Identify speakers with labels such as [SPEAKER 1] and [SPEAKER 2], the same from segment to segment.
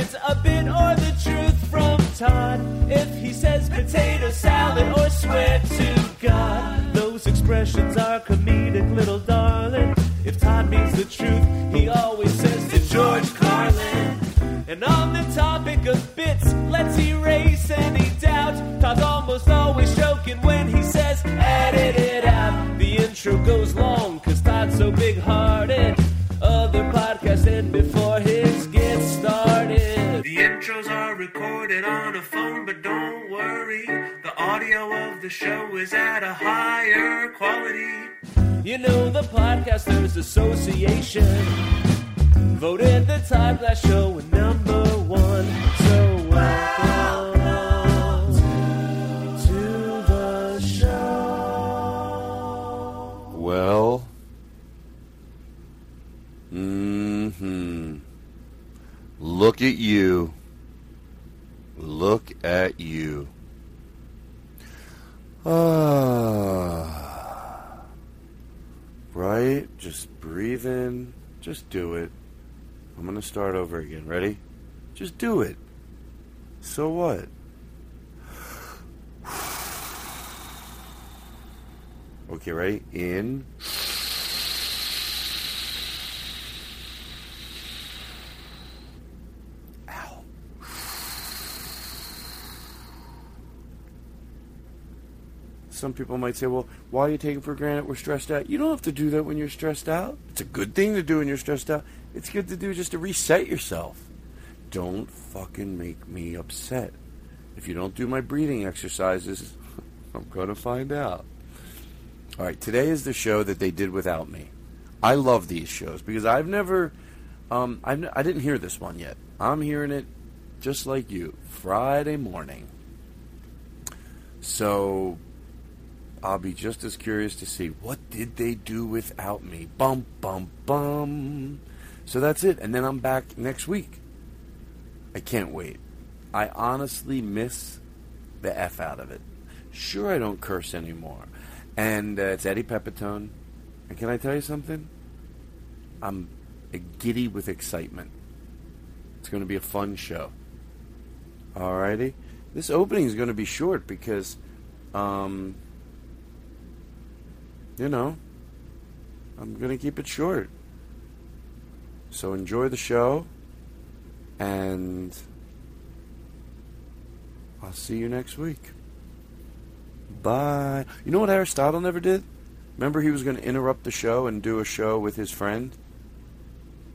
[SPEAKER 1] it's a bit or the truth from Todd. If he says potato salad or swear to God, those expressions are comedic, little darling. If Todd means the truth, he always says to George Carlin. And on the topic of bits, let's erase any doubt. Todd's almost always joking when he says, edit it out. The intro goes long, cause Todd's so big hearted. Other podcasts end before his gets started. The intros are recorded on a phone, but don't worry. The audio of the show is at a higher quality. You know, the Podcasters Association voted the Todd Glass Show number one. So welcome to the show.
[SPEAKER 2] Well. hmm Look at you. Look at you. Ah. Right? Just breathe in. Just do it. I'm going to start over again. Ready? Just do it. So what? Okay, ready? In. Some people might say, well, why are you taking for granted we're stressed out? You don't have to do that when you're stressed out. It's a good thing to do when you're stressed out. It's good to do just to reset yourself. Don't fucking make me upset. If you don't do my breathing exercises, I'm going to find out. All right, today is the show that they did without me. I love these shows because I've never, um, I've, n- I didn't hear this one yet. I'm hearing it just like you, Friday morning. So I'll be just as curious to see what did they do without me. Bum bum bum. So that's it, and then I'm back next week. I can't wait. I honestly miss the f out of it. Sure, I don't curse anymore, and uh, it's Eddie Pepitone. And can I tell you something? I'm giddy with excitement. It's going to be a fun show. Alrighty, this opening is going to be short because, um, you know, I'm going to keep it short. So enjoy the show, and I'll see you next week. Bye. You know what Aristotle never did? Remember he was going to interrupt the show and do a show with his friend?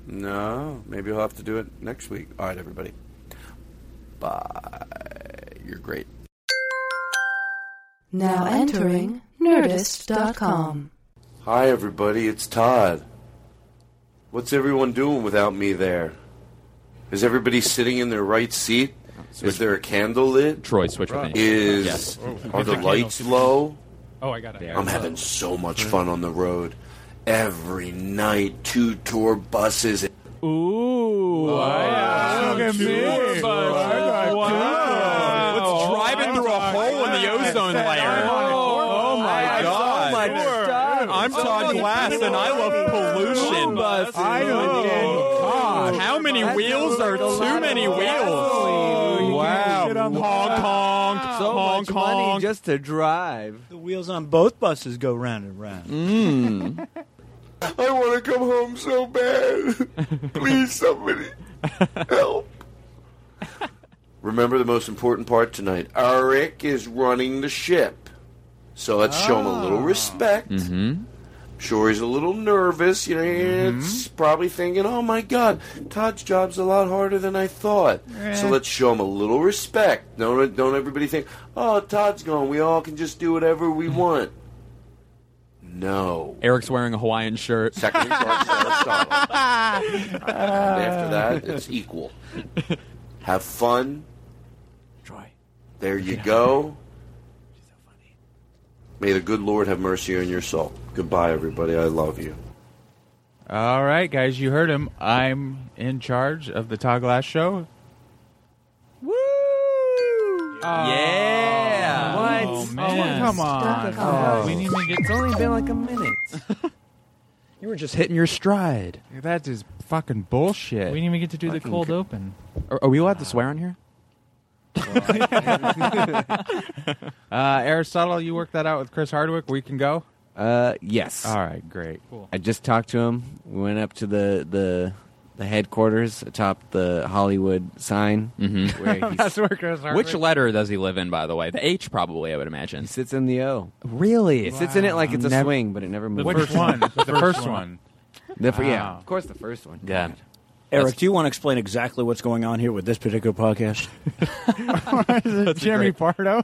[SPEAKER 2] No, maybe he'll have to do it next week. All right, everybody. Bye. You're great.
[SPEAKER 3] Now entering Nerdist.com.
[SPEAKER 2] Hi, everybody. It's Todd. What's everyone doing without me there? Is everybody sitting in their right seat? Is there a candle lit?
[SPEAKER 4] Troy, switch with me.
[SPEAKER 2] Is
[SPEAKER 4] Yes.
[SPEAKER 2] are the lights low?
[SPEAKER 5] Oh, I got it.
[SPEAKER 2] I'm having so much fun on the road. Every night, two tour buses.
[SPEAKER 5] Ooh. Wow. Look at me.
[SPEAKER 4] It's driving
[SPEAKER 1] Oh,
[SPEAKER 4] through a hole in the ozone layer. Oh, my God. I'm Todd Glass, and I love pollution.
[SPEAKER 6] I don't get caught.
[SPEAKER 4] How many wheels are too many wheels?
[SPEAKER 6] Wow.
[SPEAKER 4] Hong Kong.
[SPEAKER 6] So
[SPEAKER 4] Hong
[SPEAKER 6] much money
[SPEAKER 4] Kong.
[SPEAKER 6] just to drive.
[SPEAKER 7] The wheels on both buses go round and round.
[SPEAKER 6] Mm.
[SPEAKER 2] I want to come home so bad. Please, somebody help. Remember the most important part tonight. Eric is running the ship. So let's show him a
[SPEAKER 5] Ah.
[SPEAKER 2] little
[SPEAKER 4] Ah.
[SPEAKER 2] respect. Mm-hmm. Sure, he's a little nervous. You know, it's probably thinking, oh my God, Todd's job's a lot harder than I thought. So let's show him a little respect. Don't, don't everybody think, oh, Todd's gone. We all can just do whatever we want. No.
[SPEAKER 4] Eric's wearing a Hawaiian shirt.
[SPEAKER 2] Second class Aristotle. and after that, it's equal. Have fun.
[SPEAKER 4] Troy.
[SPEAKER 2] There you go. May the good Lord have mercy on your soul. Goodbye, everybody. I love you.
[SPEAKER 5] All right, guys, you heard him. I'm in charge of the Todd Glass Show. Woo!
[SPEAKER 4] Yeah.
[SPEAKER 6] What?
[SPEAKER 5] Oh, man. come on. We need to get
[SPEAKER 6] It's only been like a minute. you were just hitting your stride.
[SPEAKER 5] That is fucking bullshit.
[SPEAKER 8] We didn't even get to do the cold open.
[SPEAKER 4] Are, are we allowed to swear on here?
[SPEAKER 5] Uh, Aristotle, you worked that out with Chris Hardwick. We can go.
[SPEAKER 6] Uh, yes.
[SPEAKER 5] All right, great. Cool.
[SPEAKER 6] I just talked to him. We went up to the the, the headquarters atop the Hollywood sign Mm-hmm. where he
[SPEAKER 5] That's where Chris Hardwick.
[SPEAKER 4] Which letter does he live in, by the way? The H, probably, I would imagine.
[SPEAKER 6] sits in the O.
[SPEAKER 4] Really?
[SPEAKER 6] It sits in it like it's a swing, but it never moves.
[SPEAKER 5] Which one? the first one.
[SPEAKER 6] The fir- yeah,
[SPEAKER 5] Wow.
[SPEAKER 6] of course, the first one.
[SPEAKER 4] Yeah.
[SPEAKER 7] Eric, do you want to explain exactly what's going on here with this particular podcast?
[SPEAKER 5] Jimmy Pardo.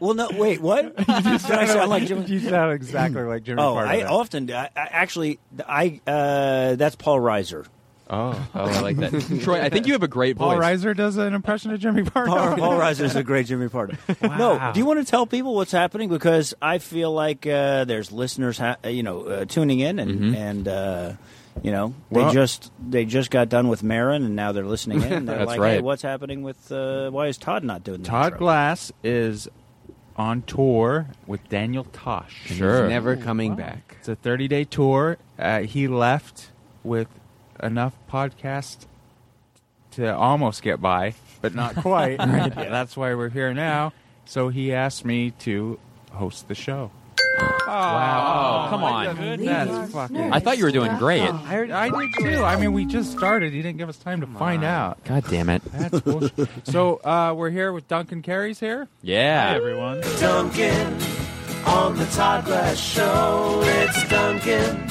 [SPEAKER 7] well, no, wait, what? Did I sound like Jimmy?
[SPEAKER 5] you sound exactly like Jimmy
[SPEAKER 7] Oh,
[SPEAKER 5] Pardo.
[SPEAKER 7] I often I, I actually I uh, that's Paul Reiser.
[SPEAKER 4] Oh, oh, I like that. Troy, I think you have a great
[SPEAKER 5] Paul
[SPEAKER 4] voice.
[SPEAKER 5] Reiser does an impression of Jimmy Pardo.
[SPEAKER 7] Paul, Paul Reiser is a great Jimmy Pardo. No, do you want to tell people what's happening? Because I feel like uh, there's listeners, ha- you know, uh, tuning in and and. Uh, you know, they
[SPEAKER 5] Mm-hmm. Well-
[SPEAKER 7] just they just got done with Marin, and now they're listening in. And they're
[SPEAKER 4] That's
[SPEAKER 7] like, "Hey,
[SPEAKER 4] right.
[SPEAKER 7] what's happening with? Uh, why is Todd not doing the
[SPEAKER 5] Todd
[SPEAKER 7] intro?
[SPEAKER 5] Glass is on tour with Daniel Tosh.
[SPEAKER 4] Sure.
[SPEAKER 6] He's never coming back.
[SPEAKER 5] It's a 30 day tour. Uh, he left with enough podcast to almost get by, but not quite. That's why we're here now. So he asked me to host the show.
[SPEAKER 4] Wow. Oh, come on.
[SPEAKER 5] That's fucking.
[SPEAKER 4] I thought you were doing great.
[SPEAKER 5] I, I did too. I mean, we just started. He didn't give us time to find out.
[SPEAKER 4] Oh, God damn it.
[SPEAKER 5] That's bullshit. so uh, we're here with Duncan Carey's here.
[SPEAKER 4] Yeah.
[SPEAKER 8] Everyone.
[SPEAKER 1] Duncan on the Todd Glass Show. It's Duncan.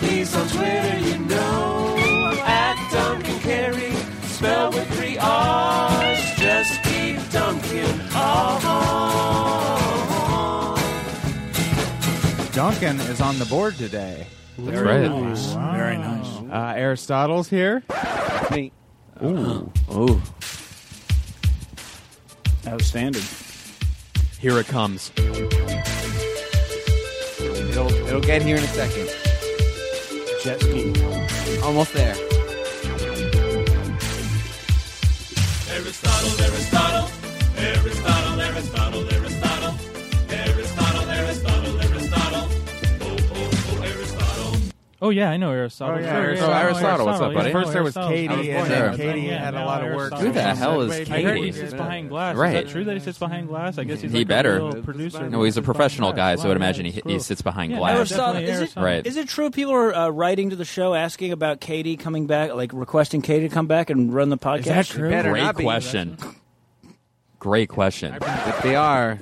[SPEAKER 1] He's on Twitter, you know. At Duncan Carey, spelled with three R's. Just keep Duncan Uh-huh. on.
[SPEAKER 5] Duncan is on the board today.
[SPEAKER 4] That's right.
[SPEAKER 7] Very nice.
[SPEAKER 5] Uh, Aristotle's here.
[SPEAKER 6] Me.
[SPEAKER 5] Oh.
[SPEAKER 7] Outstanding.
[SPEAKER 4] Here it comes.
[SPEAKER 6] It'll, it'll get here in a second.
[SPEAKER 7] Jet ski.
[SPEAKER 6] Almost there.
[SPEAKER 1] Aristotle, Aristotle, Aristotle, Aristotle, Aristotle, Aristotle, Aristotle, Aristotle. Oh, oh, oh, Aristotle.
[SPEAKER 8] Oh yeah, I know Aristotle.
[SPEAKER 5] Oh, yeah,
[SPEAKER 8] Sure,
[SPEAKER 5] Aristotle.
[SPEAKER 4] Aristotle, what's up,
[SPEAKER 8] yeah,
[SPEAKER 4] buddy?
[SPEAKER 8] I
[SPEAKER 5] First
[SPEAKER 8] know
[SPEAKER 5] there was
[SPEAKER 8] Aristotle.
[SPEAKER 5] Katie,
[SPEAKER 8] I was
[SPEAKER 5] and
[SPEAKER 8] born
[SPEAKER 5] then
[SPEAKER 8] there.
[SPEAKER 5] Katie had a
[SPEAKER 8] now
[SPEAKER 5] lot of work.
[SPEAKER 8] Aristotle.
[SPEAKER 4] Who the hell is
[SPEAKER 8] I heard he
[SPEAKER 4] Katie?
[SPEAKER 8] sits behind glass.
[SPEAKER 4] Right.
[SPEAKER 8] Is that true that he sits behind glass? I guess he's
[SPEAKER 4] He
[SPEAKER 8] like a
[SPEAKER 4] better.
[SPEAKER 8] real producer.
[SPEAKER 4] No, he's a
[SPEAKER 8] Sits behind
[SPEAKER 4] professional guy,
[SPEAKER 8] glass.
[SPEAKER 4] so I would
[SPEAKER 8] Wow, yeah,
[SPEAKER 4] imagine he,
[SPEAKER 8] that's
[SPEAKER 4] he
[SPEAKER 8] cool.
[SPEAKER 4] sits behind
[SPEAKER 8] Yeah, no,
[SPEAKER 4] glass.
[SPEAKER 8] Aristotle-
[SPEAKER 7] Aristotle, is it,
[SPEAKER 8] Aristotle.
[SPEAKER 4] Right.
[SPEAKER 7] is it true people are uh, writing to the show asking about Katie coming back, like requesting Katie to come back and run the podcast?
[SPEAKER 5] that true?
[SPEAKER 6] Better
[SPEAKER 4] Great
[SPEAKER 6] not be.
[SPEAKER 4] question. Great question.
[SPEAKER 6] If they are,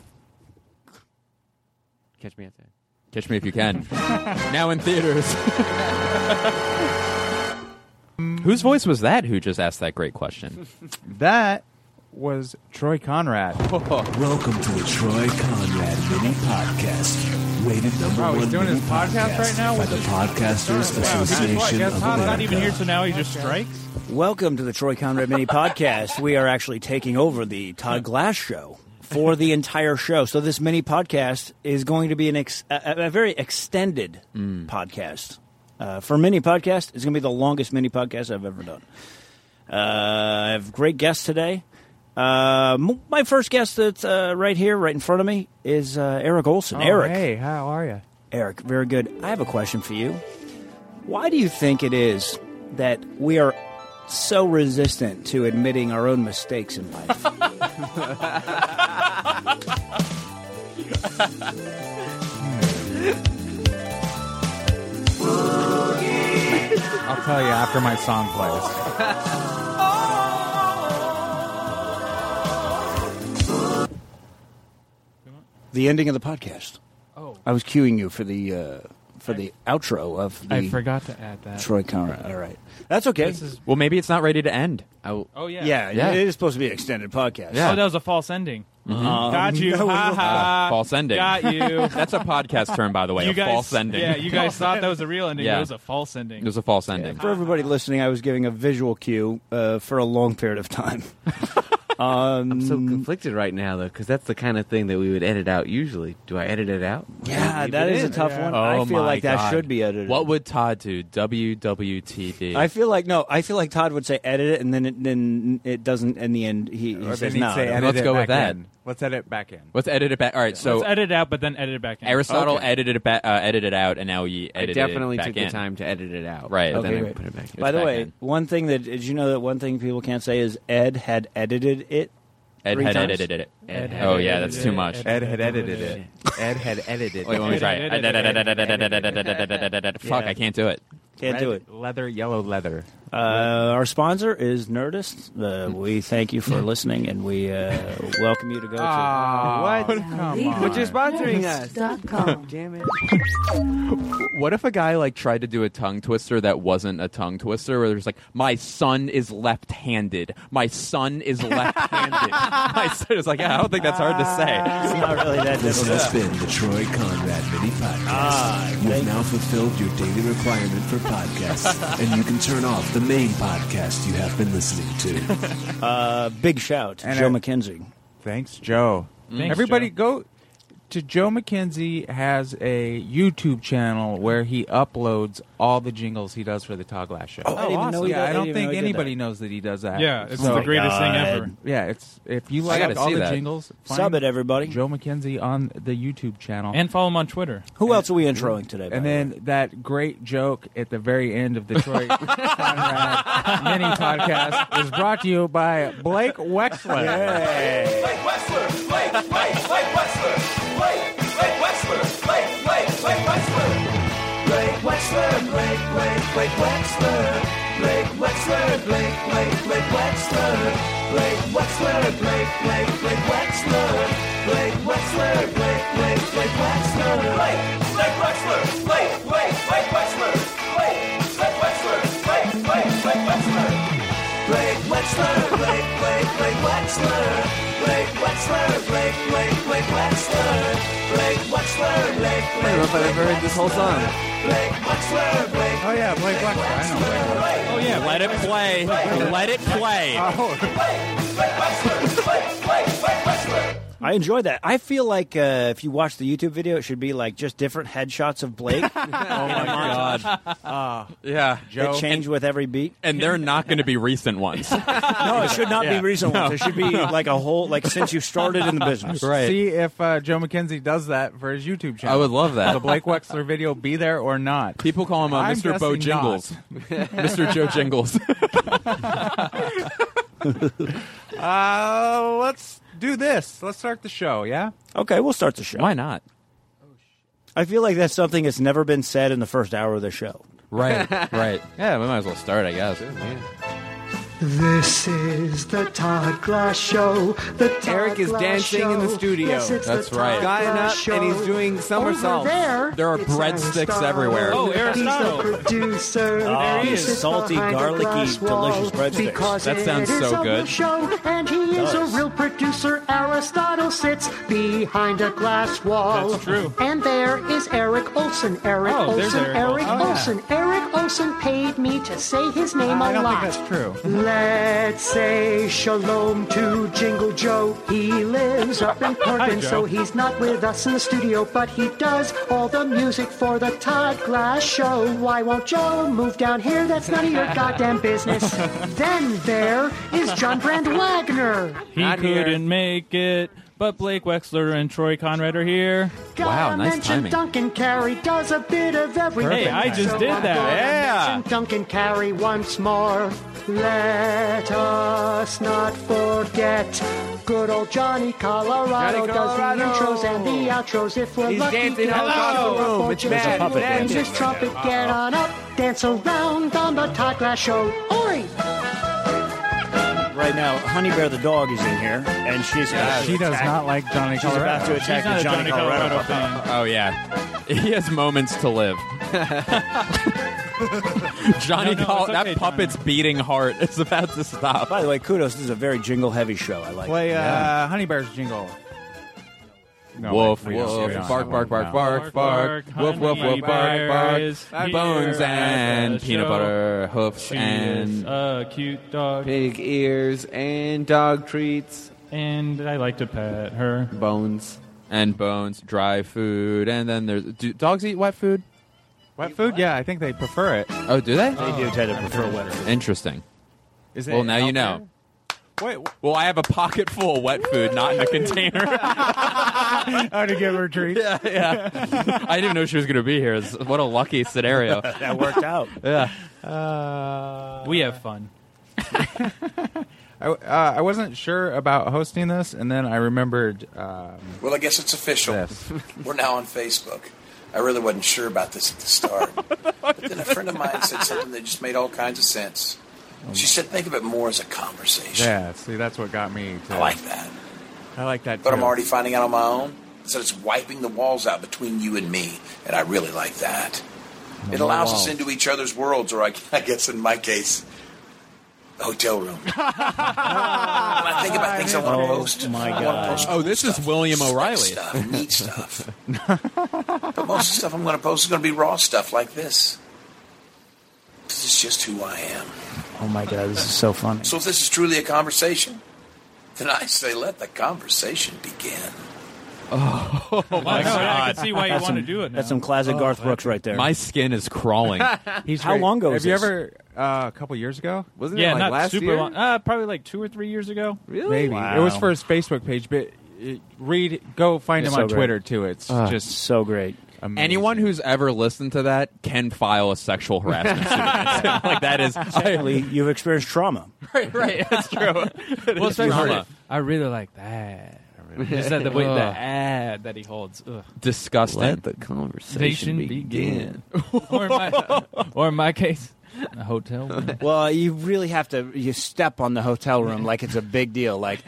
[SPEAKER 6] catch me outside.
[SPEAKER 4] Catch me if you can. now in theaters. Whose voice was that who just asked that great question?
[SPEAKER 5] That was Troy Conrad.
[SPEAKER 9] Welcome to the Troy Conrad Mini Podcast, rated number
[SPEAKER 5] Wow,
[SPEAKER 9] one
[SPEAKER 5] he's doing
[SPEAKER 9] mini
[SPEAKER 5] his podcast right now?
[SPEAKER 9] by
[SPEAKER 5] What's
[SPEAKER 9] the
[SPEAKER 5] his-
[SPEAKER 9] Podcasters
[SPEAKER 5] Wow, he's
[SPEAKER 9] Association
[SPEAKER 5] like,
[SPEAKER 9] of
[SPEAKER 5] that's hot.
[SPEAKER 9] America.
[SPEAKER 8] Not even here, so now he just strikes.
[SPEAKER 7] Welcome to the Troy Conrad Mini Podcast. We are actually taking over the Todd Glass show for the entire show. So this mini podcast is going to be an ex- a, a a very extended Mm. podcast. Uh, for mini podcast, it's going to be the longest mini podcast I've ever done. Uh, I have great guests today. Uh, m- my first guest that's uh, right here, right in front of me, is uh, Eric Olson.
[SPEAKER 5] Oh,
[SPEAKER 7] Eric,
[SPEAKER 5] Hey, how are you?
[SPEAKER 7] Eric, very good. I have a question for you. Why do you think it is that we are so resistant to admitting our own mistakes in life?
[SPEAKER 5] I'll tell you after my song plays.
[SPEAKER 6] Mm.
[SPEAKER 7] the ending of the podcast.
[SPEAKER 8] Oh.
[SPEAKER 7] I was cueing you for the uh, for the outro of the
[SPEAKER 8] I forgot to add that.
[SPEAKER 7] Troy Conrad. All right, that's okay.
[SPEAKER 8] This is-
[SPEAKER 6] Well, maybe it's not ready to end. I will.
[SPEAKER 8] Oh yeah.
[SPEAKER 7] yeah,
[SPEAKER 6] Yeah.
[SPEAKER 7] it is supposed to be an extended podcast.
[SPEAKER 6] Yeah.
[SPEAKER 8] Oh, that was a false ending.
[SPEAKER 4] Mm-hmm.
[SPEAKER 7] Um,
[SPEAKER 5] Uh-huh.
[SPEAKER 8] Got you.
[SPEAKER 7] no,
[SPEAKER 8] Ha ha.
[SPEAKER 7] uh,
[SPEAKER 6] Mm-hmm. false ending.
[SPEAKER 8] Got you.
[SPEAKER 6] That's a podcast term, by the way.
[SPEAKER 8] you
[SPEAKER 6] a
[SPEAKER 8] guys,
[SPEAKER 6] false ending.
[SPEAKER 8] Yeah, you guys thought that was a real ending. but
[SPEAKER 6] Yeah.
[SPEAKER 8] It was a false ending.
[SPEAKER 6] It was a false ending.
[SPEAKER 7] For everybody listening, I was giving a visual cue uh, for a long period of time. um,
[SPEAKER 6] I'm so conflicted right now, though, because that's the kind of thing that we would edit out usually. Do I edit it out?
[SPEAKER 7] yeah,
[SPEAKER 6] Leave
[SPEAKER 7] that
[SPEAKER 6] it
[SPEAKER 7] is
[SPEAKER 6] in?
[SPEAKER 7] a tough one. I feel like that should be edited.
[SPEAKER 6] Oh What would Todd do? WWTD.
[SPEAKER 7] I feel like no. I feel like Todd would say edit it, and then it, then it doesn't. In the end, he, he
[SPEAKER 5] Or
[SPEAKER 7] says
[SPEAKER 5] then he'd
[SPEAKER 7] no.
[SPEAKER 5] say, edit
[SPEAKER 6] Let's
[SPEAKER 5] it
[SPEAKER 6] go
[SPEAKER 5] back
[SPEAKER 6] with that.
[SPEAKER 5] in. Let's edit it back in.
[SPEAKER 6] Let's edit it back. All right, so
[SPEAKER 8] Let's edit it out, but then edit it back in.
[SPEAKER 6] Aristotle
[SPEAKER 7] Okay.
[SPEAKER 6] edited it back, uh, edited it out, and now you
[SPEAKER 9] I
[SPEAKER 6] edited
[SPEAKER 9] definitely
[SPEAKER 6] it back
[SPEAKER 9] took
[SPEAKER 6] in.
[SPEAKER 9] the time to edit it out.
[SPEAKER 6] Right.
[SPEAKER 9] but
[SPEAKER 7] Okay,
[SPEAKER 9] then I
[SPEAKER 7] wait.
[SPEAKER 9] put it back. in.
[SPEAKER 7] By the
[SPEAKER 6] back
[SPEAKER 7] way,
[SPEAKER 6] in.
[SPEAKER 7] one thing that did you know that one thing people can't say is Ed had edited it.
[SPEAKER 6] Ed
[SPEAKER 7] three
[SPEAKER 6] had
[SPEAKER 7] times?
[SPEAKER 6] edited it.
[SPEAKER 9] Ed had
[SPEAKER 6] oh yeah,
[SPEAKER 8] edited
[SPEAKER 6] that's
[SPEAKER 8] it.
[SPEAKER 6] too much.
[SPEAKER 8] Ed-
[SPEAKER 5] Ed had edited it. Ed had edited
[SPEAKER 6] Wait, let me
[SPEAKER 5] it.
[SPEAKER 6] try
[SPEAKER 8] Edited.
[SPEAKER 6] it. Fuck, I can't do it.
[SPEAKER 7] Can't do it.
[SPEAKER 5] Leather, yellow leather.
[SPEAKER 7] Uh, our sponsor is Nerdist. Uh, we thank you for listening, and we uh, welcome you to go to.
[SPEAKER 5] Ah. what? Come on.
[SPEAKER 9] But you're sponsoring us.
[SPEAKER 3] Nerdist.com.
[SPEAKER 9] Damn it.
[SPEAKER 6] What if a guy like tried to do a tongue twister that wasn't a tongue twister? Where there's like, my son is left-handed. My son is left-handed. my son is like, I don't think that's hard to
[SPEAKER 7] It's
[SPEAKER 6] say.
[SPEAKER 7] not really that
[SPEAKER 9] This has been
[SPEAKER 7] difficult.
[SPEAKER 9] the Troy Conrad Mini Podcast.
[SPEAKER 7] Ah,
[SPEAKER 9] You've now fulfilled your daily requirement for podcasts, and you can turn off the main podcast you have been listening to.
[SPEAKER 7] Uh, big shout, to
[SPEAKER 5] And
[SPEAKER 7] Joe
[SPEAKER 5] I-
[SPEAKER 7] McKenzie.
[SPEAKER 5] Thanks, Joe.
[SPEAKER 8] Thanks,
[SPEAKER 5] Everybody,
[SPEAKER 8] Joe.
[SPEAKER 5] go to Joe McKenzie has a YouTube channel where he uploads all the jingles he does for the Todd Glass show.
[SPEAKER 7] Oh, I didn't even know he
[SPEAKER 5] Oh, yeah,
[SPEAKER 7] did- I
[SPEAKER 5] I
[SPEAKER 7] didn't
[SPEAKER 5] don't
[SPEAKER 7] even know
[SPEAKER 5] think
[SPEAKER 7] he did
[SPEAKER 5] anybody
[SPEAKER 7] that. Oh
[SPEAKER 5] knows that he does that.
[SPEAKER 8] Yeah, it's
[SPEAKER 5] So-
[SPEAKER 8] the greatest thing
[SPEAKER 7] God.
[SPEAKER 8] ever.
[SPEAKER 5] Yeah, it's if you
[SPEAKER 6] I
[SPEAKER 5] like
[SPEAKER 6] gotta
[SPEAKER 5] all
[SPEAKER 6] see
[SPEAKER 5] the
[SPEAKER 6] that.
[SPEAKER 5] jingles, find
[SPEAKER 7] Sub it, everybody.
[SPEAKER 5] Joe McKenzie on the YouTube channel,
[SPEAKER 8] And follow him on Twitter.
[SPEAKER 7] Who else are we introing today? by
[SPEAKER 5] and
[SPEAKER 7] the way?
[SPEAKER 5] then that great joke at the very end of the Troy Conrad mini podcast is brought to you by Blake Wexler.
[SPEAKER 1] Blake Wexler, Blake, Blake, Blake Wexler, Blake, Blake Wexler, Blake, Blake, Blake Wexler, Blake Wexler, Blake, Blake, Blake Wexler, Blake Wexler, Blake, Blake, Blake Wexler, Blake Wexler, Blake, Blake, Blake Wexler, Blake Wexler, Blake, Blake, Blake Wexler, Blake, Blake Wexler, Blake, Blake, Blake Wexler, Blake, Blake Wexler, Blake, Blake, Blake Wexler. Blake Wexler, Blake, Blake, Blake Wexler, Blake Wexler, Blake, Blake, Blake Wexler, Blake Wexler, Blake,
[SPEAKER 9] I don't know
[SPEAKER 1] Blake,
[SPEAKER 9] if I've ever heard this whole song.
[SPEAKER 1] Blake Wexler, Blake.
[SPEAKER 5] Oh yeah, Blake Wexler. I know Blake. Wexler.
[SPEAKER 8] Oh yeah,
[SPEAKER 6] Let it play. Let it play.
[SPEAKER 5] Oh.
[SPEAKER 7] I enjoyed that. I feel like uh, if you watch the YouTube video, it should be like just different headshots of Blake.
[SPEAKER 6] Oh my god. Ah. yeah,
[SPEAKER 7] It change with every beat.
[SPEAKER 6] And they're not going to be recent ones.
[SPEAKER 7] No, it should not
[SPEAKER 6] Yeah.
[SPEAKER 7] be recent ones. It should be like a whole like since you started in the business.
[SPEAKER 5] See if uh, Joe McKenzie does that for his YouTube channel.
[SPEAKER 6] I would love that.
[SPEAKER 5] the Blake Wexler video be there or not.
[SPEAKER 6] People call him uh,
[SPEAKER 5] I'm
[SPEAKER 6] Mr. Bo
[SPEAKER 5] guessing
[SPEAKER 6] Jingles,
[SPEAKER 5] not.
[SPEAKER 6] Mr. Joe Jingles.
[SPEAKER 5] Uh, let's do this. Let's start the show. Yeah.
[SPEAKER 7] Okay, we'll start the show.
[SPEAKER 6] Why not?
[SPEAKER 7] I feel like that's something that's never been said in the first hour of the show.
[SPEAKER 6] Right, right. Yeah, we might as well start, I guess.
[SPEAKER 3] This is the Todd Glass Show. The Todd
[SPEAKER 1] Eric is
[SPEAKER 3] Glass
[SPEAKER 1] dancing
[SPEAKER 3] Show.
[SPEAKER 1] in the studio.
[SPEAKER 3] Yes, it's
[SPEAKER 6] That's
[SPEAKER 3] the
[SPEAKER 6] right.
[SPEAKER 3] Todd
[SPEAKER 6] Guying
[SPEAKER 3] Glass
[SPEAKER 1] up and he's
[SPEAKER 3] Show.
[SPEAKER 1] doing somersaults.
[SPEAKER 3] Over there,
[SPEAKER 6] There are
[SPEAKER 3] it's
[SPEAKER 6] breadsticks
[SPEAKER 3] Aristotle.
[SPEAKER 6] everywhere. Oh, Aristotle.
[SPEAKER 3] He's the producer.
[SPEAKER 6] Oh, there he
[SPEAKER 3] He
[SPEAKER 6] is.
[SPEAKER 3] sits
[SPEAKER 6] Salty,
[SPEAKER 3] behind a
[SPEAKER 6] garlicky,
[SPEAKER 3] glass wall
[SPEAKER 6] delicious breadsticks.
[SPEAKER 3] Because
[SPEAKER 6] That
[SPEAKER 3] it
[SPEAKER 6] sounds
[SPEAKER 3] is
[SPEAKER 6] so
[SPEAKER 3] a real
[SPEAKER 6] good.
[SPEAKER 3] show, and he is a
[SPEAKER 6] does.
[SPEAKER 3] real producer. Aristotle sits behind a glass wall.
[SPEAKER 8] That's true.
[SPEAKER 3] And there is Eric Olson. Eric
[SPEAKER 8] Oh, there's
[SPEAKER 3] Olson.
[SPEAKER 8] Eric
[SPEAKER 3] Eric
[SPEAKER 8] Olson. Oh, yeah.
[SPEAKER 3] Olson. Eric Olson paid me to say his name
[SPEAKER 8] I
[SPEAKER 3] a
[SPEAKER 8] don't
[SPEAKER 3] lot.
[SPEAKER 8] think that's true.
[SPEAKER 3] Let's say shalom to Jingle Joe. He lives up in Portland,
[SPEAKER 8] Joe.
[SPEAKER 3] so he's not with us in the studio, but he does all the music for the Todd Glass Show. Why won't Joe move down here? That's none of your goddamn business. then there is John Brand Wagner.
[SPEAKER 8] He couldn't make it, but Blake Wexler and Troy Conrad are here.
[SPEAKER 3] Gotta mention Duncan Carey does a bit of everything.
[SPEAKER 8] Hey, I just
[SPEAKER 3] so
[SPEAKER 8] did
[SPEAKER 3] I'm
[SPEAKER 8] that.
[SPEAKER 3] gonna
[SPEAKER 8] Yeah.
[SPEAKER 3] mention Duncan Carey once more. Let us not forget. Good old Johnny Colorado,
[SPEAKER 1] Johnny
[SPEAKER 3] does
[SPEAKER 1] Colorado.
[SPEAKER 3] the intros and the outros. If we're
[SPEAKER 1] He's
[SPEAKER 3] lucky,
[SPEAKER 1] dancing
[SPEAKER 3] get
[SPEAKER 1] all across the
[SPEAKER 3] a
[SPEAKER 1] room. It's
[SPEAKER 3] fortune.
[SPEAKER 1] mad
[SPEAKER 3] And
[SPEAKER 1] dancing.
[SPEAKER 3] There's trumpet, get on up, dance around on the Todd Glass Show. Ori!
[SPEAKER 7] Right now, Honey Bear the dog is in here, and she's about to
[SPEAKER 8] She does
[SPEAKER 7] attack-
[SPEAKER 8] not like Johnny
[SPEAKER 7] she's
[SPEAKER 8] Colorado.
[SPEAKER 7] about to attack
[SPEAKER 8] She's not
[SPEAKER 7] the
[SPEAKER 8] a Johnny
[SPEAKER 7] Johnny, Colorado.
[SPEAKER 8] Colorado fan.
[SPEAKER 6] Oh yeah, he has moments to live. Johnny,
[SPEAKER 7] No, no,
[SPEAKER 6] Col-
[SPEAKER 7] it's
[SPEAKER 6] that
[SPEAKER 7] okay,
[SPEAKER 6] puppet's beating heart is about to stop.
[SPEAKER 7] By the way, kudos. This is a very jingle-heavy show. I like.
[SPEAKER 5] Play
[SPEAKER 7] it.
[SPEAKER 5] uh, Honey Bear's jingle. No,
[SPEAKER 6] woof,
[SPEAKER 5] wait, we don't- we
[SPEAKER 6] woof,
[SPEAKER 5] don't-
[SPEAKER 6] bark, bark, bark, bark, bark, woof, woof,
[SPEAKER 8] honey
[SPEAKER 6] woof, bark,
[SPEAKER 8] bear
[SPEAKER 6] bark,
[SPEAKER 8] is here
[SPEAKER 6] bones
[SPEAKER 8] at the
[SPEAKER 6] and peanut
[SPEAKER 8] show.
[SPEAKER 6] butter, hoofs
[SPEAKER 8] She's
[SPEAKER 6] and
[SPEAKER 8] a cute dog,
[SPEAKER 1] big ears and dog treats,
[SPEAKER 8] and I like to pet her.
[SPEAKER 6] bones and bones, dry food, and then there's do dogs eat wet food?
[SPEAKER 5] Wet food? Yeah, I think they prefer it.
[SPEAKER 6] Oh, do they?
[SPEAKER 7] They do tend to prefer wet food.
[SPEAKER 6] Interesting.
[SPEAKER 5] Is it
[SPEAKER 6] Well, now
[SPEAKER 5] out
[SPEAKER 6] you know.
[SPEAKER 5] Wait,
[SPEAKER 6] Well, I have a pocket full of wet food, not in a container.
[SPEAKER 5] how to give her treats?
[SPEAKER 6] yeah, yeah. I didn't know she was going to be here. It's- What a lucky scenario.
[SPEAKER 7] that worked out.
[SPEAKER 6] Yeah.
[SPEAKER 8] we have fun.
[SPEAKER 5] I, uh, I wasn't sure about hosting this, and then I remembered. Um,
[SPEAKER 10] Well, I guess it's official. We're now on Facebook. I really wasn't sure about this at the start. but then a friend of mine said something that just made all kinds of sense. She said, think of it more as a conversation.
[SPEAKER 5] yeah, see, that's what got me. To,
[SPEAKER 6] Oh,
[SPEAKER 10] I like that.
[SPEAKER 5] I like that.
[SPEAKER 10] But
[SPEAKER 5] too.
[SPEAKER 10] I'm already finding out on my own. So it's wiping the walls out between you and me, and I really like that. It
[SPEAKER 5] No
[SPEAKER 10] allows
[SPEAKER 5] walls.
[SPEAKER 10] us into each other's worlds, or I, I guess in my case, a hotel room. when I think about things I
[SPEAKER 5] Oh
[SPEAKER 10] want to post, my I want to post
[SPEAKER 6] Oh, this is William O'Reilly.
[SPEAKER 10] stuff, neat stuff. but most of the stuff I'm going to post is going to be raw stuff like this. This is just who I am.
[SPEAKER 7] Oh my god, this is so funny.
[SPEAKER 10] So if this is truly a conversation, then I say let the conversation begin.
[SPEAKER 6] Oh,
[SPEAKER 7] my God.
[SPEAKER 8] I can see why you
[SPEAKER 7] That's
[SPEAKER 8] want to
[SPEAKER 7] some-
[SPEAKER 8] do it. Now.
[SPEAKER 7] That's some classic Garth Brooks right there.
[SPEAKER 6] My skin is crawling.
[SPEAKER 5] He's
[SPEAKER 7] How
[SPEAKER 5] great.
[SPEAKER 7] long ago
[SPEAKER 5] Have
[SPEAKER 7] was
[SPEAKER 5] you
[SPEAKER 7] this?
[SPEAKER 5] ever? Uh, a couple years ago, wasn't
[SPEAKER 8] yeah, not super long. Uh, probably like two or three years ago.
[SPEAKER 1] Really?
[SPEAKER 5] Maybe it was for his Facebook page, but uh, read, go find
[SPEAKER 6] It's
[SPEAKER 5] him on
[SPEAKER 6] so great.
[SPEAKER 5] Twitter too. It's
[SPEAKER 6] Ah.
[SPEAKER 5] just
[SPEAKER 7] so great.
[SPEAKER 6] Anyone who's ever listened to that can file a sexual harassment suit. against him. like that is
[SPEAKER 7] Sadly, you've experienced trauma.
[SPEAKER 6] right, right. That's true. It
[SPEAKER 8] Well,
[SPEAKER 6] is
[SPEAKER 8] especially-
[SPEAKER 6] trauma.
[SPEAKER 8] I really like that. I really- Just that the way the ad that he holds. Ugh.
[SPEAKER 6] disgusting.
[SPEAKER 1] Let the conversation
[SPEAKER 8] Nation
[SPEAKER 1] begin.
[SPEAKER 8] or, in my, or in my case, a hotel. room.
[SPEAKER 7] Well, you really have to you step on the hotel room like it's a big deal. Like,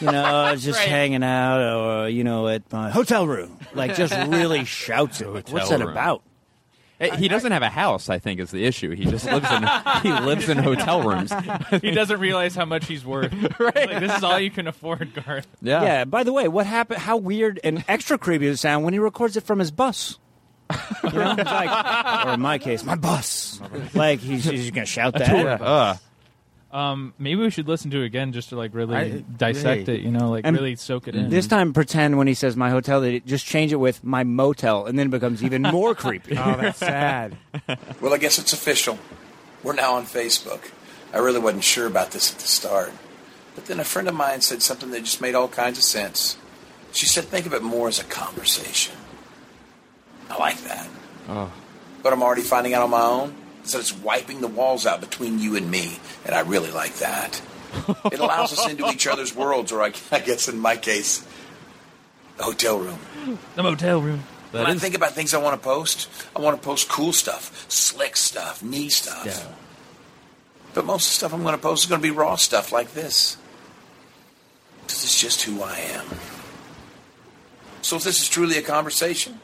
[SPEAKER 7] you know, just hanging out or, you know, at my hotel room. Like, just really shouts it. Like, what's that
[SPEAKER 6] room.
[SPEAKER 7] about?
[SPEAKER 6] Eh, He doesn't have a house. I think is the issue. He just lives in he lives in hotel rooms.
[SPEAKER 8] he doesn't realize how much he's worth. Like, this is all you can afford, Garth.
[SPEAKER 6] Yeah.
[SPEAKER 7] Yeah. By the way, what happened? How weird and extra creepy does it sound when he records it from his bus? You know, it's like, or in my case, my bus. Like he's, he's gonna shout that.
[SPEAKER 8] tour bus. Um, maybe we should listen to it again just to like really
[SPEAKER 7] I- Mm-hmm.
[SPEAKER 8] dissect
[SPEAKER 7] hey.
[SPEAKER 8] it. You know, like
[SPEAKER 7] And
[SPEAKER 8] really Mm-hmm. soak it in.
[SPEAKER 7] This time, pretend when he says my hotel, that it just change it with my motel, and then it becomes even more creepy.
[SPEAKER 5] Oh, that's sad.
[SPEAKER 10] Well, I guess it's official. We're now on Facebook. I really wasn't sure about this at the start. But then a friend of mine said something that just made all kinds of sense. She said, think of it more as a conversation. I like that.
[SPEAKER 6] Oh.
[SPEAKER 10] But I'm already finding out on my own. So it's wiping the walls out between you and me, and I really like that. It allows us into each other's worlds, or I, I guess in my case, a hotel room
[SPEAKER 8] the motel room.
[SPEAKER 10] when I think about things I want to post, I want to post cool stuff, slick stuff, neat stuff. But most of the stuff I'm going to post is going to be raw stuff like this. Because it's just who I am. So if this is truly a conversation,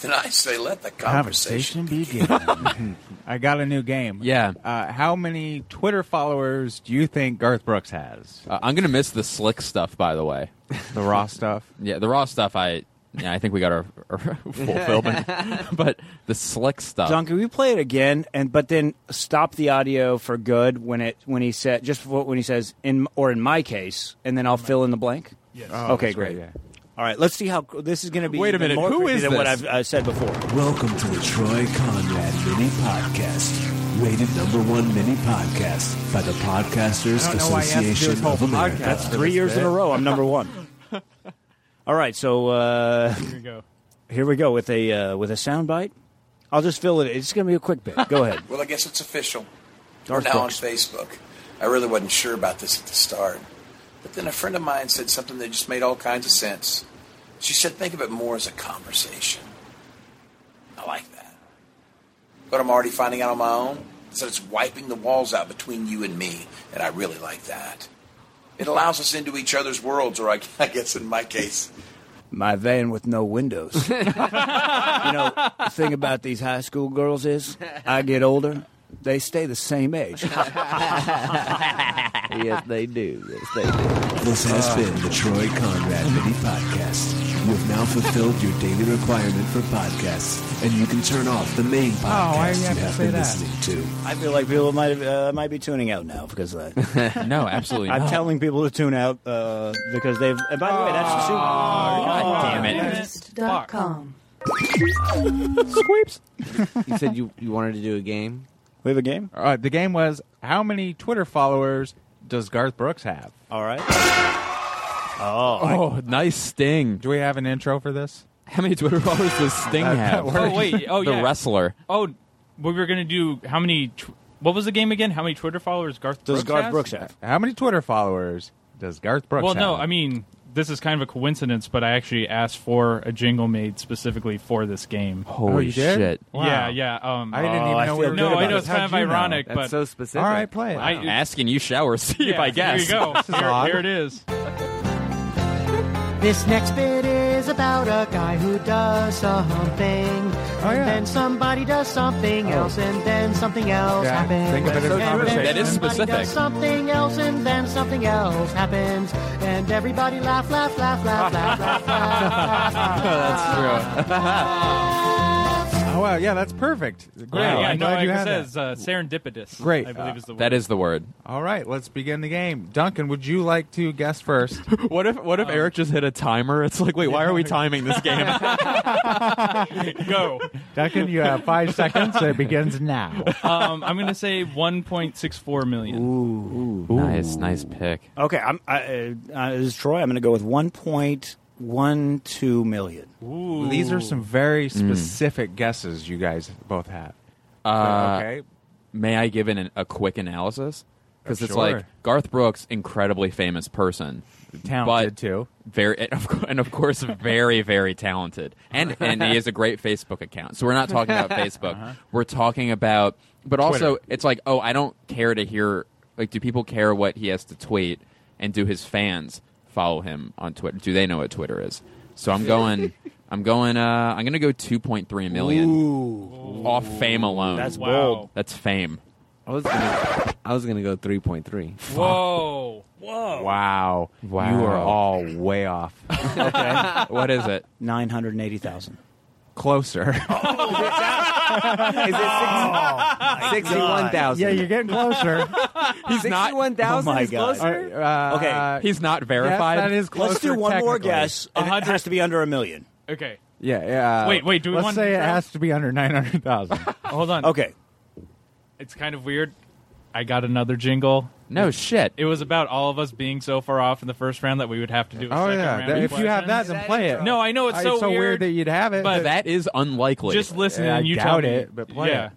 [SPEAKER 10] then I say let the conversation.
[SPEAKER 5] begin. I got a new game. Yeah. Uh, how many Twitter followers do you think Garth Brooks has?
[SPEAKER 6] Uh, I'm gonna miss the slick stuff, by the way.
[SPEAKER 5] The raw stuff.
[SPEAKER 6] Yeah, the raw stuff. I yeah, I think we got our, our fulfillment, but the slick stuff.
[SPEAKER 7] John, can we play it again? And but then stop the audio for good when it when he said just before when he says in or in my case, and then I'll fill in the blank.
[SPEAKER 9] Yes.
[SPEAKER 11] Oh,
[SPEAKER 7] okay,
[SPEAKER 11] that's
[SPEAKER 7] great.
[SPEAKER 11] great, yeah.
[SPEAKER 7] All right, let's see how this is going to be.
[SPEAKER 9] Wait a
[SPEAKER 7] even
[SPEAKER 9] minute,
[SPEAKER 7] more
[SPEAKER 9] who
[SPEAKER 7] creepy
[SPEAKER 9] is
[SPEAKER 7] than what
[SPEAKER 9] this?
[SPEAKER 7] I've uh, said before?
[SPEAKER 9] Welcome to the Troy Conrad Mini Podcast, rated number one mini podcast by the Podcasters
[SPEAKER 7] I don't know why he has to do his
[SPEAKER 9] Association
[SPEAKER 7] whole
[SPEAKER 9] of America.
[SPEAKER 7] podcast That's for three this years in bit. a row, I'm number one. All right, so uh, here we go. Here we go with a uh, with a sound bite. I'll just fill it. It's going to be a quick bit. Go ahead.
[SPEAKER 10] Well, I guess it's official.
[SPEAKER 7] Darth
[SPEAKER 10] We're now
[SPEAKER 7] Brooks.
[SPEAKER 10] on Facebook. I really wasn't sure about this at the start. But then a friend of mine said something that just made all kinds of sense. She said, think of it more as a conversation. I like that. But I'm already finding out on my own that it's wiping the walls out between you and me, and I really like that. It allows us into each other's worlds, or I, I guess in my case,
[SPEAKER 7] My van with no windows. you know, the thing about these high school girls is, I get older, they stay the same age.
[SPEAKER 11] yes, they do. Yes, they do.
[SPEAKER 9] This has
[SPEAKER 7] Uh.
[SPEAKER 9] been the Troy Conrad Mini Podcast. You have now fulfilled your daily requirement for podcasts, and you can turn off the main
[SPEAKER 1] Oh,
[SPEAKER 9] podcast
[SPEAKER 7] why do
[SPEAKER 9] you
[SPEAKER 7] you Oh, have
[SPEAKER 9] have,
[SPEAKER 7] to say
[SPEAKER 9] been
[SPEAKER 7] that?
[SPEAKER 9] listening to.
[SPEAKER 7] I feel like people might uh, might be tuning out now because of that.
[SPEAKER 6] no, absolutely.
[SPEAKER 7] I'm
[SPEAKER 6] not.
[SPEAKER 7] telling people to tune out uh, because they've. And by the way, that's the super.
[SPEAKER 6] God damn
[SPEAKER 3] Nerdist.com.
[SPEAKER 5] Sweeps.
[SPEAKER 11] You said you, you wanted to do a game?
[SPEAKER 7] We have a game?
[SPEAKER 5] Uh, the game was how many Twitter followers does Garth Brooks have?
[SPEAKER 7] All right.
[SPEAKER 5] Oh,
[SPEAKER 6] Oh, nice sting.
[SPEAKER 5] Do we have an intro for this?
[SPEAKER 6] How many Twitter followers does Sting have?
[SPEAKER 8] Oh wait, oh
[SPEAKER 6] the
[SPEAKER 8] yeah.
[SPEAKER 6] wrestler.
[SPEAKER 8] Oh, we were gonna do how many? Tw- what was the game again? How many Twitter followers Garth Brooks
[SPEAKER 5] Does Garth
[SPEAKER 8] has?
[SPEAKER 5] Brooks have? How many Twitter followers does Garth Brooks
[SPEAKER 8] well,
[SPEAKER 5] have?
[SPEAKER 8] no, I mean this is kind of a coincidence, but I actually asked for a jingle made specifically for this game.
[SPEAKER 6] Holy Oh, you did? shit.
[SPEAKER 8] Yeah,
[SPEAKER 6] Wow.
[SPEAKER 8] yeah. Um,
[SPEAKER 6] I didn't even Oh, I know we feel were good doing
[SPEAKER 8] No, I
[SPEAKER 6] about
[SPEAKER 8] know it's
[SPEAKER 6] this.
[SPEAKER 8] kind of
[SPEAKER 6] How'd you know?
[SPEAKER 8] ironic,
[SPEAKER 6] That's
[SPEAKER 8] but
[SPEAKER 6] so specific. All right, play it.
[SPEAKER 8] I-
[SPEAKER 6] Asking you shower, see if
[SPEAKER 8] yeah,
[SPEAKER 6] I guess.
[SPEAKER 8] Here you go.
[SPEAKER 6] This is
[SPEAKER 8] here,
[SPEAKER 6] odd.
[SPEAKER 8] here it is.
[SPEAKER 12] This next bit is about a guy who does something,
[SPEAKER 6] Oh,
[SPEAKER 12] and then somebody does something else, and then something else
[SPEAKER 6] Yeah,
[SPEAKER 12] happens.
[SPEAKER 6] think of it as
[SPEAKER 12] and
[SPEAKER 6] conversation.
[SPEAKER 12] then
[SPEAKER 6] That is
[SPEAKER 12] somebody
[SPEAKER 6] specific.
[SPEAKER 12] Does something else, and then something else happens, and everybody laugh, laugh, laugh, laugh, laugh, laugh, laugh, laugh.
[SPEAKER 5] that's true. oh wow, yeah, that's perfect. Great.
[SPEAKER 8] Yeah, yeah,
[SPEAKER 5] I'm
[SPEAKER 8] no,
[SPEAKER 5] glad you
[SPEAKER 8] it
[SPEAKER 5] had that.
[SPEAKER 8] says uh, serendipitous.
[SPEAKER 5] Great.
[SPEAKER 8] I believe is the word.
[SPEAKER 6] Ah, That is the word.
[SPEAKER 5] All right, let's begin the game. Duncan, would you like to guess first? Um,
[SPEAKER 6] what if what if Eric just hit a timer? It's like, wait, why are we timing this game?
[SPEAKER 8] go.
[SPEAKER 5] Duncan, you have five seconds. It begins now.
[SPEAKER 8] Um, I'm gonna say 1.64 million.
[SPEAKER 7] Ooh.
[SPEAKER 6] Nice, nice pick.
[SPEAKER 7] Okay, I'm. I, uh, uh, this is Troy. I'm going to go with 1.12 million.
[SPEAKER 8] Ooh.
[SPEAKER 5] These are some very
[SPEAKER 6] Hmm.
[SPEAKER 5] specific guesses you guys both have.
[SPEAKER 6] Uh,
[SPEAKER 5] okay.
[SPEAKER 6] May I give it an, a quick analysis? Because
[SPEAKER 5] Oh,
[SPEAKER 6] it's
[SPEAKER 5] sure.
[SPEAKER 6] like Garth Brooks, incredibly famous person,
[SPEAKER 5] Talented,
[SPEAKER 6] but too. Very and of, cour- and of course very very talented, and and he has a great Facebook account. So we're not talking about Facebook.
[SPEAKER 5] Uh-huh.
[SPEAKER 6] We're talking about, but also
[SPEAKER 5] Twitter.
[SPEAKER 6] it's like, oh, I don't care to hear. Like, do people care what he has to tweet, and do his fans follow him on Twitter? Do they know what Twitter is? So I'm going. I'm going. Uh, I'm going to go 2.3 million off fame alone.
[SPEAKER 7] That's Wow. bold.
[SPEAKER 6] That's fame.
[SPEAKER 11] I was gonna, I was gonna go three point three.
[SPEAKER 8] Whoa. Whoa.
[SPEAKER 5] Wow.
[SPEAKER 11] Wow.
[SPEAKER 5] You are all way off.
[SPEAKER 7] Okay.
[SPEAKER 6] what is it?
[SPEAKER 7] 980,000.
[SPEAKER 5] Closer.
[SPEAKER 11] Is
[SPEAKER 7] Oh
[SPEAKER 11] it six, sixty-one thousand?
[SPEAKER 5] Yeah, you're getting closer.
[SPEAKER 11] He's
[SPEAKER 6] not-
[SPEAKER 11] sixty-one thousand.
[SPEAKER 7] Oh my
[SPEAKER 11] is
[SPEAKER 7] God.
[SPEAKER 11] closer.
[SPEAKER 5] Uh,
[SPEAKER 6] He's not verified.
[SPEAKER 7] Let's do one more guess. And it has to be under a million.
[SPEAKER 8] Okay.
[SPEAKER 5] Yeah,
[SPEAKER 6] uh,
[SPEAKER 5] yeah.
[SPEAKER 8] Wait, wait, do we
[SPEAKER 5] let's
[SPEAKER 8] want
[SPEAKER 5] say it
[SPEAKER 8] to-
[SPEAKER 5] has to be under nine hundred thousand? Oh,
[SPEAKER 8] Hold on.
[SPEAKER 7] Okay.
[SPEAKER 8] It's kind of weird. I got another jingle.
[SPEAKER 6] No shit.
[SPEAKER 8] It was about all of us being so far off in the first round that we would have to do. A
[SPEAKER 5] Oh
[SPEAKER 8] second
[SPEAKER 5] yeah.
[SPEAKER 8] round
[SPEAKER 5] that-
[SPEAKER 8] of
[SPEAKER 5] if you have that,
[SPEAKER 8] questions.
[SPEAKER 5] then play it.
[SPEAKER 8] No, I know it's
[SPEAKER 5] Uh,
[SPEAKER 8] so,
[SPEAKER 5] weird. that you'd have it,
[SPEAKER 8] but-
[SPEAKER 6] that is unlikely.
[SPEAKER 8] Just listen
[SPEAKER 5] Yeah, I
[SPEAKER 8] and you
[SPEAKER 5] doubt
[SPEAKER 8] tell me.
[SPEAKER 5] it, but play
[SPEAKER 8] yeah.
[SPEAKER 5] it.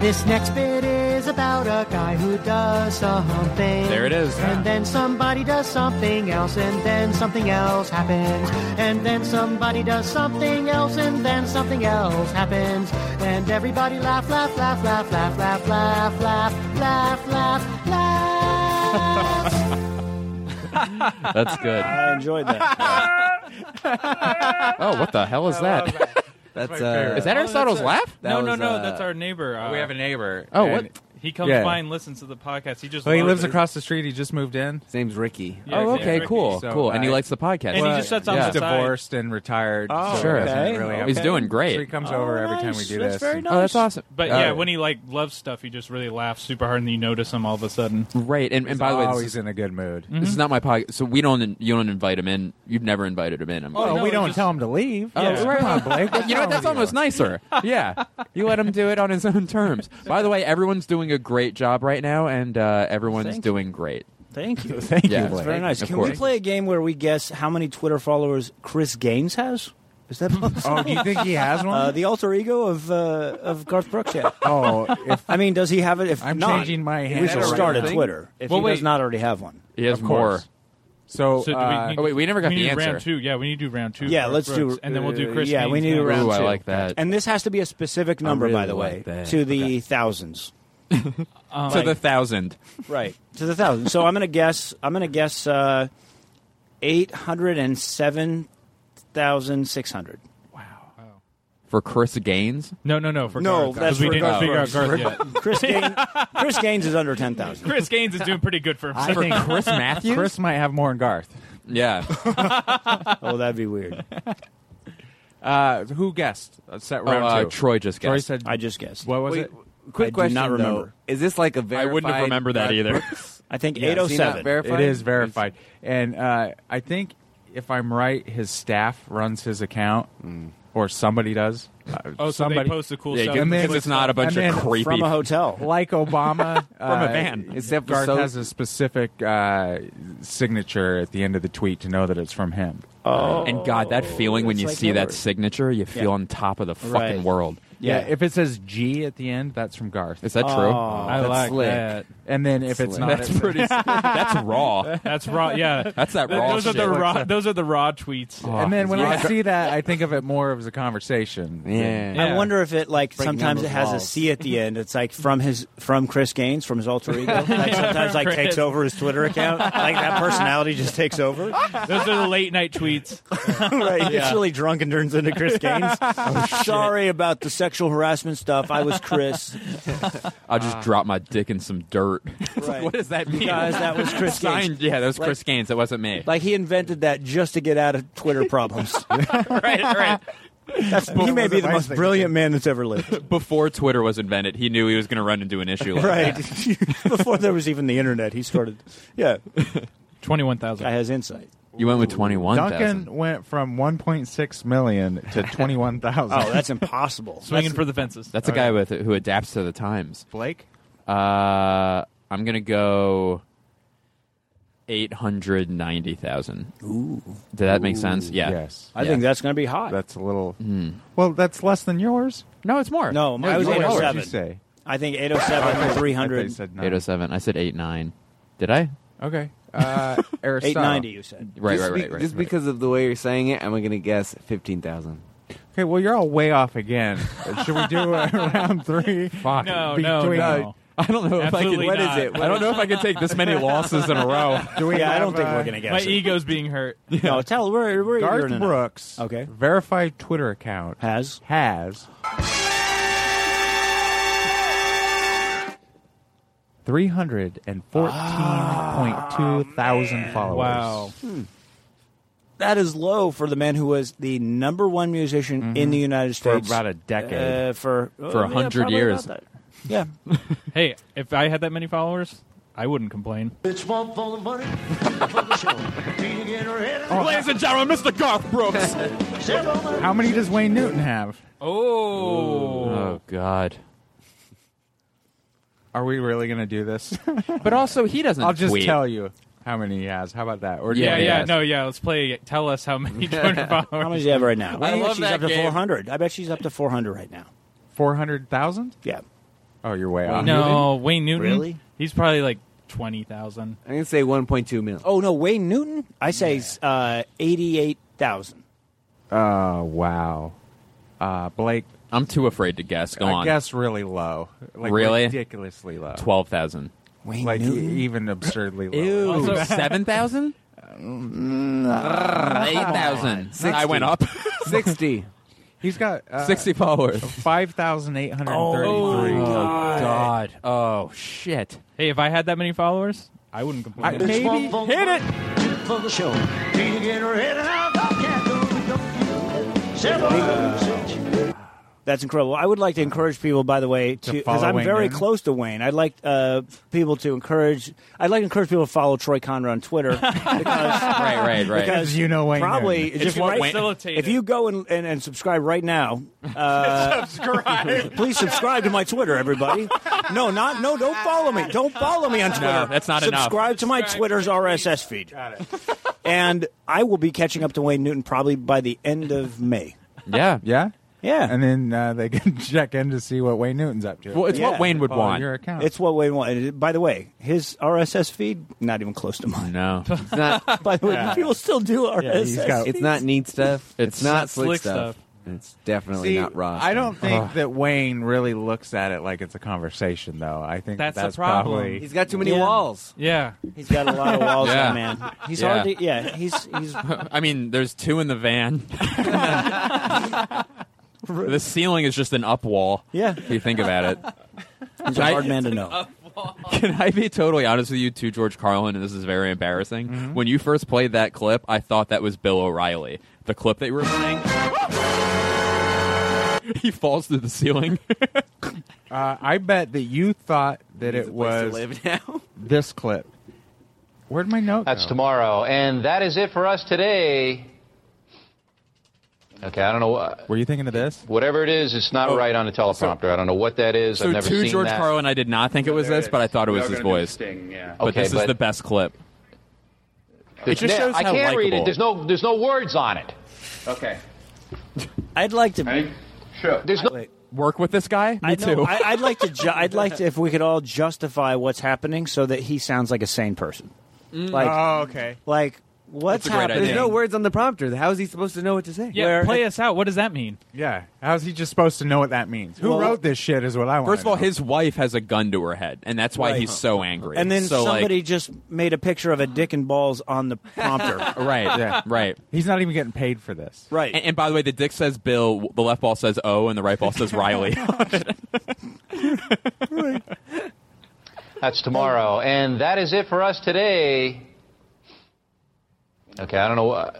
[SPEAKER 12] This next bit is about a guy who does something.
[SPEAKER 6] There it is.
[SPEAKER 12] And then somebody does something else, and then something else happens. And then somebody does something else, and then something else happens. And everybody laugh, laugh, laugh, laugh, laugh, laugh, laugh, laugh, laugh, laugh, laugh.
[SPEAKER 6] That's good.
[SPEAKER 7] I enjoyed that.
[SPEAKER 6] Oh, what the hell is that?
[SPEAKER 8] That's my uh, favorite.
[SPEAKER 6] is that
[SPEAKER 8] Oh,
[SPEAKER 6] Aristotle's
[SPEAKER 8] that's a-
[SPEAKER 6] laugh?
[SPEAKER 8] No, no, no. that's our neighbor. Uh,
[SPEAKER 5] we have a neighbor.
[SPEAKER 6] Oh,
[SPEAKER 5] and
[SPEAKER 6] what?
[SPEAKER 8] He comes
[SPEAKER 5] Yeah.
[SPEAKER 8] by and listens to the podcast. He just.
[SPEAKER 5] Well, he
[SPEAKER 8] loves
[SPEAKER 5] lives
[SPEAKER 8] it.
[SPEAKER 5] across the street. He just moved in. His name's Ricky.
[SPEAKER 8] Yeah, Oh, his name's okay, Ricky. cool,
[SPEAKER 6] cool. And he likes the podcast. And he just sits on
[SPEAKER 5] he's
[SPEAKER 6] the side.
[SPEAKER 5] divorced and retired.
[SPEAKER 6] Oh,
[SPEAKER 5] so
[SPEAKER 6] Sure.
[SPEAKER 5] he doesn't
[SPEAKER 6] okay,
[SPEAKER 5] really have-
[SPEAKER 6] He's doing great.
[SPEAKER 5] So he comes over
[SPEAKER 8] Oh,
[SPEAKER 5] every time we do this.
[SPEAKER 8] But yeah, when he like loves stuff, he just really laughs super hard, and you notice him all of a sudden.
[SPEAKER 6] Right, and, and by the way, this
[SPEAKER 8] always
[SPEAKER 6] is,
[SPEAKER 5] in a good mood.
[SPEAKER 6] This is
[SPEAKER 8] Mhm.
[SPEAKER 6] not my podcast, so we don't. You don't invite him in. You've never invited him in. I'm
[SPEAKER 5] Oh,
[SPEAKER 6] guessing.
[SPEAKER 5] we don't tell him to leave.
[SPEAKER 6] Oh,
[SPEAKER 5] Yeah.
[SPEAKER 6] right.
[SPEAKER 5] Come on, Blake. What's
[SPEAKER 6] you know
[SPEAKER 5] wrong
[SPEAKER 6] what? That's
[SPEAKER 5] with
[SPEAKER 6] almost nicer. Yeah, you let him do it on his own terms. By the way, everyone's doing a great job right now, and uh, everyone's
[SPEAKER 7] Thank you.
[SPEAKER 6] doing great.
[SPEAKER 7] Thank you.
[SPEAKER 6] Thank you,
[SPEAKER 7] yeah,
[SPEAKER 6] Blake.
[SPEAKER 7] It's very nice.
[SPEAKER 6] Of
[SPEAKER 7] Can we
[SPEAKER 6] course.
[SPEAKER 7] play a game where we guess how many Twitter followers Chris Gaines has? Is that possible?
[SPEAKER 5] Oh, do you think he has one?
[SPEAKER 7] Uh, the alter ego of uh, of Garth Brooks. Yeah.
[SPEAKER 5] Oh, if,
[SPEAKER 7] I mean, does he have it? If
[SPEAKER 5] I'm
[SPEAKER 7] not,
[SPEAKER 5] changing my
[SPEAKER 7] We
[SPEAKER 5] hand.
[SPEAKER 7] should
[SPEAKER 5] Is that a
[SPEAKER 7] start
[SPEAKER 5] real
[SPEAKER 7] a
[SPEAKER 5] thing?
[SPEAKER 7] Twitter if
[SPEAKER 5] Well,
[SPEAKER 7] he
[SPEAKER 5] wait.
[SPEAKER 7] does not already have one.
[SPEAKER 6] He has
[SPEAKER 5] Of course. So,
[SPEAKER 8] do
[SPEAKER 5] uh,
[SPEAKER 8] need-
[SPEAKER 6] oh, wait, we never got
[SPEAKER 8] we
[SPEAKER 6] the
[SPEAKER 8] need
[SPEAKER 6] answer.
[SPEAKER 8] Round two, yeah, we need to do round two.
[SPEAKER 7] yeah,
[SPEAKER 8] for
[SPEAKER 7] let's
[SPEAKER 8] Brooks,
[SPEAKER 7] do. uh,
[SPEAKER 8] and then we'll do Chris.
[SPEAKER 7] Yeah, we
[SPEAKER 8] Gaines
[SPEAKER 7] need a
[SPEAKER 8] now.
[SPEAKER 7] round
[SPEAKER 6] Ooh, I
[SPEAKER 7] two.
[SPEAKER 6] like that.
[SPEAKER 7] And this has to be a specific number, by the way,
[SPEAKER 6] like that.
[SPEAKER 7] to the thousands.
[SPEAKER 6] to the thousand.
[SPEAKER 7] Right Um, to the thousand. So I'm gonna guess. I'm gonna guess uh, eight hundred and seven thousand six hundred.
[SPEAKER 6] for Chris Gaines.
[SPEAKER 8] No, no, no. For
[SPEAKER 7] No,
[SPEAKER 8] Garth,
[SPEAKER 7] that's
[SPEAKER 8] 'cause we
[SPEAKER 7] for
[SPEAKER 8] didn't
[SPEAKER 7] Garth
[SPEAKER 8] figure out
[SPEAKER 7] Brooks.
[SPEAKER 8] Garth yet.
[SPEAKER 7] Chris Gaines, Chris Gaines is under ten thousand.
[SPEAKER 8] Chris Gaines is doing pretty good for himself.
[SPEAKER 5] I think
[SPEAKER 6] Chris Matthews?
[SPEAKER 5] Chris might have more than Garth.
[SPEAKER 6] Yeah.
[SPEAKER 7] Oh, that'd be weird.
[SPEAKER 5] Uh, who guessed? Let's set round
[SPEAKER 6] Oh, uh,
[SPEAKER 5] two.
[SPEAKER 6] Troy just
[SPEAKER 5] Troy
[SPEAKER 6] guessed.
[SPEAKER 5] said
[SPEAKER 7] I just guessed.
[SPEAKER 5] What was
[SPEAKER 11] Wait,
[SPEAKER 5] it?
[SPEAKER 11] Quick
[SPEAKER 7] I do
[SPEAKER 11] question.
[SPEAKER 7] not
[SPEAKER 11] though.
[SPEAKER 7] remember.
[SPEAKER 11] Is this like a verified?
[SPEAKER 6] wouldn't have remembered that
[SPEAKER 11] Garth
[SPEAKER 6] either.
[SPEAKER 11] Brooks?
[SPEAKER 7] I think
[SPEAKER 11] Yeah, is he
[SPEAKER 7] eight
[SPEAKER 11] not
[SPEAKER 7] oh seven.
[SPEAKER 11] verified?
[SPEAKER 5] It is verified, and uh, I think if I'm right, his staff runs his account,
[SPEAKER 11] Mm.
[SPEAKER 5] or somebody does. Uh,
[SPEAKER 8] Oh, so they
[SPEAKER 5] somebody
[SPEAKER 8] post the cool
[SPEAKER 6] Yeah,
[SPEAKER 8] stuff.
[SPEAKER 6] because
[SPEAKER 5] And then-
[SPEAKER 6] it's not a bunch
[SPEAKER 5] and
[SPEAKER 6] of
[SPEAKER 5] then
[SPEAKER 6] creepy.
[SPEAKER 7] from a hotel.
[SPEAKER 5] like Obama
[SPEAKER 6] From a
[SPEAKER 5] uh,
[SPEAKER 6] van.
[SPEAKER 11] Except for
[SPEAKER 5] Garth
[SPEAKER 11] so-
[SPEAKER 5] has a specific uh, signature at the end of the tweet to know that it's from him.
[SPEAKER 8] Oh.
[SPEAKER 6] and God, that feeling when
[SPEAKER 7] it's
[SPEAKER 6] you
[SPEAKER 7] like
[SPEAKER 6] see that
[SPEAKER 7] numbers.
[SPEAKER 6] signature, you feel on top of the fucking
[SPEAKER 7] Right.
[SPEAKER 6] world.
[SPEAKER 7] Yeah.
[SPEAKER 5] if it says G at the end, that's from Garth.
[SPEAKER 6] Is that true?
[SPEAKER 8] Oh. I
[SPEAKER 11] that's
[SPEAKER 8] like
[SPEAKER 11] slick.
[SPEAKER 8] that.
[SPEAKER 5] and then if it's
[SPEAKER 11] Slick.
[SPEAKER 5] not,
[SPEAKER 6] that's
[SPEAKER 5] it-
[SPEAKER 6] pretty. that's raw.
[SPEAKER 8] That's raw. Yeah,
[SPEAKER 6] That's that raw
[SPEAKER 8] those
[SPEAKER 6] shit.
[SPEAKER 8] are the raw. Those are the raw tweets.
[SPEAKER 5] And then when
[SPEAKER 6] Yeah.
[SPEAKER 5] I see that, I think of it more as a conversation.
[SPEAKER 11] Yeah.
[SPEAKER 8] Yeah.
[SPEAKER 7] I wonder if it like
[SPEAKER 11] Breaking
[SPEAKER 7] sometimes it
[SPEAKER 11] down
[SPEAKER 7] has
[SPEAKER 11] those
[SPEAKER 7] a
[SPEAKER 11] walls.
[SPEAKER 7] C at the end. It's like from his from Chris Gaines from his alter ego. Like sometimes like takes over his Twitter account. Like that personality just takes over.
[SPEAKER 8] Those are the late night tweets.
[SPEAKER 7] right, he gets really drunk and turns into Chris Gaines.
[SPEAKER 6] Oh,
[SPEAKER 7] Sorry about the sexual harassment stuff. I was Chris.
[SPEAKER 6] I'll just
[SPEAKER 7] Uh,
[SPEAKER 6] drop my dick in some dirt. It's like,
[SPEAKER 7] Right.
[SPEAKER 6] what does that mean?
[SPEAKER 7] Guys, that was Chris
[SPEAKER 6] Signed-
[SPEAKER 7] Gaines.
[SPEAKER 6] Yeah, that was
[SPEAKER 7] Like-
[SPEAKER 6] Chris Gaines. That wasn't me.
[SPEAKER 7] Like he invented that just to get out of Twitter problems.
[SPEAKER 6] right, right.
[SPEAKER 7] That's, he may be the most brilliant man that's ever lived.
[SPEAKER 6] Before Twitter was invented, he knew he was going to run into an issue like
[SPEAKER 7] Right.
[SPEAKER 6] that.
[SPEAKER 7] Before there was even the internet, he started. Yeah,
[SPEAKER 8] Twenty-one thousand.
[SPEAKER 7] guy has insight.
[SPEAKER 6] You went with twenty one
[SPEAKER 5] Duncan
[SPEAKER 6] thousand.
[SPEAKER 5] went from 1.6 million to 21,000.
[SPEAKER 7] Oh, that's impossible.
[SPEAKER 8] Swinging for the fences.
[SPEAKER 6] That's a guy with who adapts to the times.
[SPEAKER 5] Blake.
[SPEAKER 6] Uh, I'm gonna go eight hundred ninety thousand. Ooh, did that make sense? Yeah.
[SPEAKER 5] Yes.
[SPEAKER 7] I
[SPEAKER 6] Yeah. Hmm.
[SPEAKER 7] think that's going to be hot.
[SPEAKER 5] That's a little. Well, that's less than yours.
[SPEAKER 6] No, it's more.
[SPEAKER 7] No, mine was
[SPEAKER 6] it's
[SPEAKER 5] What
[SPEAKER 6] more.
[SPEAKER 7] 807.
[SPEAKER 5] did you say?
[SPEAKER 7] I think 807 to
[SPEAKER 5] I thought
[SPEAKER 7] 300.
[SPEAKER 5] you said nine.
[SPEAKER 6] Eight oh seven. I said eight nine. Did I?
[SPEAKER 5] Okay. Uh, Aristotle.
[SPEAKER 7] 890, you said.
[SPEAKER 6] Right,
[SPEAKER 11] just
[SPEAKER 6] right,
[SPEAKER 11] be-
[SPEAKER 6] right, right.
[SPEAKER 11] Just
[SPEAKER 6] right.
[SPEAKER 11] because of the way you're saying it, I'm going to guess fifteen thousand.
[SPEAKER 5] Okay, well, you're all way off again. Should we do a round three?
[SPEAKER 6] Fuck.
[SPEAKER 8] No, no,
[SPEAKER 5] Between-
[SPEAKER 8] no.
[SPEAKER 6] I don't know if
[SPEAKER 8] Absolutely
[SPEAKER 6] I can.
[SPEAKER 8] not.
[SPEAKER 6] What is it? I don't know if I can take this many losses in a row.
[SPEAKER 5] Do we
[SPEAKER 7] Yeah, I
[SPEAKER 5] have,
[SPEAKER 7] don't think
[SPEAKER 5] uh,
[SPEAKER 7] we're going to
[SPEAKER 8] My
[SPEAKER 7] guess. it.
[SPEAKER 8] ego's being hurt.
[SPEAKER 7] No, tell we're we're you're
[SPEAKER 5] Garth
[SPEAKER 7] in it.
[SPEAKER 5] Brooks,
[SPEAKER 7] Okay.
[SPEAKER 5] verified Twitter account,
[SPEAKER 7] has
[SPEAKER 5] has 314.2 thousand followers.
[SPEAKER 8] Wow.
[SPEAKER 5] Hmm.
[SPEAKER 7] that is low for the man who was the number one musician
[SPEAKER 8] Mm-hmm.
[SPEAKER 7] in the United
[SPEAKER 5] For
[SPEAKER 7] States
[SPEAKER 5] about a decade.
[SPEAKER 7] uh, for uh,
[SPEAKER 6] For a
[SPEAKER 7] yeah,
[SPEAKER 6] hundred
[SPEAKER 7] probably
[SPEAKER 6] years.
[SPEAKER 7] about that. Yeah,
[SPEAKER 8] Hey, if I had that many followers, I wouldn't complain.
[SPEAKER 12] Bitch won't fall in money. Beating in her head.
[SPEAKER 6] Ladies and gentlemen, Mr. Garth Brooks.
[SPEAKER 5] How many does Wayne Newton have?
[SPEAKER 8] Oh.
[SPEAKER 6] oh God.
[SPEAKER 5] Are we really going to do this?
[SPEAKER 6] But also, he doesn't.
[SPEAKER 5] I'll just
[SPEAKER 6] tweet.
[SPEAKER 5] tell you how many he has. How about that? Or do you
[SPEAKER 8] Yeah,
[SPEAKER 5] wanna
[SPEAKER 8] yeah,
[SPEAKER 6] yes.
[SPEAKER 5] guess?
[SPEAKER 8] no, yeah. Let's play. it. Tell us how many Twitter
[SPEAKER 7] how many
[SPEAKER 8] followers.
[SPEAKER 7] do you have right now?
[SPEAKER 6] I
[SPEAKER 7] Ooh,
[SPEAKER 6] love
[SPEAKER 7] she's
[SPEAKER 6] that
[SPEAKER 7] up to
[SPEAKER 6] game.
[SPEAKER 7] 400. I bet she's up to 400 right now.
[SPEAKER 5] 400,000?
[SPEAKER 7] Yeah,
[SPEAKER 11] Oh, you're way off.
[SPEAKER 8] no, Wayne Newton.
[SPEAKER 11] Really?
[SPEAKER 8] He's probably like twenty thousand.
[SPEAKER 11] I'm gonna say 1.2 mil.
[SPEAKER 7] Oh no, Wayne Newton. I say uh, eighty-eight thousand.
[SPEAKER 6] Oh wow, uh, Blake. I'm too afraid to guess. Go
[SPEAKER 5] I
[SPEAKER 6] on.
[SPEAKER 5] guess really low. Like
[SPEAKER 6] really
[SPEAKER 5] ridiculously low.
[SPEAKER 6] Twelve thousand.
[SPEAKER 5] Wayne Like, Newton? e- even absurdly low.
[SPEAKER 6] Ew.
[SPEAKER 5] Also-
[SPEAKER 6] Seven thousand. Eight thousand. I went up.
[SPEAKER 11] 60.
[SPEAKER 5] He's got uh,
[SPEAKER 6] 60 followers.
[SPEAKER 5] 5,833.
[SPEAKER 8] Oh, God. God.
[SPEAKER 6] Oh shit.
[SPEAKER 8] Hey, if I had that many followers, I wouldn't complain.
[SPEAKER 12] hit it. For the show. Can you get her head out?
[SPEAKER 7] That's incredible. I would like to encourage people, by the way, to because
[SPEAKER 5] follow
[SPEAKER 7] I'm
[SPEAKER 5] Wayne
[SPEAKER 7] very
[SPEAKER 5] Newton?
[SPEAKER 7] close to Wayne. I'd like uh, people to encourage. I'd like to encourage people to follow Troy Conrad on Twitter.
[SPEAKER 6] right, right, right.
[SPEAKER 7] Because you know
[SPEAKER 5] Wayne
[SPEAKER 7] Probably
[SPEAKER 5] Newton.
[SPEAKER 7] if
[SPEAKER 5] It's
[SPEAKER 7] you
[SPEAKER 5] what
[SPEAKER 7] right-
[SPEAKER 5] Wayne-
[SPEAKER 7] if you go and, and, and subscribe right now, uh, subscribe. please subscribe to my Twitter, everybody. No, not no. Don't follow me. Don't follow me on
[SPEAKER 6] No,
[SPEAKER 7] Twitter.
[SPEAKER 6] that's not enough.
[SPEAKER 7] subscribe to my Twitter's RSS feed. and I will be catching up to Wayne Newton probably by the end of May.
[SPEAKER 6] Yeah.
[SPEAKER 5] Yeah?
[SPEAKER 7] Yeah.
[SPEAKER 5] And then uh, they can check in to see what Wayne Newton's up to. Oh,
[SPEAKER 7] Yeah.
[SPEAKER 5] Follow Your account.
[SPEAKER 7] It's what Wayne wanted. By the way, his RSS feed not even close to mine.
[SPEAKER 6] No,
[SPEAKER 7] it's
[SPEAKER 11] not.
[SPEAKER 7] By the way,
[SPEAKER 11] Yeah.
[SPEAKER 7] people still do RSS.
[SPEAKER 11] it's not neat stuff. It's,
[SPEAKER 5] It's
[SPEAKER 11] not
[SPEAKER 5] not
[SPEAKER 11] slick,
[SPEAKER 5] slick
[SPEAKER 11] stuff.
[SPEAKER 5] stuff.
[SPEAKER 11] It's definitely
[SPEAKER 5] See,
[SPEAKER 11] not raw.
[SPEAKER 5] I don't
[SPEAKER 11] stuff.
[SPEAKER 5] think that Wayne really looks at it like it's a conversation, though. I think
[SPEAKER 8] That's
[SPEAKER 5] that's,
[SPEAKER 8] the problem.
[SPEAKER 5] probably
[SPEAKER 11] He's got too many
[SPEAKER 7] Yeah.
[SPEAKER 11] walls.
[SPEAKER 8] Yeah,
[SPEAKER 7] he's got a lot of walls,
[SPEAKER 6] Yeah.
[SPEAKER 7] on, man. He's
[SPEAKER 6] Yeah.
[SPEAKER 7] hard to. Yeah, he's he's
[SPEAKER 6] I mean, there's two in the van. the ceiling is just an up wall.
[SPEAKER 7] Yeah.
[SPEAKER 6] If you think about it.
[SPEAKER 7] he's a
[SPEAKER 6] I- Oh,
[SPEAKER 7] hard man to know.
[SPEAKER 6] Can I be totally honest with you, too, George Carlin? And this is very embarrassing.
[SPEAKER 7] Mm-hmm.
[SPEAKER 6] When you first played that clip, I thought that was Bill O'Reilly. The clip that you were playing. he falls through the ceiling.
[SPEAKER 5] Uh, I bet that you thought that
[SPEAKER 11] Needs
[SPEAKER 5] it
[SPEAKER 11] a place to
[SPEAKER 5] was
[SPEAKER 11] live now.
[SPEAKER 5] this clip. Where'd my note
[SPEAKER 13] That's
[SPEAKER 5] go?
[SPEAKER 13] tomorrow. And that is it for us today. Okay, I don't know. wha-
[SPEAKER 5] Were you thinking of this?
[SPEAKER 13] Whatever it is, it's not right on the teleprompter. I don't know what that is.
[SPEAKER 6] Oh, so,
[SPEAKER 13] I've never
[SPEAKER 6] to
[SPEAKER 13] seen
[SPEAKER 6] George
[SPEAKER 13] that.
[SPEAKER 6] Carlin, I did not think it was this, but I thought it was
[SPEAKER 13] are
[SPEAKER 6] his
[SPEAKER 13] gonna do
[SPEAKER 6] voice. But
[SPEAKER 13] Okay,
[SPEAKER 6] this is
[SPEAKER 13] but-
[SPEAKER 6] the best clip. It just
[SPEAKER 13] Yeah,
[SPEAKER 6] shows
[SPEAKER 13] I
[SPEAKER 6] how
[SPEAKER 13] can't read
[SPEAKER 6] likable-
[SPEAKER 13] it. There's no, there's no words on it. Okay.
[SPEAKER 7] I'd like to.
[SPEAKER 13] Sure. There's no.
[SPEAKER 6] Work with this guy? Me
[SPEAKER 7] I know.
[SPEAKER 6] too.
[SPEAKER 7] I, I'd like to. Ju- I'd like to if we could all justify what's happening so that he sounds like a sane person.
[SPEAKER 6] Mm.
[SPEAKER 7] Like
[SPEAKER 5] oh, okay.
[SPEAKER 7] like what's
[SPEAKER 6] That's a great
[SPEAKER 7] happening?
[SPEAKER 6] idea.
[SPEAKER 11] There's no words on the prompter. How is he supposed to know what to say?
[SPEAKER 8] yeah. play us out. What does that mean?
[SPEAKER 5] Yeah. How's he just supposed to know what that means? Who
[SPEAKER 7] Well-
[SPEAKER 5] wrote this shit is what I want.
[SPEAKER 6] First of all, his wife has a gun to her head, and that's why
[SPEAKER 7] Right.
[SPEAKER 6] he's so angry.
[SPEAKER 7] And then
[SPEAKER 6] so, like-
[SPEAKER 7] somebody just made a picture of a dick and balls on the prompter.
[SPEAKER 6] right,
[SPEAKER 5] Yeah.
[SPEAKER 6] right.
[SPEAKER 5] He's not even getting paid for this.
[SPEAKER 7] right.
[SPEAKER 6] And, and by the way, the dick says Bill, the left ball says O, and the right ball says Riley.
[SPEAKER 13] That's tomorrow. And that is it for us today. Okay, I don't know. wha-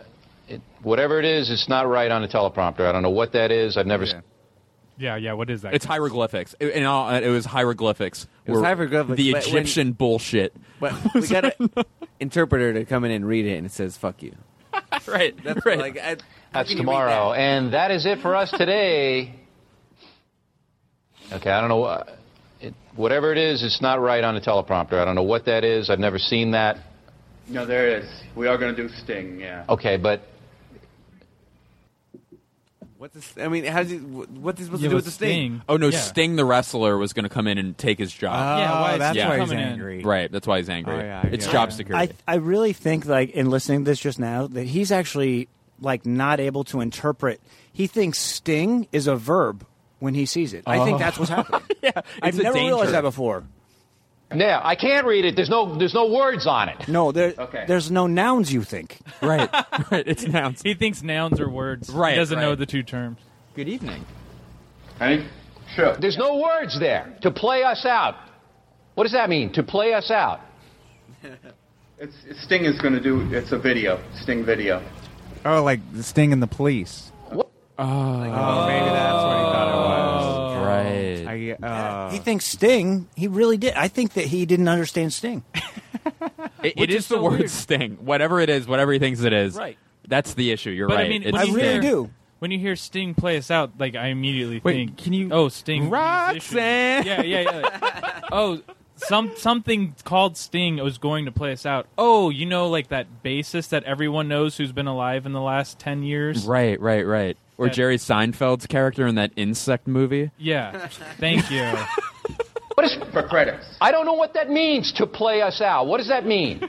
[SPEAKER 13] It, whatever it is, it's not right on the teleprompter. I don't know what that is. I've never. s-
[SPEAKER 8] Yeah, yeah. What is that?
[SPEAKER 6] it's hieroglyphics. It, and all, it was hieroglyphics.
[SPEAKER 11] It was
[SPEAKER 6] Were
[SPEAKER 11] hieroglyphics,
[SPEAKER 6] The
[SPEAKER 11] but when-
[SPEAKER 6] Egyptian bullshit.
[SPEAKER 11] But we got an interpreter to come in and read it, and it says "fuck you."
[SPEAKER 6] right.
[SPEAKER 11] That's
[SPEAKER 6] right.
[SPEAKER 11] like I, can
[SPEAKER 13] That's
[SPEAKER 11] you read
[SPEAKER 13] tomorrow.
[SPEAKER 11] that?
[SPEAKER 13] And that is it for us today. Okay, I don't know. wha- It, whatever it is, it's not right on the teleprompter. I don't know what that is. I've never seen that.
[SPEAKER 14] No, there it is. We are going to do Sting, yeah.
[SPEAKER 13] Okay, but
[SPEAKER 11] What's this, I mean, how's he? wh- What's he supposed
[SPEAKER 8] Yeah,
[SPEAKER 11] to do
[SPEAKER 8] with
[SPEAKER 11] with the sting?
[SPEAKER 8] Sting.
[SPEAKER 6] oh, no.
[SPEAKER 8] Yeah.
[SPEAKER 6] Sting the wrestler was going to come in and take his job.
[SPEAKER 8] Yeah, why is
[SPEAKER 5] Oh, that's
[SPEAKER 8] he
[SPEAKER 5] why he's
[SPEAKER 8] coming in?
[SPEAKER 5] angry.
[SPEAKER 6] right. That's why he's angry.
[SPEAKER 5] Oh, yeah, I
[SPEAKER 6] it's
[SPEAKER 5] get
[SPEAKER 6] job
[SPEAKER 5] it.
[SPEAKER 6] security.
[SPEAKER 7] I I really think like in listening to this just now that he's actually like not able to interpret. He thinks sting is a verb when he sees it. I think that's what's happening. yeah, I've
[SPEAKER 6] Oh. it's a
[SPEAKER 7] never realized
[SPEAKER 6] danger.
[SPEAKER 7] that before.
[SPEAKER 13] yeah, I can't read it. There's no. There's no words on it.
[SPEAKER 7] No, there
[SPEAKER 13] Okay.
[SPEAKER 7] there's no nouns you think.
[SPEAKER 6] right. Right. It's nouns.
[SPEAKER 8] He thinks nouns are words.
[SPEAKER 6] Right,
[SPEAKER 8] He doesn't
[SPEAKER 6] right.
[SPEAKER 8] know the two terms.
[SPEAKER 6] Good evening.
[SPEAKER 13] Sure. There's no words there to play us out. What does that mean? To play us out.
[SPEAKER 14] It's, Sting is going to do. It's a video. Sting video.
[SPEAKER 5] Oh, like Sting and the police. Oh, maybe that's what he thought
[SPEAKER 6] Oh. Right.
[SPEAKER 5] it was. I, uh,
[SPEAKER 7] he thinks sting. He really did. I think that he didn't understand sting.
[SPEAKER 6] It- it is the word sting. Whatever it is, whatever he thinks it is.
[SPEAKER 7] Right.
[SPEAKER 6] That's the issue. You're
[SPEAKER 8] But
[SPEAKER 6] right.
[SPEAKER 8] I mean,
[SPEAKER 6] It's
[SPEAKER 8] when
[SPEAKER 7] I
[SPEAKER 8] you
[SPEAKER 7] really
[SPEAKER 8] hear-
[SPEAKER 6] sting.
[SPEAKER 7] do.
[SPEAKER 8] When you hear Sting play us out, like I immediately
[SPEAKER 5] Wait,
[SPEAKER 8] think,
[SPEAKER 5] can you-
[SPEAKER 8] Oh, Sting, musician.
[SPEAKER 6] Roxanne!
[SPEAKER 8] Yeah, yeah, yeah. oh, some something called Sting was going to play us out. Oh, you know, like that bassist that everyone knows who's been alive in the last ten years.
[SPEAKER 6] Right, right, right. Or
[SPEAKER 8] That-
[SPEAKER 6] Jerry Seinfeld's character in that insect movie.
[SPEAKER 8] Yeah. Thank you.
[SPEAKER 13] What is
[SPEAKER 14] for credits?
[SPEAKER 13] I don't know what that means to play us out. What does that mean?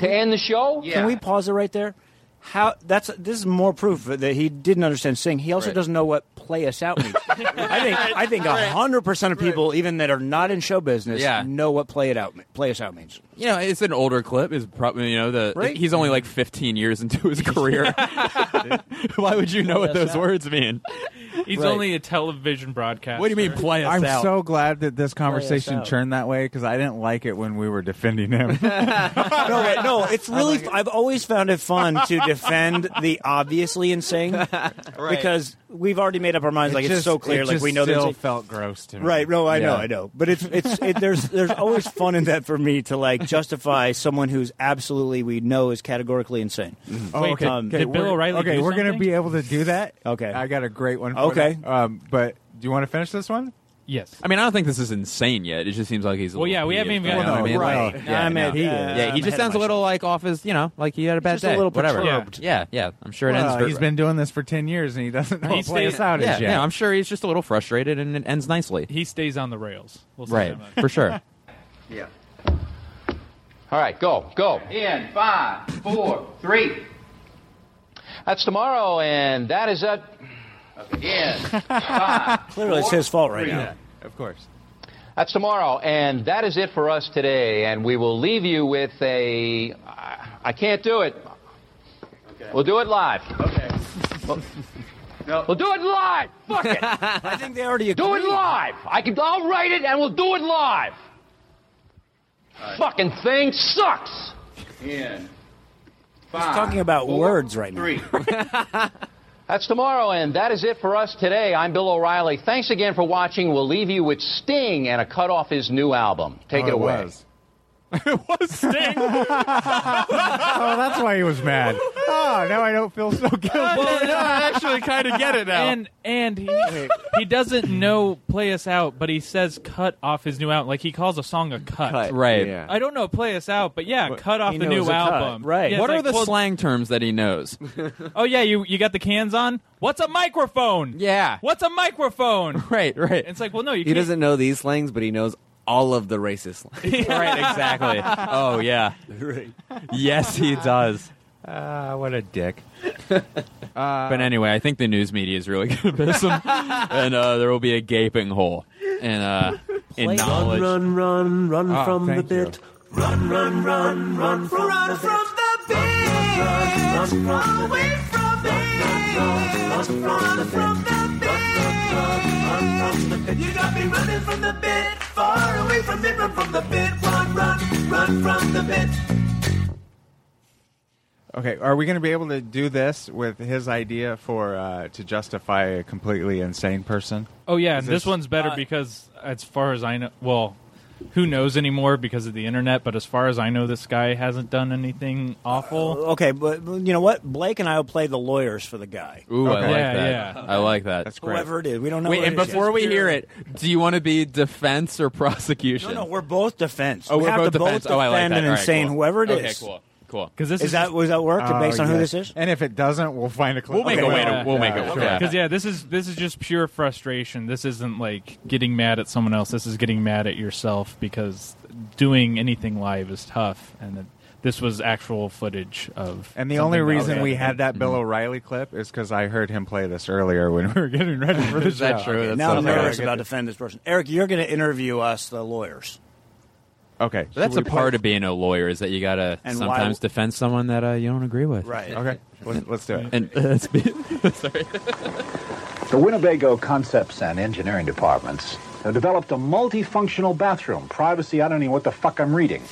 [SPEAKER 13] to end the show?
[SPEAKER 7] Can we pause it right there? How that's this is more proof that he didn't understand sing. He also
[SPEAKER 13] Right.
[SPEAKER 7] doesn't know what play us out means. I think I think hundred percent of people, even that are not in show business,
[SPEAKER 6] Yeah.
[SPEAKER 7] know what play it out me- play us out means.
[SPEAKER 6] You know, it's an older clip. Is probably you know the
[SPEAKER 7] Right.
[SPEAKER 6] he's only like 15 years into his career. Why would you know what those words mean?
[SPEAKER 8] He's
[SPEAKER 6] Right.
[SPEAKER 8] only a television broadcaster.
[SPEAKER 6] What do you mean, play us
[SPEAKER 5] I'm
[SPEAKER 6] out?
[SPEAKER 5] so glad that this conversation
[SPEAKER 8] out.
[SPEAKER 5] turned that way because I didn't like it when we were defending him.
[SPEAKER 7] no, wait, no, it's really. I've always found it fun to defend the obviously insane because we've already made up our minds.
[SPEAKER 5] It
[SPEAKER 7] like it's
[SPEAKER 5] just-
[SPEAKER 7] so clear.
[SPEAKER 5] it
[SPEAKER 7] like
[SPEAKER 5] just
[SPEAKER 7] we know
[SPEAKER 5] still
[SPEAKER 7] there's a-
[SPEAKER 5] felt gross to me.
[SPEAKER 7] Right? No, I know,
[SPEAKER 5] Yeah.
[SPEAKER 7] I know. But it's it's it, there's there's always fun in that for me to like justify someone who's absolutely we know is categorically insane. Um,
[SPEAKER 5] Oh, okay.
[SPEAKER 11] Um,
[SPEAKER 5] okay, we're- Okay, we're gonna be able to do that.
[SPEAKER 7] Okay,
[SPEAKER 5] I got a great one. For
[SPEAKER 7] Okay.
[SPEAKER 5] that. um, but do you want to finish this one?
[SPEAKER 8] Yes.
[SPEAKER 6] I mean, I don't think this is insane yet. It just seems like he's. A
[SPEAKER 8] Well,
[SPEAKER 6] little
[SPEAKER 8] yeah, we haven't
[SPEAKER 6] peeved,
[SPEAKER 8] even
[SPEAKER 6] you know
[SPEAKER 8] gotten
[SPEAKER 6] what I
[SPEAKER 8] to
[SPEAKER 6] mean?
[SPEAKER 8] the
[SPEAKER 6] Like,
[SPEAKER 8] right.
[SPEAKER 6] yeah,
[SPEAKER 8] I'm
[SPEAKER 6] no.
[SPEAKER 8] at-
[SPEAKER 6] yeah,
[SPEAKER 8] uh,
[SPEAKER 6] he
[SPEAKER 8] I'm
[SPEAKER 6] just
[SPEAKER 8] ahead
[SPEAKER 6] sounds a
[SPEAKER 8] of
[SPEAKER 6] little like off his, you know, like he had a bad
[SPEAKER 5] just a
[SPEAKER 6] day.
[SPEAKER 5] little
[SPEAKER 6] whatever.
[SPEAKER 5] perturbed.
[SPEAKER 6] Yeah, yeah. I'm sure it ends.
[SPEAKER 5] Well,
[SPEAKER 6] for-
[SPEAKER 5] Uh, he's been doing this for ten years and he doesn't know
[SPEAKER 8] He
[SPEAKER 5] what play
[SPEAKER 8] stays-
[SPEAKER 5] us out
[SPEAKER 6] yeah,
[SPEAKER 5] is yet.
[SPEAKER 6] yeah, I'm sure he's just a little frustrated and it ends nicely.
[SPEAKER 8] He stays on the rails. We'll say
[SPEAKER 6] right,
[SPEAKER 8] that much.
[SPEAKER 6] for sure.
[SPEAKER 14] Yeah.
[SPEAKER 13] All right, go, go.
[SPEAKER 14] In five, four, three.
[SPEAKER 13] That's tomorrow, and that is it.
[SPEAKER 14] In five.
[SPEAKER 7] Clearly, it's his fault right now.
[SPEAKER 5] Of course.
[SPEAKER 13] That's tomorrow, and that is it for us today. And we will leave you with a. I I can't do it. We'll do it live. Okay. We'll, we'll do it live. Fuck it. I
[SPEAKER 7] think they already
[SPEAKER 13] do it live. I can. I'll write it, and we'll do it live. Fucking thing sucks.
[SPEAKER 14] In
[SPEAKER 7] He's talking about words right now.
[SPEAKER 13] That's tomorrow, and that is it for us today. I'm Bill O'Reilly. Thanks again for watching. We'll leave you with Sting and a cut off his new album. Take
[SPEAKER 5] Oh,
[SPEAKER 13] it
[SPEAKER 5] it
[SPEAKER 13] away.
[SPEAKER 5] was. oh, that's why he was mad. Oh, now I don't feel so guilty.
[SPEAKER 8] And and he he doesn't know play us out, but he says cut off his new album. Like he calls a song a cut.
[SPEAKER 6] Cut, right. Yeah.
[SPEAKER 8] I don't know play us out, but yeah, cut off
[SPEAKER 6] He
[SPEAKER 8] the
[SPEAKER 6] knows
[SPEAKER 8] new
[SPEAKER 6] a cut,
[SPEAKER 8] album. Yeah, it's
[SPEAKER 6] what are
[SPEAKER 8] like,
[SPEAKER 6] the
[SPEAKER 8] well,
[SPEAKER 6] slang terms that he knows?
[SPEAKER 8] Oh yeah, you you got the cans on. What's a microphone?
[SPEAKER 6] Yeah.
[SPEAKER 8] What's a microphone?
[SPEAKER 6] Right, right.
[SPEAKER 8] It's like, well, no, you
[SPEAKER 11] He
[SPEAKER 8] can't.
[SPEAKER 11] doesn't know these slangs, but he knows all of the racist slangs.
[SPEAKER 6] right, exactly. Oh yeah.
[SPEAKER 11] Right.
[SPEAKER 6] Yes, he does.
[SPEAKER 5] Ah, what a dick.
[SPEAKER 11] Uh,
[SPEAKER 5] Uh,
[SPEAKER 6] but anyway, I think the news media is really going to piss him, and uh, there will be a gaping hole in uh, in knowledge.
[SPEAKER 1] Run, run, run,
[SPEAKER 6] Oh,
[SPEAKER 1] run from the
[SPEAKER 6] thank you.
[SPEAKER 1] bit. Run, run, run, run from the bit. Run from the bit. Run from the bit. Run from the bit. You got me running from the bit, far away from it, run from the bit. Run, run, run from the bit.
[SPEAKER 5] Okay, are we going to be able to do this with his idea for uh, to justify a completely insane person?
[SPEAKER 8] Oh yeah,
[SPEAKER 5] Is
[SPEAKER 8] and this, one's better because, as far as I know, well, who knows anymore because of the internet? But as far as I know, this guy hasn't done anything awful.
[SPEAKER 7] Uh, Okay, but but you know what? Blake and I will play the lawyers for the guy.
[SPEAKER 6] Ooh, I
[SPEAKER 8] Okay.
[SPEAKER 6] like
[SPEAKER 8] Yeah,
[SPEAKER 6] that.
[SPEAKER 8] yeah.
[SPEAKER 6] I like that. That's
[SPEAKER 7] Whoever it is, we don't know.
[SPEAKER 6] Wait,
[SPEAKER 7] what
[SPEAKER 6] and
[SPEAKER 7] it is
[SPEAKER 6] before
[SPEAKER 7] yet.
[SPEAKER 6] we hear it, do you want to be defense or
[SPEAKER 7] no,
[SPEAKER 6] prosecution?
[SPEAKER 7] no, we're both defense.
[SPEAKER 6] Oh,
[SPEAKER 7] we
[SPEAKER 6] we're
[SPEAKER 7] have
[SPEAKER 6] both
[SPEAKER 7] to both
[SPEAKER 6] defense. Oh, I like
[SPEAKER 7] defend
[SPEAKER 6] that.
[SPEAKER 7] an
[SPEAKER 6] All right,
[SPEAKER 7] insane
[SPEAKER 6] cool.
[SPEAKER 7] whoever it is.
[SPEAKER 6] Okay, cool. Cool.
[SPEAKER 8] Because this
[SPEAKER 7] is, that was that work based on who this is?
[SPEAKER 5] Oh, And if it doesn't, we'll find a clip.
[SPEAKER 6] We'll make a way to- we'll make a- okay.
[SPEAKER 8] Because yeah, this is this is just pure frustration. This isn't like getting mad at someone else. This is getting mad at yourself because doing anything live is tough. And it, this was actual footage of.
[SPEAKER 5] And the
[SPEAKER 8] something
[SPEAKER 5] only
[SPEAKER 8] that was
[SPEAKER 5] reason we
[SPEAKER 8] happening.
[SPEAKER 5] had that Bill
[SPEAKER 6] Mm-hmm.
[SPEAKER 5] O'Reilly clip is because I heard him play this earlier when we were getting ready for the
[SPEAKER 6] Is that
[SPEAKER 5] show.
[SPEAKER 6] true? That's
[SPEAKER 7] Now I'm
[SPEAKER 6] so
[SPEAKER 7] nervous
[SPEAKER 6] good.
[SPEAKER 7] about defend this person. Eric, you're going to interview us, the lawyers.
[SPEAKER 5] Okay,
[SPEAKER 6] So that's a part of being a lawyer is that you gotta
[SPEAKER 7] And why-
[SPEAKER 6] sometimes defend someone that uh, you don't agree with.
[SPEAKER 7] Right.
[SPEAKER 5] Okay, let's, let's do it.
[SPEAKER 6] And that's sorry.
[SPEAKER 15] The Winnebago Concepts and Engineering Departments have developed a multifunctional bathroom. Privacy, I don't even know what the fuck I'm reading.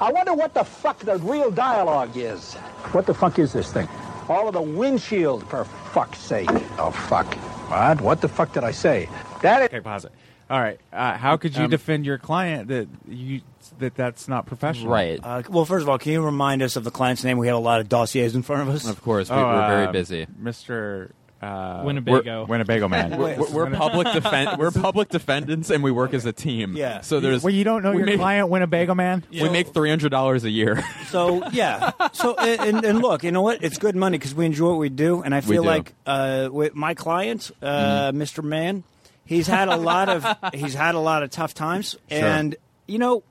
[SPEAKER 15] I wonder what the fuck the real dialogue is. What the fuck is this thing? All of the windshield, for fuck's sake. Oh, fuck. What? What the fuck did I say? That is.
[SPEAKER 5] Okay, pause it. All right, uh, how could you
[SPEAKER 6] Um,
[SPEAKER 5] defend your client that you that that's not professional?
[SPEAKER 7] Uh, well, first of all, can you remind us of the client's name? We have a lot of dossiers in front of us.
[SPEAKER 6] Of course, we,
[SPEAKER 5] Oh,
[SPEAKER 6] we're very
[SPEAKER 5] um,
[SPEAKER 6] busy.
[SPEAKER 5] Mr. Uh,
[SPEAKER 8] Winnebago.
[SPEAKER 5] We're- Winnebago man.
[SPEAKER 6] We're, we're- we're public defen- We're public defendants, and we work as a team.
[SPEAKER 7] Yeah.
[SPEAKER 6] So there's.
[SPEAKER 5] Well, you don't know
[SPEAKER 6] we
[SPEAKER 5] your
[SPEAKER 6] make-
[SPEAKER 5] client Winnebago man.
[SPEAKER 6] We make three hundred dollars a year.
[SPEAKER 7] So yeah. So and, and- and look, you know what? It's good money because we enjoy what we do, and I
[SPEAKER 6] We Mm-hmm.
[SPEAKER 7] feel
[SPEAKER 6] do.
[SPEAKER 7] like uh, with my client, uh, Mr. Mann, He's had a lot of he's had a lot of tough times,
[SPEAKER 4] Sure.
[SPEAKER 7] and you know,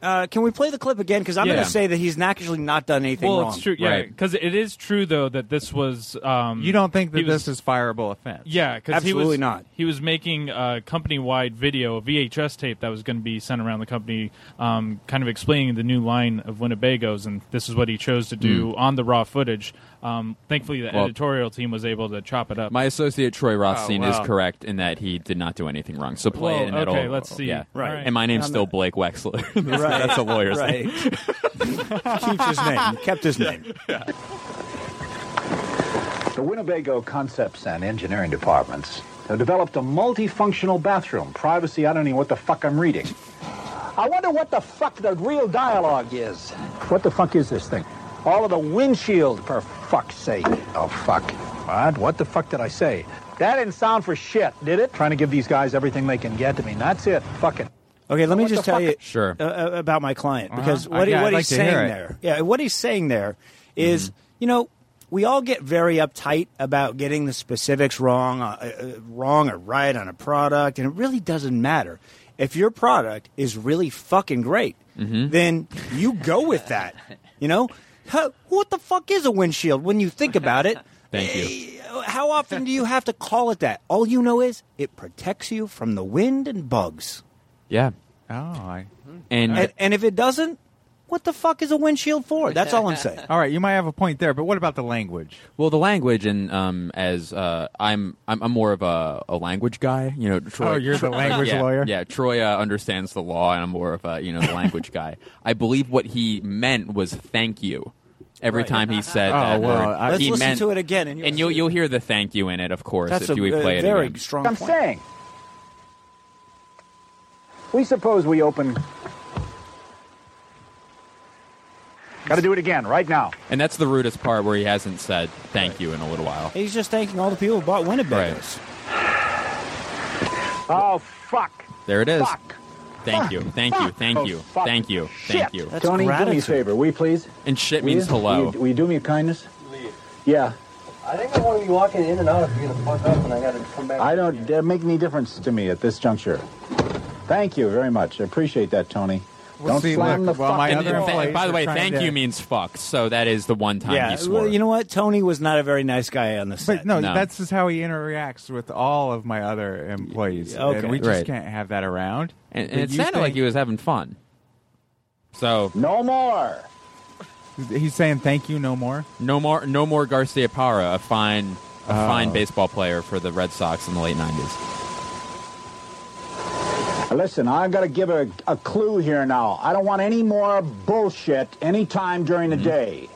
[SPEAKER 7] uh, can we play the clip again? Because I'm
[SPEAKER 8] Yeah.
[SPEAKER 7] going to say that he's not actually not done anything
[SPEAKER 8] well,
[SPEAKER 7] wrong.
[SPEAKER 8] it's true. Yeah, because it is true though that this was. Um,
[SPEAKER 7] You don't think that
[SPEAKER 8] he was-
[SPEAKER 7] this
[SPEAKER 5] is fireable offense?
[SPEAKER 8] Yeah, because he
[SPEAKER 7] Absolutely
[SPEAKER 8] was
[SPEAKER 7] not.
[SPEAKER 8] He was making a company-wide video, a VHS tape that was going to be sent around the company, um, kind of explaining the new line of Winnebago's, and this is what he chose to do on the raw footage. Um, thankfully, the
[SPEAKER 6] Mm. Well-
[SPEAKER 8] editorial team was able to chop it up.
[SPEAKER 6] My associate Troy Rothstein
[SPEAKER 8] Oh, wow.
[SPEAKER 6] is correct in that he did not do anything wrong. So play
[SPEAKER 8] Well,
[SPEAKER 6] it and it'll.
[SPEAKER 8] okay, let's see.
[SPEAKER 6] Yeah.
[SPEAKER 8] Right.
[SPEAKER 6] And my name's
[SPEAKER 8] I'm
[SPEAKER 6] still
[SPEAKER 8] not-
[SPEAKER 6] Blake Wexler. that's,
[SPEAKER 7] Right.
[SPEAKER 6] that's a lawyer's
[SPEAKER 7] Right.
[SPEAKER 6] name.
[SPEAKER 7] Keeps his name. Kept his name.
[SPEAKER 15] The Winnebago Concepts and Engineering Departments have developed a multifunctional bathroom. Privacy, I don't even know what the fuck I'm reading. I wonder what the fuck the real dialogue is. What the fuck is this thing? All of the windshield, for fuck's sake. Oh, fuck. What? What the fuck did I say? That didn't sound for shit, did it? Trying to give these guys everything they can get. I mean, that's it. Fuck it.
[SPEAKER 7] Okay, let me
[SPEAKER 15] What the
[SPEAKER 7] just tell
[SPEAKER 15] fuck?
[SPEAKER 7] you
[SPEAKER 6] sure
[SPEAKER 7] uh, uh, about my client because
[SPEAKER 15] Uh-huh.
[SPEAKER 7] what, he-
[SPEAKER 15] Yeah, I'd
[SPEAKER 7] what
[SPEAKER 15] like
[SPEAKER 7] he's
[SPEAKER 15] to hear
[SPEAKER 7] saying
[SPEAKER 15] it. Mm-hmm.
[SPEAKER 7] there, yeah, what he's saying there is, you know, we all get very uptight about getting the specifics wrong, uh, uh, wrong or right on a product, and it really doesn't matter if your product is really fucking great.
[SPEAKER 15] Mm-hmm.
[SPEAKER 7] Then you go with that, you know. Huh, what the fuck is a windshield when you think about it? Eh,
[SPEAKER 6] Thank you.
[SPEAKER 7] How often do you have to call it that? All you know is it protects you from the wind and bugs.
[SPEAKER 6] Yeah.
[SPEAKER 5] Oh, I.
[SPEAKER 6] And,
[SPEAKER 7] And, and if it doesn't, what the fuck is a windshield for? That's all I'm saying.
[SPEAKER 5] All right, you might have a point there, but what about the language?
[SPEAKER 6] Well, the language, and um, as uh, I'm, I'm, I'm more of a, a language guy. You know, Troy.
[SPEAKER 5] Oh, you're the
[SPEAKER 6] Tro-
[SPEAKER 5] language
[SPEAKER 6] yeah,
[SPEAKER 5] lawyer?
[SPEAKER 6] Yeah, Troy uh, understands the law, and I'm more of a you know the language guy. I believe what he meant was thank you. Every
[SPEAKER 7] Right.
[SPEAKER 6] time he said
[SPEAKER 7] Oh,
[SPEAKER 6] that
[SPEAKER 7] well,
[SPEAKER 6] word,
[SPEAKER 7] I- Let's
[SPEAKER 6] he
[SPEAKER 7] listen
[SPEAKER 6] meant-
[SPEAKER 7] to it again and you'll
[SPEAKER 6] you'll you'll hear the thank you in it, of course,
[SPEAKER 7] That's
[SPEAKER 6] if
[SPEAKER 7] a
[SPEAKER 6] we
[SPEAKER 7] uh,
[SPEAKER 6] play it
[SPEAKER 7] very
[SPEAKER 6] again.
[SPEAKER 7] strong
[SPEAKER 15] I'm
[SPEAKER 7] point.
[SPEAKER 15] saying. We suppose we open. Got to do it again right now.
[SPEAKER 6] And that's the rudest part where he hasn't said thank you in a little while.
[SPEAKER 7] He's just thanking all the people who bought Winnebago.
[SPEAKER 15] Oh fuck!
[SPEAKER 6] There it is.
[SPEAKER 15] Fuck.
[SPEAKER 6] Thank you, thank you, thank you,
[SPEAKER 15] fuck.
[SPEAKER 6] thank you, thank you.
[SPEAKER 15] Tony, do me a favor, will you please?
[SPEAKER 6] And shit
[SPEAKER 15] Will
[SPEAKER 6] means
[SPEAKER 15] you?
[SPEAKER 6] hello.
[SPEAKER 15] Will you, will you do me a kindness? Yeah.
[SPEAKER 16] I think I want to be walking in and out if you're gonna fuck up, and I gotta come back.
[SPEAKER 15] I don't that make any difference to me at this juncture. Thank you very much. I appreciate that, Tony. don't slam the fuck.
[SPEAKER 6] And- and th- by the way, thank you means fuck. So that is the one time
[SPEAKER 7] Yeah,
[SPEAKER 6] he swore.
[SPEAKER 7] well, you know what? Tony was not a very nice guy on the set.
[SPEAKER 5] But no, that's just how he interacts with all of my other employees.
[SPEAKER 7] Yeah, okay.
[SPEAKER 5] and we just
[SPEAKER 7] Right.
[SPEAKER 5] can't have that around.
[SPEAKER 6] and,
[SPEAKER 5] But
[SPEAKER 6] and it
[SPEAKER 5] you
[SPEAKER 6] sounded like
[SPEAKER 5] think-
[SPEAKER 6] he was having fun. So
[SPEAKER 15] no more.
[SPEAKER 5] He's saying thank you no more.
[SPEAKER 6] No more. No more Garcia Parra, a fine, a
[SPEAKER 5] Oh.
[SPEAKER 6] fine baseball player for the Red Sox in the late nineties.
[SPEAKER 15] Listen, I've got to give a, a clue here now. I don't want any more bullshit anytime during the
[SPEAKER 6] Mm-hmm.
[SPEAKER 15] day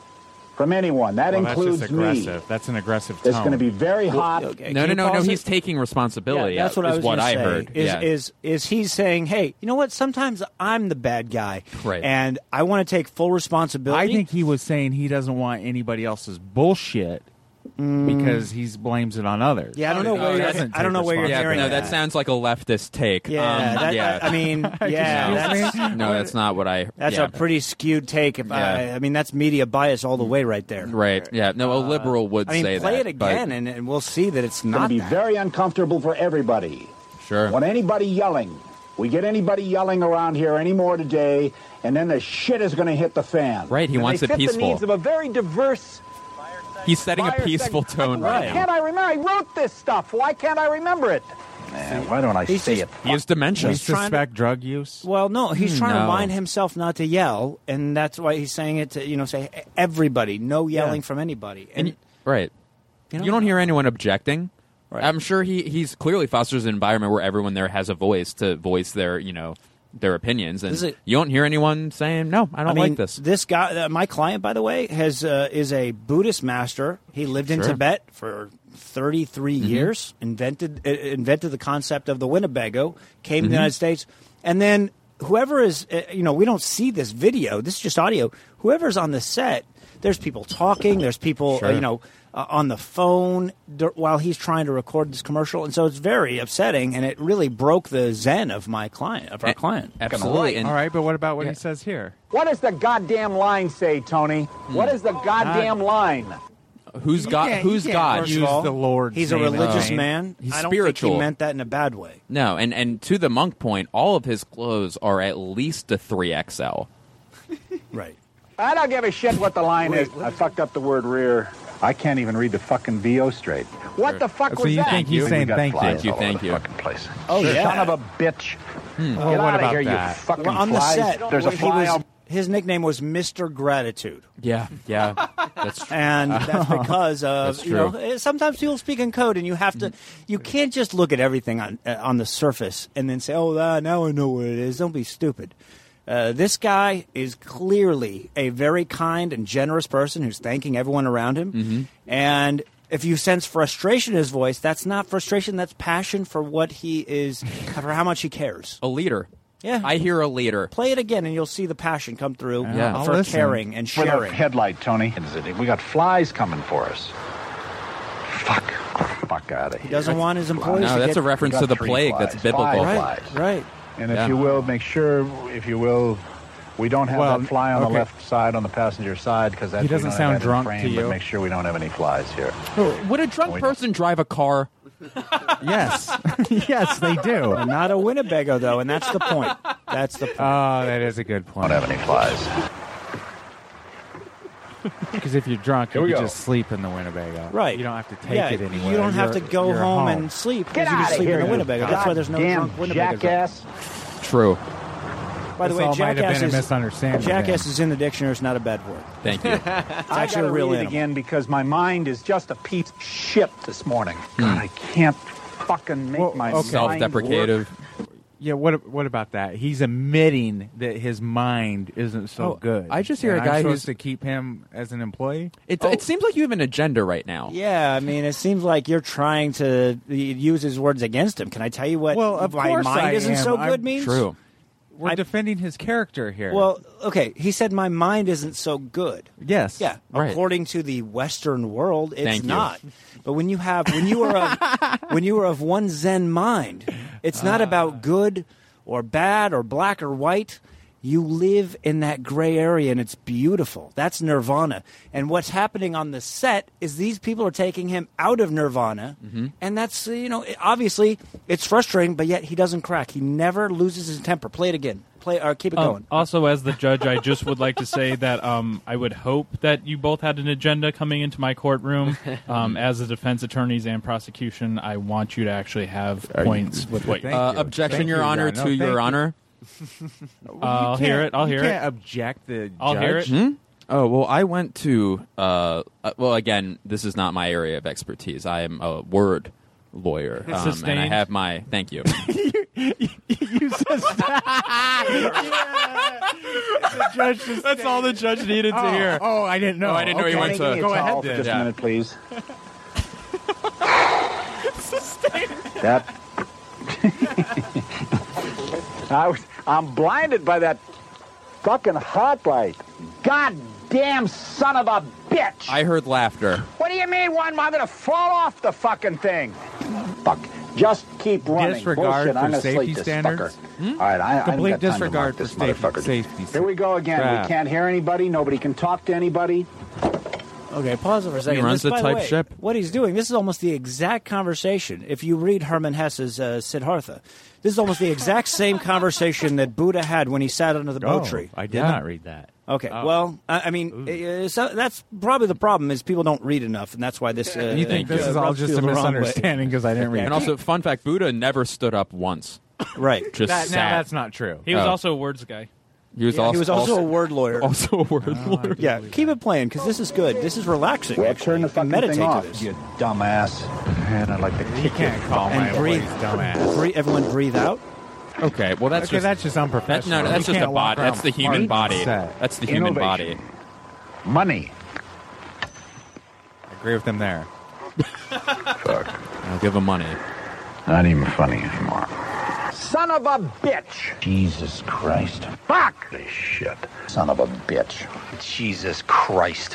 [SPEAKER 15] from anyone. That
[SPEAKER 5] Well, that's
[SPEAKER 15] includes
[SPEAKER 5] just
[SPEAKER 15] me.
[SPEAKER 5] aggressive. That's an aggressive tone.
[SPEAKER 15] It's going to be very hot.
[SPEAKER 6] no, no, no, no. He's taking responsibility. uh,
[SPEAKER 7] Yeah, that's what
[SPEAKER 6] is
[SPEAKER 7] I was
[SPEAKER 6] what
[SPEAKER 7] gonna
[SPEAKER 6] I
[SPEAKER 7] say,
[SPEAKER 6] heard.
[SPEAKER 7] Is,
[SPEAKER 6] yeah.
[SPEAKER 7] is is he's saying, hey, you know what? Sometimes I'm the bad guy,
[SPEAKER 5] Right.
[SPEAKER 7] And I want to take full responsibility.
[SPEAKER 5] I think he was saying he doesn't want anybody else's bullshit
[SPEAKER 7] Mm.
[SPEAKER 5] because he blames it on others.
[SPEAKER 7] Yeah, I don't know where you're-
[SPEAKER 5] Oh, doesn't
[SPEAKER 7] I don't
[SPEAKER 5] take
[SPEAKER 7] know where you're
[SPEAKER 6] yeah,
[SPEAKER 7] hearing
[SPEAKER 6] no, that.
[SPEAKER 7] that.
[SPEAKER 6] sounds like a leftist take.
[SPEAKER 7] Yeah,
[SPEAKER 6] um,
[SPEAKER 7] that-
[SPEAKER 6] yeah.
[SPEAKER 7] I mean, yeah,
[SPEAKER 6] no,
[SPEAKER 7] that's-
[SPEAKER 6] no, that's not what I.
[SPEAKER 7] That's
[SPEAKER 6] yeah.
[SPEAKER 7] a pretty skewed take. If I,
[SPEAKER 6] Yeah.
[SPEAKER 7] I mean, that's media bias all the way, right there.
[SPEAKER 6] Right. Yeah. No, a liberal would
[SPEAKER 7] Uh, I mean,
[SPEAKER 6] say
[SPEAKER 7] play
[SPEAKER 6] that.
[SPEAKER 7] it again, and, and we'll see that it's
[SPEAKER 15] going to
[SPEAKER 7] not.
[SPEAKER 15] be very uncomfortable for everybody.
[SPEAKER 6] Sure.
[SPEAKER 15] Want anybody yelling? We get anybody yelling around here anymore today, and then the shit is going to hit the fan.
[SPEAKER 6] Right, he
[SPEAKER 15] And
[SPEAKER 6] wants
[SPEAKER 15] they
[SPEAKER 6] it
[SPEAKER 15] fit
[SPEAKER 6] peaceful.
[SPEAKER 15] The needs of a very diverse.
[SPEAKER 6] but he's setting a
[SPEAKER 15] buyer
[SPEAKER 6] peaceful tone
[SPEAKER 15] Why
[SPEAKER 6] right
[SPEAKER 15] can't
[SPEAKER 6] now.
[SPEAKER 15] I remember? I wrote this stuff. Why can't I remember it? Man, why don't I
[SPEAKER 7] He's
[SPEAKER 15] see
[SPEAKER 7] just-
[SPEAKER 15] it?
[SPEAKER 6] He has dementia.
[SPEAKER 5] We
[SPEAKER 7] He's trying to-
[SPEAKER 5] suspect drug use.
[SPEAKER 7] Well, no, he's
[SPEAKER 5] Hmm,
[SPEAKER 7] trying to
[SPEAKER 5] no.
[SPEAKER 7] mind himself not to yell, and that's why he's saying it to you know say everybody, no yelling from anybody. And,
[SPEAKER 6] Right. You, don't hear anyone objecting. I'm sure he he's clearly fosters an environment where everyone there has a voice to voice their you know their opinions, and
[SPEAKER 7] This is-
[SPEAKER 6] you don't hear anyone saying no, I don't
[SPEAKER 7] mean,
[SPEAKER 6] like this.
[SPEAKER 7] This guy, uh, my client, by the way, has uh, is a Buddhist master. He lived in
[SPEAKER 6] Sure.
[SPEAKER 7] Tibet for 33
[SPEAKER 6] Mhm.
[SPEAKER 7] years. Invented uh, invented the concept of the Winnebago. Came to
[SPEAKER 6] Mhm.
[SPEAKER 7] the United States, and then whoever is, uh, you know, we don't see this video. This is just audio. Whoever's on the set, there's people talking. There's people, uh,
[SPEAKER 6] Sure.
[SPEAKER 7] you know. Uh, on the phone dur- while he's trying to record this commercial, and so it's very upsetting, and it really broke the zen of my client, of our client.
[SPEAKER 6] Absolutely. And-
[SPEAKER 5] All right, but what about what he says here?
[SPEAKER 6] Hmm.
[SPEAKER 15] What does the goddamn line say, Tony? What does the goddamn line?
[SPEAKER 6] Who's
[SPEAKER 7] You
[SPEAKER 6] God?
[SPEAKER 7] can't- you
[SPEAKER 6] who's
[SPEAKER 7] can't,
[SPEAKER 6] God?
[SPEAKER 7] first of all. He's a religious man.
[SPEAKER 6] He's
[SPEAKER 7] I don't
[SPEAKER 6] spiritual.
[SPEAKER 7] think he meant that in a bad way.
[SPEAKER 6] No, and and to the monk point, all of his clothes are at least a three XL.
[SPEAKER 7] Right.
[SPEAKER 15] I don't give a shit what the line is. I fucked up the word rear. I can't even read the fucking VO straight. What the fuck was that? We got flies
[SPEAKER 6] Thank you,
[SPEAKER 15] all over
[SPEAKER 6] thank you.
[SPEAKER 15] Oh,
[SPEAKER 7] Sure.
[SPEAKER 15] son
[SPEAKER 7] yeah.
[SPEAKER 15] of a bitch. Get
[SPEAKER 7] Oh, what
[SPEAKER 15] out of
[SPEAKER 7] about
[SPEAKER 15] here,
[SPEAKER 7] that?
[SPEAKER 15] you fucking
[SPEAKER 7] Well, on the
[SPEAKER 15] flies.
[SPEAKER 7] set,
[SPEAKER 15] There's a
[SPEAKER 7] he
[SPEAKER 15] fly
[SPEAKER 7] was-
[SPEAKER 15] on-
[SPEAKER 7] His nickname was Mister Gratitude.
[SPEAKER 6] Yeah, yeah, that's true.
[SPEAKER 7] and that's because of
[SPEAKER 6] That's
[SPEAKER 7] you know
[SPEAKER 6] true.
[SPEAKER 7] eh, sometimes people speak in code and you have to you can't just look at everything on uh, on the surface and then say oh uh, now I know what it is don't be stupid. Uh, this guy is clearly a very kind and generous person who's thanking everyone around him.
[SPEAKER 5] Mm-hmm.
[SPEAKER 7] And if you sense frustration in his voice, that's not frustration, that's passion for what he is, for how much he cares.
[SPEAKER 6] A leader.
[SPEAKER 7] Yeah.
[SPEAKER 6] I hear a leader.
[SPEAKER 7] Play it again and you'll see the passion come through
[SPEAKER 6] Yeah.
[SPEAKER 7] for caring and
[SPEAKER 15] With a
[SPEAKER 7] sharing.
[SPEAKER 15] headlight, Tony. We got flies coming for us. Fuck. Fuck out of here.
[SPEAKER 7] He doesn't want his employees
[SPEAKER 6] No,
[SPEAKER 7] to
[SPEAKER 6] that's
[SPEAKER 7] get-
[SPEAKER 6] a reference
[SPEAKER 15] We got
[SPEAKER 6] to the
[SPEAKER 15] three
[SPEAKER 6] plague.
[SPEAKER 15] flies,
[SPEAKER 6] That's biblical.
[SPEAKER 15] five flies.
[SPEAKER 7] Right.
[SPEAKER 15] And if
[SPEAKER 6] Yeah.
[SPEAKER 15] you will, make sure, if you will, we don't have
[SPEAKER 5] Well,
[SPEAKER 15] that fly on
[SPEAKER 5] okay.
[SPEAKER 15] the left side on the passenger side because that's
[SPEAKER 5] He doesn't
[SPEAKER 15] we don't
[SPEAKER 5] sound
[SPEAKER 15] have that in
[SPEAKER 5] drunk
[SPEAKER 15] frame,
[SPEAKER 5] to
[SPEAKER 15] But
[SPEAKER 5] you.
[SPEAKER 15] make sure we don't have any flies here.
[SPEAKER 6] Would a drunk person drive a car?
[SPEAKER 7] Yes.
[SPEAKER 5] yes, they do.
[SPEAKER 7] not a Winnebago, though, and that's the point. That's the point.
[SPEAKER 5] Oh, that is a good point.
[SPEAKER 15] Don't have any flies.
[SPEAKER 5] Because if you're drunk,
[SPEAKER 7] Here
[SPEAKER 5] you
[SPEAKER 7] we
[SPEAKER 5] can
[SPEAKER 7] go.
[SPEAKER 5] just sleep in the Winnebago.
[SPEAKER 7] Right.
[SPEAKER 5] You don't have to take
[SPEAKER 7] Yeah,
[SPEAKER 5] it anywhere.
[SPEAKER 7] You don't have to
[SPEAKER 5] You're-
[SPEAKER 7] go
[SPEAKER 5] you're
[SPEAKER 7] home, and sleep. 'cause
[SPEAKER 15] Get
[SPEAKER 7] you can
[SPEAKER 15] out of
[SPEAKER 7] sleep
[SPEAKER 15] here,
[SPEAKER 7] in a
[SPEAKER 15] you
[SPEAKER 7] Winnebago. That's why there's no
[SPEAKER 15] goddamn
[SPEAKER 7] drunk Winnebago.
[SPEAKER 15] jackass.
[SPEAKER 6] True.
[SPEAKER 7] By the
[SPEAKER 5] This
[SPEAKER 7] way,
[SPEAKER 5] all might have
[SPEAKER 7] jackass
[SPEAKER 5] been a
[SPEAKER 7] is
[SPEAKER 5] misunderstanding
[SPEAKER 7] Jackass
[SPEAKER 5] then.
[SPEAKER 7] is in the dictionary. It's not a bad word.
[SPEAKER 6] Thank you.
[SPEAKER 7] It's
[SPEAKER 15] I
[SPEAKER 7] actually
[SPEAKER 15] gotta
[SPEAKER 7] a real
[SPEAKER 15] read it
[SPEAKER 7] animal.
[SPEAKER 15] again because my mind is just a piece of shit this morning. God, I can't fucking make my mind
[SPEAKER 6] Self-deprecative.
[SPEAKER 5] Yeah, what what about that? He's admitting that his mind isn't so
[SPEAKER 6] Oh,
[SPEAKER 5] good.
[SPEAKER 6] I just hear a
[SPEAKER 5] And
[SPEAKER 6] guy
[SPEAKER 5] I'm
[SPEAKER 6] who's-
[SPEAKER 5] supposed to keep him as an employee.
[SPEAKER 6] It, it seems like you have an agenda right now.
[SPEAKER 7] Oh. Yeah, I mean, it seems like you're trying to uh, use his words against him. Can I tell you what?
[SPEAKER 5] Well, of
[SPEAKER 7] my
[SPEAKER 5] course
[SPEAKER 7] mind
[SPEAKER 5] I
[SPEAKER 7] isn't
[SPEAKER 5] am.
[SPEAKER 7] so
[SPEAKER 5] I'm-
[SPEAKER 7] good means
[SPEAKER 5] True. We're defending his character here.
[SPEAKER 7] Well, okay, he said my mind isn't so good.
[SPEAKER 5] Yes.
[SPEAKER 7] Yeah.
[SPEAKER 5] Right.
[SPEAKER 7] According to the Western world, it's
[SPEAKER 5] Thank you.
[SPEAKER 7] not. But when you have when you are of when you are of one Zen mind, it's not
[SPEAKER 5] Ah.
[SPEAKER 7] about good or bad or black or white. You live in that gray area and it's beautiful. That's nirvana. And what's happening on the set is these people are taking him out of nirvana.
[SPEAKER 5] Mm-hmm.
[SPEAKER 7] And that's, uh, you know, obviously it's frustrating, but yet he doesn't crack. He never loses his temper. Play it again. Play or
[SPEAKER 5] Oh,
[SPEAKER 7] keep it
[SPEAKER 8] Um,
[SPEAKER 7] going.
[SPEAKER 8] also, as the judge, I just would like to say that um, I would hope that you both had an agenda coming into my courtroom. Um, as the defense attorneys and prosecution, I want you to actually have points with what.
[SPEAKER 5] Thank
[SPEAKER 6] Uh,
[SPEAKER 5] you.
[SPEAKER 6] objection,
[SPEAKER 5] Thank
[SPEAKER 6] Your
[SPEAKER 5] you,
[SPEAKER 6] Honor,
[SPEAKER 5] Ron. No,
[SPEAKER 6] to
[SPEAKER 5] thank
[SPEAKER 6] Your
[SPEAKER 5] you.
[SPEAKER 6] Honor.
[SPEAKER 5] Well, you
[SPEAKER 8] I'll hear
[SPEAKER 5] can't-
[SPEAKER 8] it, I'll
[SPEAKER 5] you
[SPEAKER 8] hear
[SPEAKER 5] can't
[SPEAKER 8] it.
[SPEAKER 5] object the
[SPEAKER 8] I'll hear
[SPEAKER 5] judge.
[SPEAKER 8] it.
[SPEAKER 6] Hmm? Oh well, I went to. Uh, uh, well, again, this is not my area of expertise. I am a word lawyer, um, and I
[SPEAKER 8] Sustained.
[SPEAKER 6] have my. Thank you.
[SPEAKER 8] That's all the judge needed to
[SPEAKER 5] Oh,
[SPEAKER 8] hear.
[SPEAKER 5] Oh, I didn't know.
[SPEAKER 8] Oh, I didn't know
[SPEAKER 5] okay.
[SPEAKER 8] he went to.
[SPEAKER 5] Go ahead
[SPEAKER 15] For
[SPEAKER 5] then.
[SPEAKER 15] just
[SPEAKER 5] Yeah.
[SPEAKER 15] a minute, please. That. I was, I'm blinded by that fucking hot light. Goddamn son of a bitch!
[SPEAKER 6] I heard laughter.
[SPEAKER 15] What do you mean, one? I'm gonna fall off the fucking thing. Fuck. Just keep running.
[SPEAKER 5] Disregard
[SPEAKER 15] Bullshit. I'm
[SPEAKER 5] for
[SPEAKER 15] gonna
[SPEAKER 5] safety
[SPEAKER 15] sleep this
[SPEAKER 5] standards. Hmm?
[SPEAKER 15] fucker. All right, I, I
[SPEAKER 5] Complete
[SPEAKER 15] ain't got time to
[SPEAKER 5] disregard
[SPEAKER 15] mark
[SPEAKER 5] for
[SPEAKER 15] this
[SPEAKER 5] safety-
[SPEAKER 15] motherfucker.
[SPEAKER 5] safety
[SPEAKER 15] Here we go again.
[SPEAKER 5] crap.
[SPEAKER 15] We can't hear anybody. Nobody can talk to anybody.
[SPEAKER 7] Okay, pause it for a second.
[SPEAKER 6] runs
[SPEAKER 7] This,
[SPEAKER 6] the
[SPEAKER 7] by
[SPEAKER 6] type
[SPEAKER 7] way,
[SPEAKER 6] ship.
[SPEAKER 7] What he's doing, this is almost the exact conversation. If you read Herman Hesse's uh, Siddhartha, this is almost the exact same conversation that Buddha had when he sat under the
[SPEAKER 5] Oh,
[SPEAKER 7] bo tree.
[SPEAKER 5] I did
[SPEAKER 7] Yeah.
[SPEAKER 5] not read that.
[SPEAKER 7] Okay,
[SPEAKER 5] Oh.
[SPEAKER 7] well, I, I mean, uh, so that's probably the problem is people don't read enough, and that's why this. Uh,
[SPEAKER 5] You think
[SPEAKER 7] uh,
[SPEAKER 5] this is all
[SPEAKER 7] rubs
[SPEAKER 5] just
[SPEAKER 7] people
[SPEAKER 5] a
[SPEAKER 7] the wrong way.
[SPEAKER 5] misunderstanding because I didn't read
[SPEAKER 6] And
[SPEAKER 5] it.
[SPEAKER 6] also, fun fact: Buddha never stood up once.
[SPEAKER 7] Right.
[SPEAKER 6] Just
[SPEAKER 5] That- now
[SPEAKER 6] sat.
[SPEAKER 5] that's not true.
[SPEAKER 8] He was
[SPEAKER 6] Oh.
[SPEAKER 8] also a words guy.
[SPEAKER 6] He was
[SPEAKER 7] Yeah,
[SPEAKER 6] also.
[SPEAKER 7] he was also, a word lawyer.
[SPEAKER 6] also a word lawyer.
[SPEAKER 7] yeah, keep it playing because this is good. This is relaxing.
[SPEAKER 15] Well,
[SPEAKER 7] actually.
[SPEAKER 15] turn the
[SPEAKER 7] You can
[SPEAKER 15] fucking
[SPEAKER 7] meditate
[SPEAKER 15] thing
[SPEAKER 7] to
[SPEAKER 15] off,
[SPEAKER 7] this.
[SPEAKER 15] you dumbass. Man, I'd like to kick you.
[SPEAKER 5] call
[SPEAKER 7] and breathe, Breathe, everyone, breathe out.
[SPEAKER 6] Okay. Well, that's
[SPEAKER 5] Okay,
[SPEAKER 6] just.
[SPEAKER 5] that's just
[SPEAKER 6] that-
[SPEAKER 5] unprofessional.
[SPEAKER 6] no, that's
[SPEAKER 5] You
[SPEAKER 6] just a
[SPEAKER 5] can't walk
[SPEAKER 6] body. That's
[SPEAKER 5] around
[SPEAKER 6] the human
[SPEAKER 5] farting.
[SPEAKER 6] body.
[SPEAKER 5] Set.
[SPEAKER 6] That's the human body.
[SPEAKER 15] Innovation. Money.
[SPEAKER 5] I agree with them there.
[SPEAKER 6] I'll give him money.
[SPEAKER 15] Not even funny anymore. Son of a bitch! Jesus Christ. Fuck! This shit. Son of a bitch. Jesus Christ.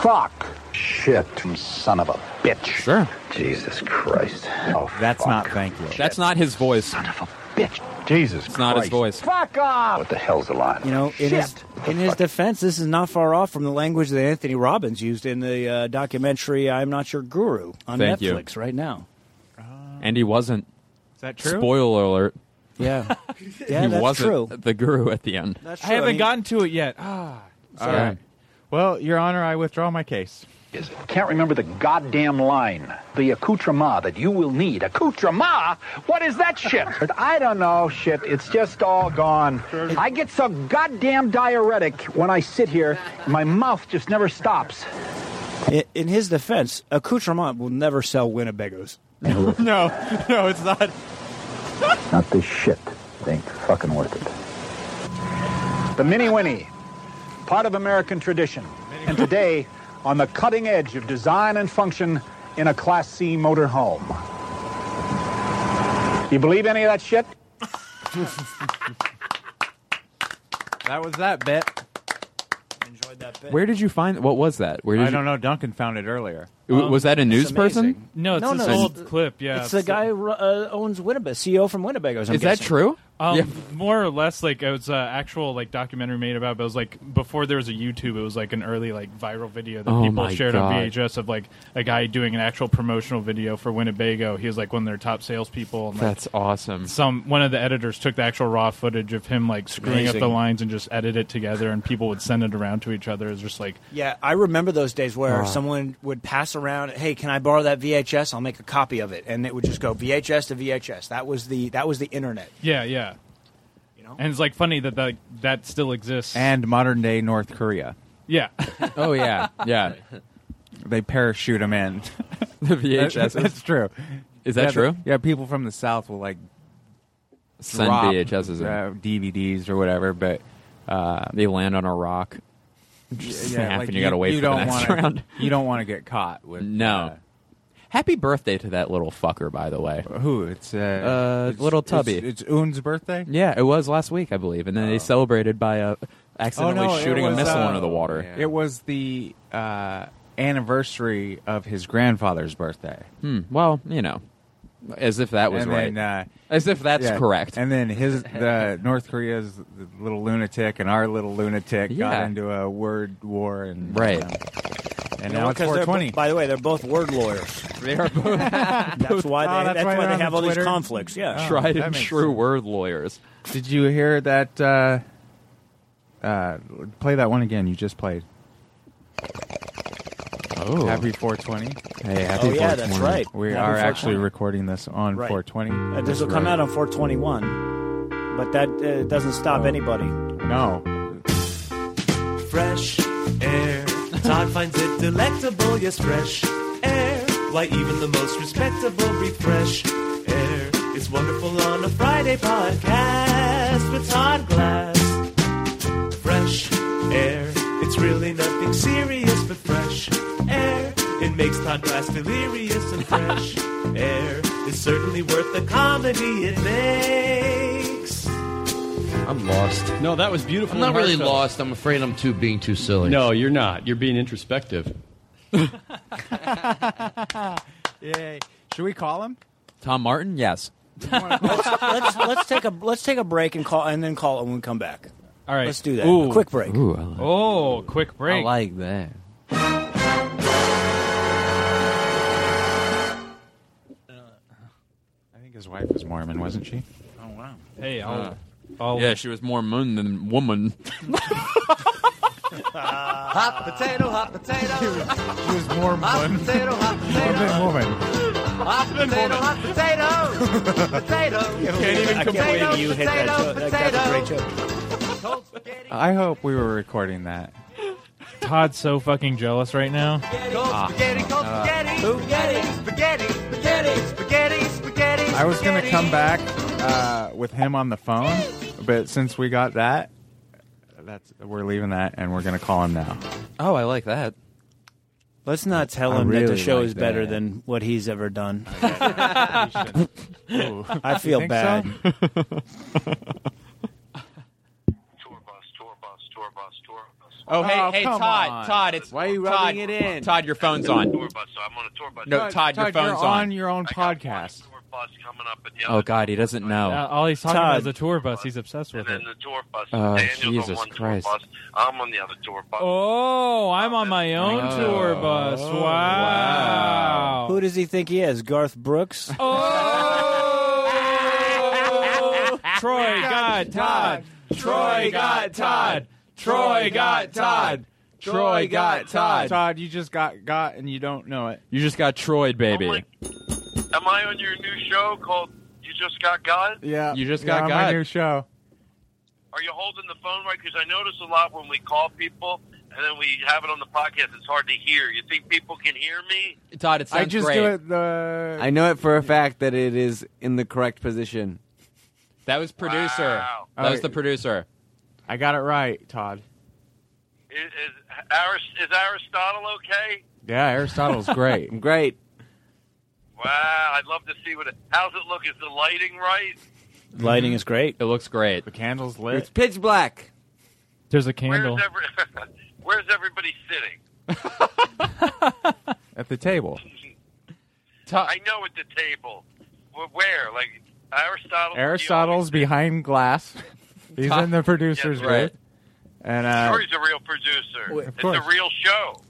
[SPEAKER 15] Fuck! Shit. Son of a bitch.
[SPEAKER 6] Sure.
[SPEAKER 15] Jesus Christ. Oh,
[SPEAKER 5] That's
[SPEAKER 15] fuck.
[SPEAKER 5] not thank you.
[SPEAKER 6] That's not his voice.
[SPEAKER 15] Son of a bitch. Jesus
[SPEAKER 6] It's not his voice.
[SPEAKER 15] Fuck off! What the hell's a lie?
[SPEAKER 7] You know, in his,
[SPEAKER 15] Shit.
[SPEAKER 7] in his defense, this is not far off from the language that Anthony Robbins used in the uh, documentary "I'm Not Your Guru" on
[SPEAKER 6] Thank you.
[SPEAKER 7] Netflix right now.
[SPEAKER 6] And he wasn't.
[SPEAKER 7] Is that true?
[SPEAKER 6] Spoiler alert.
[SPEAKER 7] Yeah,
[SPEAKER 8] Yeah,
[SPEAKER 6] he
[SPEAKER 8] that's
[SPEAKER 6] wasn't
[SPEAKER 8] true.
[SPEAKER 6] the guru at the end.
[SPEAKER 8] I haven't gotten to it yet. Ah,
[SPEAKER 5] All right. Well, Your Honor, I withdraw my case.
[SPEAKER 15] Can't remember the goddamn line. The accoutrement that you will need. Accoutrement? What is that shit? I don't know, shit. It's just all gone. I get so goddamn diuretic when I sit here, my mouth just never stops.
[SPEAKER 7] In, in his defense, accoutrement will never sell Winnebagoes.
[SPEAKER 15] No.
[SPEAKER 7] no, no, it's not.
[SPEAKER 15] Not this shit. It ain't fucking worth it. The Mini Winnie, part of American tradition, and today on the cutting edge of design and function in a Class C motorhome. You believe any of that shit?
[SPEAKER 5] That was that bit.
[SPEAKER 7] Enjoyed that
[SPEAKER 6] Where did you find? What was that? Where did
[SPEAKER 5] I
[SPEAKER 6] you,
[SPEAKER 5] don't know. Duncan found it earlier.
[SPEAKER 6] It w- was that a news person?
[SPEAKER 8] No, it's
[SPEAKER 7] No,
[SPEAKER 8] this
[SPEAKER 7] no, it's-
[SPEAKER 8] old clip. Yeah,
[SPEAKER 7] it's the guy who ru- uh, owns Winnebago, CEO from Winnebago's. I'm guessing.
[SPEAKER 8] Um,
[SPEAKER 7] Yeah.
[SPEAKER 8] More or less, like it was an actual like documentary made about. It, but it was like before there was a YouTube. It was like an early like viral video that
[SPEAKER 6] Oh
[SPEAKER 8] people
[SPEAKER 6] my
[SPEAKER 8] shared on
[SPEAKER 6] God.
[SPEAKER 8] VHS of like a guy doing an actual promotional video for Winnebago. He was like one of their top salespeople. And, like,
[SPEAKER 6] That's awesome.
[SPEAKER 8] Some one of the editors took the actual raw footage of him like screwing
[SPEAKER 7] Amazing.
[SPEAKER 8] up the lines and just edit it together, and people would send it around to each other. It was just like
[SPEAKER 7] Yeah, I remember those days where
[SPEAKER 8] Ah.
[SPEAKER 7] someone would pass around, "Hey, can I borrow that VHS? I'll make a copy of it," and it would just go VHS to VHS. That was the that was the internet.
[SPEAKER 8] yeah, yeah. You know, and it's like funny that that, that still exists.
[SPEAKER 5] And modern day North Korea.
[SPEAKER 8] yeah.
[SPEAKER 6] Oh yeah, yeah.
[SPEAKER 5] They parachute them in.
[SPEAKER 6] The VHS.
[SPEAKER 5] That's true.
[SPEAKER 6] Is that
[SPEAKER 5] Yeah,
[SPEAKER 6] true?
[SPEAKER 5] the- yeah, people from the South will like
[SPEAKER 6] Send
[SPEAKER 5] drop,
[SPEAKER 6] VHSs in.
[SPEAKER 5] uh, DVDs or whatever, but
[SPEAKER 6] Uh, they land on a rock. Just snap, and you, got to wait for the
[SPEAKER 5] don't
[SPEAKER 6] next
[SPEAKER 5] wanna,
[SPEAKER 6] round.
[SPEAKER 5] You don't want to get caught with uh,
[SPEAKER 6] No. Happy birthday to that little fucker, by the way.
[SPEAKER 5] Who? It's uh,
[SPEAKER 6] uh,
[SPEAKER 5] it's-
[SPEAKER 6] little tubby.
[SPEAKER 5] It's, it's Oon's birthday.
[SPEAKER 6] yeah, it was last week, I believe, and then they celebrated by uh, accidentally
[SPEAKER 5] Oh, no, it
[SPEAKER 6] shooting
[SPEAKER 5] was,
[SPEAKER 6] a missile
[SPEAKER 5] uh,
[SPEAKER 6] into the water.
[SPEAKER 5] It was the uh, anniversary of his grandfather's birthday.
[SPEAKER 6] Hmm. Well, you know, as if that was
[SPEAKER 5] And
[SPEAKER 6] right.
[SPEAKER 5] then, uh,
[SPEAKER 6] as if that's
[SPEAKER 5] yeah.
[SPEAKER 6] correct.
[SPEAKER 5] And then his the North Korea's the little lunatic and our little lunatic
[SPEAKER 6] Yeah.
[SPEAKER 5] got into a word war and um,
[SPEAKER 6] Right.
[SPEAKER 5] and
[SPEAKER 7] You know,
[SPEAKER 5] now it's
[SPEAKER 7] 'cause they're
[SPEAKER 5] 420.
[SPEAKER 7] bo- By the way, they're both word lawyers.
[SPEAKER 6] They are both.
[SPEAKER 7] that's why they,
[SPEAKER 5] Oh,
[SPEAKER 7] that's,
[SPEAKER 5] that's why
[SPEAKER 7] why
[SPEAKER 5] they're
[SPEAKER 7] they
[SPEAKER 5] on
[SPEAKER 7] have all
[SPEAKER 5] Twitter. Oh,
[SPEAKER 7] these conflicts. Yeah,
[SPEAKER 6] Tried
[SPEAKER 5] that
[SPEAKER 6] and
[SPEAKER 5] makes
[SPEAKER 6] true
[SPEAKER 5] sense.
[SPEAKER 6] word lawyers.
[SPEAKER 5] Did you hear that? Uh, uh, play that one again. You just played.
[SPEAKER 6] Oh,
[SPEAKER 5] Happy 420.
[SPEAKER 6] Hey, happy Oh, yeah, that's 420. right.
[SPEAKER 5] We
[SPEAKER 7] Happy
[SPEAKER 5] are actually
[SPEAKER 7] 420.
[SPEAKER 5] recording this on
[SPEAKER 7] Right.
[SPEAKER 5] 420.
[SPEAKER 7] Uh, this will
[SPEAKER 5] That's
[SPEAKER 7] come
[SPEAKER 5] right.
[SPEAKER 7] out on 421, but that uh, doesn't stop anybody.
[SPEAKER 5] Oh. No.
[SPEAKER 1] Fresh air. Todd finds it delectable, yes, fresh air. Why, even the most respectable breathe fresh air. It's wonderful on a Friday podcast with Todd Glass. Fresh air. It's really nothing serious, but fresh air. It makes Todd Glass delirious, and fresh air is certainly worth the comedy it makes.
[SPEAKER 17] I'm lost.
[SPEAKER 18] No, that was beautiful.
[SPEAKER 17] I'm not
[SPEAKER 18] and
[SPEAKER 17] really
[SPEAKER 18] heartfelt.
[SPEAKER 17] lost. I'm afraid I'm too being too silly.
[SPEAKER 18] No, you're not. You're being introspective.
[SPEAKER 5] Yay. Should we call him?
[SPEAKER 6] Tom Martin, yes.
[SPEAKER 7] let's, let's, let's take a let's take a break and call and then call when we come back.
[SPEAKER 8] All right,
[SPEAKER 7] let's do that.
[SPEAKER 8] Ooh.
[SPEAKER 7] A quick break.
[SPEAKER 6] Ooh, I like
[SPEAKER 8] Oh, quick
[SPEAKER 6] I
[SPEAKER 8] break.
[SPEAKER 6] like that.
[SPEAKER 5] I think his wife was Mormon, wasn't she?
[SPEAKER 7] Oh wow.
[SPEAKER 8] Hey, I'll,
[SPEAKER 6] Uh,
[SPEAKER 8] I'll
[SPEAKER 6] yeah, she was more moon than woman.
[SPEAKER 17] Uh, Hot potato, hot potato.
[SPEAKER 5] She was more
[SPEAKER 17] hot potato, hot potato. Hot potato, hot potato. potato.
[SPEAKER 7] Can't even I can't believe
[SPEAKER 17] Potato,
[SPEAKER 7] you hit that
[SPEAKER 17] potato,
[SPEAKER 7] joke. That- that's a great
[SPEAKER 17] potato.
[SPEAKER 5] I hope we were recording that.
[SPEAKER 8] Todd's so fucking jealous right now. Uh,
[SPEAKER 17] Cold spaghetti, cold
[SPEAKER 7] Uh,
[SPEAKER 5] Ah.
[SPEAKER 17] spaghetti, spaghetti, spaghetti, spaghetti, spaghetti.
[SPEAKER 5] I was going to
[SPEAKER 17] spaghetti.
[SPEAKER 5] come back uh, with him on the phone, but since we got that, that's we're leaving that and we're going to call him now.
[SPEAKER 6] Oh, I like that.
[SPEAKER 7] Let's not tell
[SPEAKER 5] I
[SPEAKER 7] him that
[SPEAKER 5] really
[SPEAKER 7] the show
[SPEAKER 5] like
[SPEAKER 7] is better
[SPEAKER 5] that.
[SPEAKER 7] than what he's ever done.
[SPEAKER 5] Ooh.
[SPEAKER 7] I feel
[SPEAKER 5] You think
[SPEAKER 7] bad.
[SPEAKER 5] so?
[SPEAKER 6] Oh, hey, hey,
[SPEAKER 5] come
[SPEAKER 6] Todd,
[SPEAKER 5] on.
[SPEAKER 6] Todd, it's
[SPEAKER 5] why are you
[SPEAKER 6] Todd,
[SPEAKER 5] rubbing it in?
[SPEAKER 6] Todd, your phone's on. No, Todd, your phone's
[SPEAKER 5] you're on your own podcast.
[SPEAKER 19] bus coming up at the
[SPEAKER 6] Oh God, he doesn't know.
[SPEAKER 8] Uh, all he's talking about is the tour bus. He's obsessed with it.
[SPEAKER 19] end of the tour bus.
[SPEAKER 6] Oh,
[SPEAKER 19] Daniel's on
[SPEAKER 6] Jesus
[SPEAKER 19] one
[SPEAKER 6] Christ.
[SPEAKER 19] tour bus. I'm on the other tour bus.
[SPEAKER 8] Oh, I'm on my own
[SPEAKER 6] Oh.
[SPEAKER 8] tour bus. Wow.
[SPEAKER 7] Who does he think he is? Garth Brooks?
[SPEAKER 5] Oh.
[SPEAKER 8] Troy got Todd. Troy got Todd. Troy got Todd. Troy got Todd.
[SPEAKER 5] Todd, you just got got and you don't know it.
[SPEAKER 6] You just got Troyed, baby.
[SPEAKER 19] Am I on your new show called You Just Got God?
[SPEAKER 5] Yeah.
[SPEAKER 6] You just
[SPEAKER 5] yeah,
[SPEAKER 6] got
[SPEAKER 5] on
[SPEAKER 6] got.
[SPEAKER 5] my new show.
[SPEAKER 19] Are you holding the phone right? Because I notice a lot when we call people and then we have it on the podcast, it's hard to hear. You think people can hear me?
[SPEAKER 6] Todd, it
[SPEAKER 5] I
[SPEAKER 6] sounds
[SPEAKER 5] just
[SPEAKER 6] great.
[SPEAKER 5] do it the.
[SPEAKER 11] I know it for a fact that it is in the correct position.
[SPEAKER 6] That was producer. That was the producer.
[SPEAKER 5] I got it right, Todd.
[SPEAKER 19] Is, is, Aris- is Aristotle okay?
[SPEAKER 5] Yeah, Aristotle's great.
[SPEAKER 11] great.
[SPEAKER 19] Wow, I'd love to see what it. How's it look? Is the lighting right?
[SPEAKER 7] Lighting is great.
[SPEAKER 6] It looks great. The
[SPEAKER 5] candle's lit.
[SPEAKER 11] It's pitch black.
[SPEAKER 8] There's a candle.
[SPEAKER 19] Where's, every, where's everybody sitting?
[SPEAKER 5] At the table.
[SPEAKER 19] I know at the table. Wh- Where? Like Aristotle?
[SPEAKER 5] Aristotle's behind glass. He's in the producer's
[SPEAKER 19] Yes,
[SPEAKER 5] room.
[SPEAKER 19] right.
[SPEAKER 5] And uh,
[SPEAKER 19] Corey's a real producer.
[SPEAKER 5] of
[SPEAKER 19] it's
[SPEAKER 5] course.
[SPEAKER 19] a real show.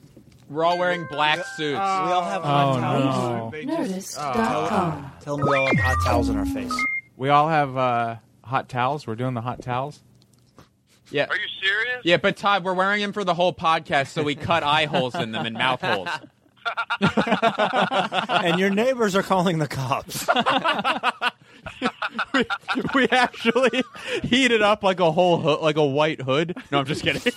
[SPEAKER 6] We're all wearing black suits. we all have
[SPEAKER 5] hot Oh, towels. no.
[SPEAKER 7] Nerdist.com. Tell them we all have hot towels in our face.
[SPEAKER 5] we all have uh, hot towels. We're doing the hot towels.
[SPEAKER 6] Yeah. Are you serious? Yeah, but Todd, we're wearing them for the whole podcast, so we cut eye holes in them and mouth holes.
[SPEAKER 7] and your neighbors are calling the cops.
[SPEAKER 6] we actually heated up like a whole ho- like a white hood. No, I'm just kidding.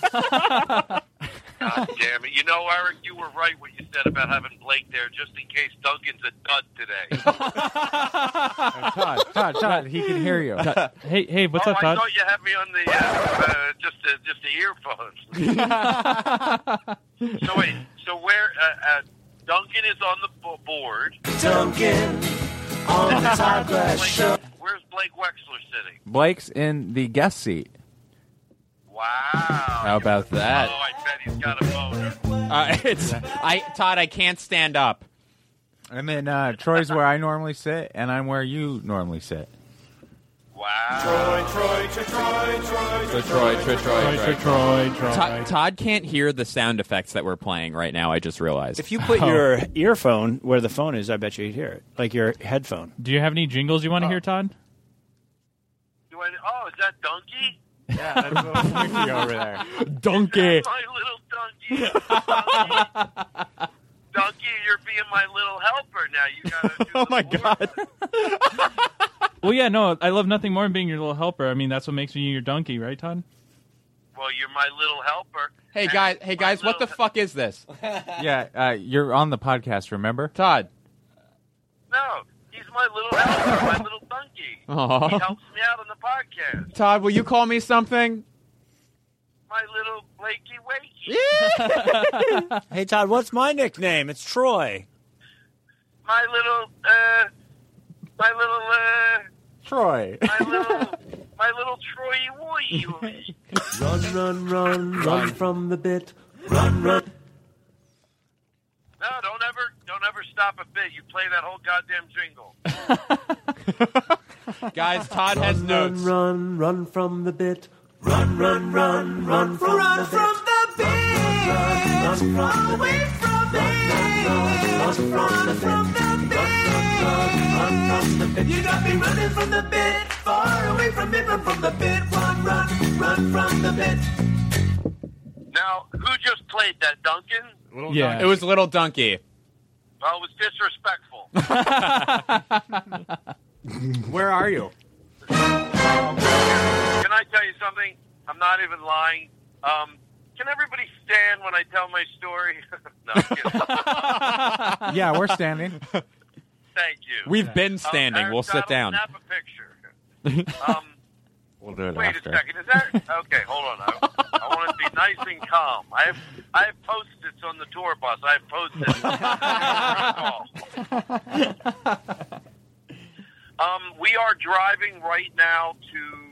[SPEAKER 19] God damn it. You know, Eric, you were right what you said about having Blake there just in case Duncan's a dud today.
[SPEAKER 5] Todd, Todd, Todd, he can hear you.
[SPEAKER 8] hey, hey, what's
[SPEAKER 19] oh,
[SPEAKER 8] up,
[SPEAKER 19] I
[SPEAKER 8] Todd?
[SPEAKER 19] thought you had me on the uh, uh, just the, just the uh, earphones. so wait, so where uh, uh, Duncan is on the bo- board?
[SPEAKER 17] Duncan on the Todd Glass
[SPEAKER 19] Blake-
[SPEAKER 17] Show.
[SPEAKER 19] Where's Blake Wexler sitting?
[SPEAKER 5] Blake's in the guest seat.
[SPEAKER 19] Wow.
[SPEAKER 6] How about that?
[SPEAKER 19] Oh, I bet he's got a boner.
[SPEAKER 6] Uh, it's I Todd. I can't stand up.
[SPEAKER 5] And then uh, Troy's where I normally sit, and I'm where you normally sit.
[SPEAKER 19] Wow.
[SPEAKER 17] Troy, Troy, Troy, Troy,
[SPEAKER 6] So Troy, Troy, Troy, Troy,
[SPEAKER 8] Troy, Troy, Troy.
[SPEAKER 6] Todd, Todd can't hear the sound effects that we're playing right now. I just realized. Oh.
[SPEAKER 7] If you put
[SPEAKER 5] Oh.
[SPEAKER 7] your earphone where the phone is, I bet you'd hear it. Like your headphone.
[SPEAKER 8] Do you have any jingles you want
[SPEAKER 5] Uh,
[SPEAKER 8] to hear, Todd?
[SPEAKER 19] Do I, oh, is that Donkey? Yeah,
[SPEAKER 5] that's a little donkey over there.
[SPEAKER 6] Donkey.
[SPEAKER 19] my little donkey. donkey. Donkey, you're being my little helper now. You gotta do
[SPEAKER 6] Oh my
[SPEAKER 19] god.
[SPEAKER 8] Well, yeah, no, I love nothing more than being your little helper. I mean, that's what makes me your donkey, right, Todd?
[SPEAKER 19] Well, you're my little helper.
[SPEAKER 6] Hey guys, hey guys, what the fuck is this?
[SPEAKER 5] Yeah, uh, you're on the podcast, remember?
[SPEAKER 6] Todd.
[SPEAKER 19] No, he's my little helper, my little donkey.
[SPEAKER 6] Aw.
[SPEAKER 19] He helps me out on the podcast.
[SPEAKER 6] Todd, will you call me something?
[SPEAKER 19] My little Blakey Wakey.
[SPEAKER 7] hey, Todd, what's my nickname? It's Troy.
[SPEAKER 19] My little, uh, my little, uh,
[SPEAKER 5] Troy.
[SPEAKER 19] my little, my little Troy Woy.
[SPEAKER 1] Run, run,
[SPEAKER 17] Run.
[SPEAKER 1] run, run from the bit. Run, run.
[SPEAKER 19] No, don't ever, don't ever stop a bit. You play that whole goddamn jingle.
[SPEAKER 6] Guys, Todd has
[SPEAKER 1] run,
[SPEAKER 6] notes.
[SPEAKER 1] Run, run from the bit. Run, run, run, run from the bit. Run from the bit. Run from the bit. Run from the bit. You got me running from the bit, far away from it, run from the bit. Run, run, run from the bit.
[SPEAKER 19] Now, who just played that, Duncan?
[SPEAKER 6] yeah, it was Little Donkey.
[SPEAKER 19] Well, it was disrespectful.
[SPEAKER 5] Where are you?
[SPEAKER 19] Can I tell you something? I'm not even lying. Um, can everybody stand when I tell my story? no, I'm kidding.
[SPEAKER 5] Yeah, we're standing.
[SPEAKER 19] Thank you.
[SPEAKER 6] We've been standing.
[SPEAKER 19] Um,
[SPEAKER 6] We'll sit
[SPEAKER 19] Aristotle,
[SPEAKER 6] down.
[SPEAKER 19] Snap a picture. Um,
[SPEAKER 5] We'll do it
[SPEAKER 19] wait
[SPEAKER 5] after.
[SPEAKER 19] a second. Is that okay? Hold on. I, I want to be nice and calm. I have I have post-its on the tour bus. I have
[SPEAKER 1] Oh.
[SPEAKER 19] post-its. um, we are driving right now to.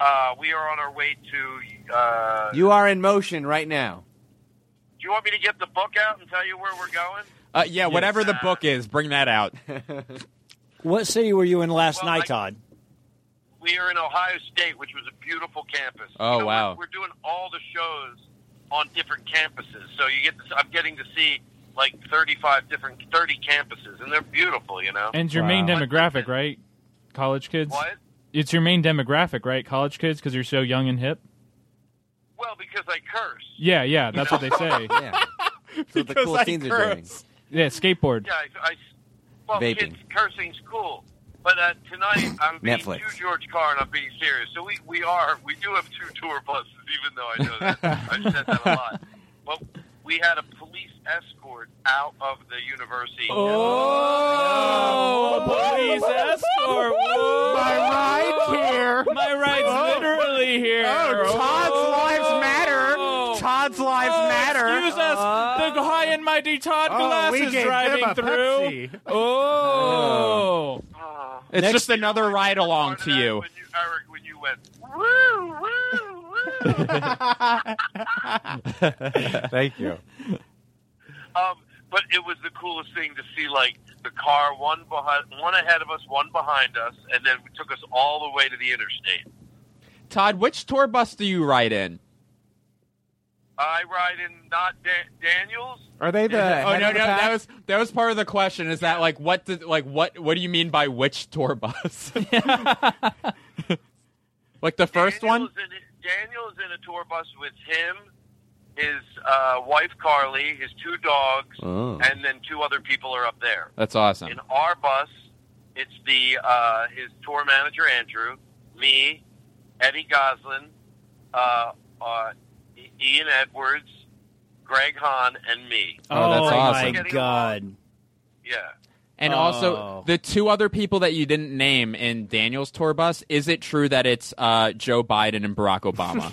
[SPEAKER 19] Uh, we are on our way to. Uh,
[SPEAKER 11] You are in motion right now.
[SPEAKER 19] do you want me to get the book out and tell you where we're going?
[SPEAKER 6] Uh, yeah, whatever the book is, bring that out.
[SPEAKER 7] What city were you in last
[SPEAKER 19] Well,
[SPEAKER 7] night,
[SPEAKER 19] I-
[SPEAKER 7] Todd?
[SPEAKER 19] We are in Ohio State, which was a beautiful campus.
[SPEAKER 7] Oh,
[SPEAKER 19] we're-
[SPEAKER 7] wow.
[SPEAKER 19] We're, doing all the shows on different campuses, so you get. To, I'm getting to see like 35 different, 30 campuses, and they're beautiful. You know.
[SPEAKER 8] And your main demographic, right? College kids.
[SPEAKER 19] What?
[SPEAKER 8] It's your main demographic, right? College kids, because you're so young and hip.
[SPEAKER 19] Well, because I curse.
[SPEAKER 8] Yeah, yeah, that's what they say.
[SPEAKER 19] Yeah.
[SPEAKER 8] So
[SPEAKER 19] Because cool I teens are doing. curse.
[SPEAKER 8] Yeah, skateboard.
[SPEAKER 19] Yeah, I, I well,
[SPEAKER 8] Vaping.
[SPEAKER 19] kids cursing's cool, but uh, tonight I'm being
[SPEAKER 8] Netflix.
[SPEAKER 19] too George Carr and I'm being serious. So we, we are we do have two tour buses, even though I know that I've said that a lot. But we had a police escort out of the university.
[SPEAKER 8] Oh, a police escort! Whoa.
[SPEAKER 17] My ride's here.
[SPEAKER 8] My ride's literally here. Oh,
[SPEAKER 17] Oh, Todd's lives matter. Todd's lives matter.
[SPEAKER 8] Excuse us.
[SPEAKER 19] Uh,
[SPEAKER 8] the high and mighty Todd
[SPEAKER 17] Oh,
[SPEAKER 8] Glass
[SPEAKER 17] we
[SPEAKER 8] is
[SPEAKER 17] gave
[SPEAKER 8] driving
[SPEAKER 17] them a
[SPEAKER 8] through.
[SPEAKER 17] Pepsi.
[SPEAKER 8] Oh.
[SPEAKER 6] It's just another ride along to you.
[SPEAKER 19] Woo, woo, woo.
[SPEAKER 5] Thank you.
[SPEAKER 19] Um, but it was the coolest thing to see, like the car one behind, one ahead of us, one behind us, and then it took us all the way to the interstate.
[SPEAKER 6] Todd, which tour bus do you ride in?
[SPEAKER 19] I ride in not da- Daniels.
[SPEAKER 5] Are they the?
[SPEAKER 6] oh
[SPEAKER 5] head
[SPEAKER 6] no,
[SPEAKER 5] of
[SPEAKER 6] no,
[SPEAKER 5] the pack?
[SPEAKER 6] that was that was part of the question. Is that like what did like what what do you mean by which tour bus? like the first one?
[SPEAKER 19] Daniel's in, Daniel's in a tour bus with him, his uh, wife Carly, his two dogs,
[SPEAKER 6] Oh.
[SPEAKER 19] and then two other people are up there.
[SPEAKER 6] That's awesome.
[SPEAKER 19] In our bus, it's the uh, his tour manager Andrew, me, Eddie Goslin, uh, uh, I- Ian Edwards, Greg Hahn, and me.
[SPEAKER 6] Oh, that's awesome.
[SPEAKER 19] Getting-
[SPEAKER 7] God.
[SPEAKER 19] Yeah.
[SPEAKER 6] And also the two other people that you didn't name in Daniel's tour bus, is it true that it's uh, Joe Biden and Barack Obama?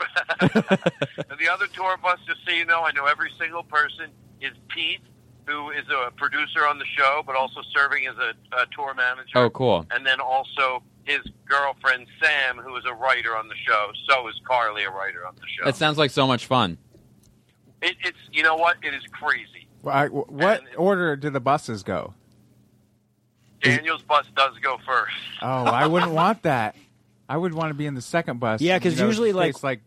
[SPEAKER 19] And the other tour bus, just so you know, I know every single person is Pete, who is a producer on the show, but also serving as a, a tour manager.
[SPEAKER 6] Oh, cool.
[SPEAKER 19] And then also his girlfriend Sam, who is a writer on the show. So is Carly, a writer on the show.
[SPEAKER 6] that sounds like so much fun.
[SPEAKER 19] It, it's you know what? It is crazy.
[SPEAKER 5] Well, I- wh- what order do the buses go?
[SPEAKER 19] Daniel's bus does go first.
[SPEAKER 5] Oh, I wouldn't want that. I would want to be in the second bus.
[SPEAKER 7] Yeah,
[SPEAKER 5] you
[SPEAKER 7] 'cause
[SPEAKER 5] know,
[SPEAKER 7] usually, uh,
[SPEAKER 5] in case, like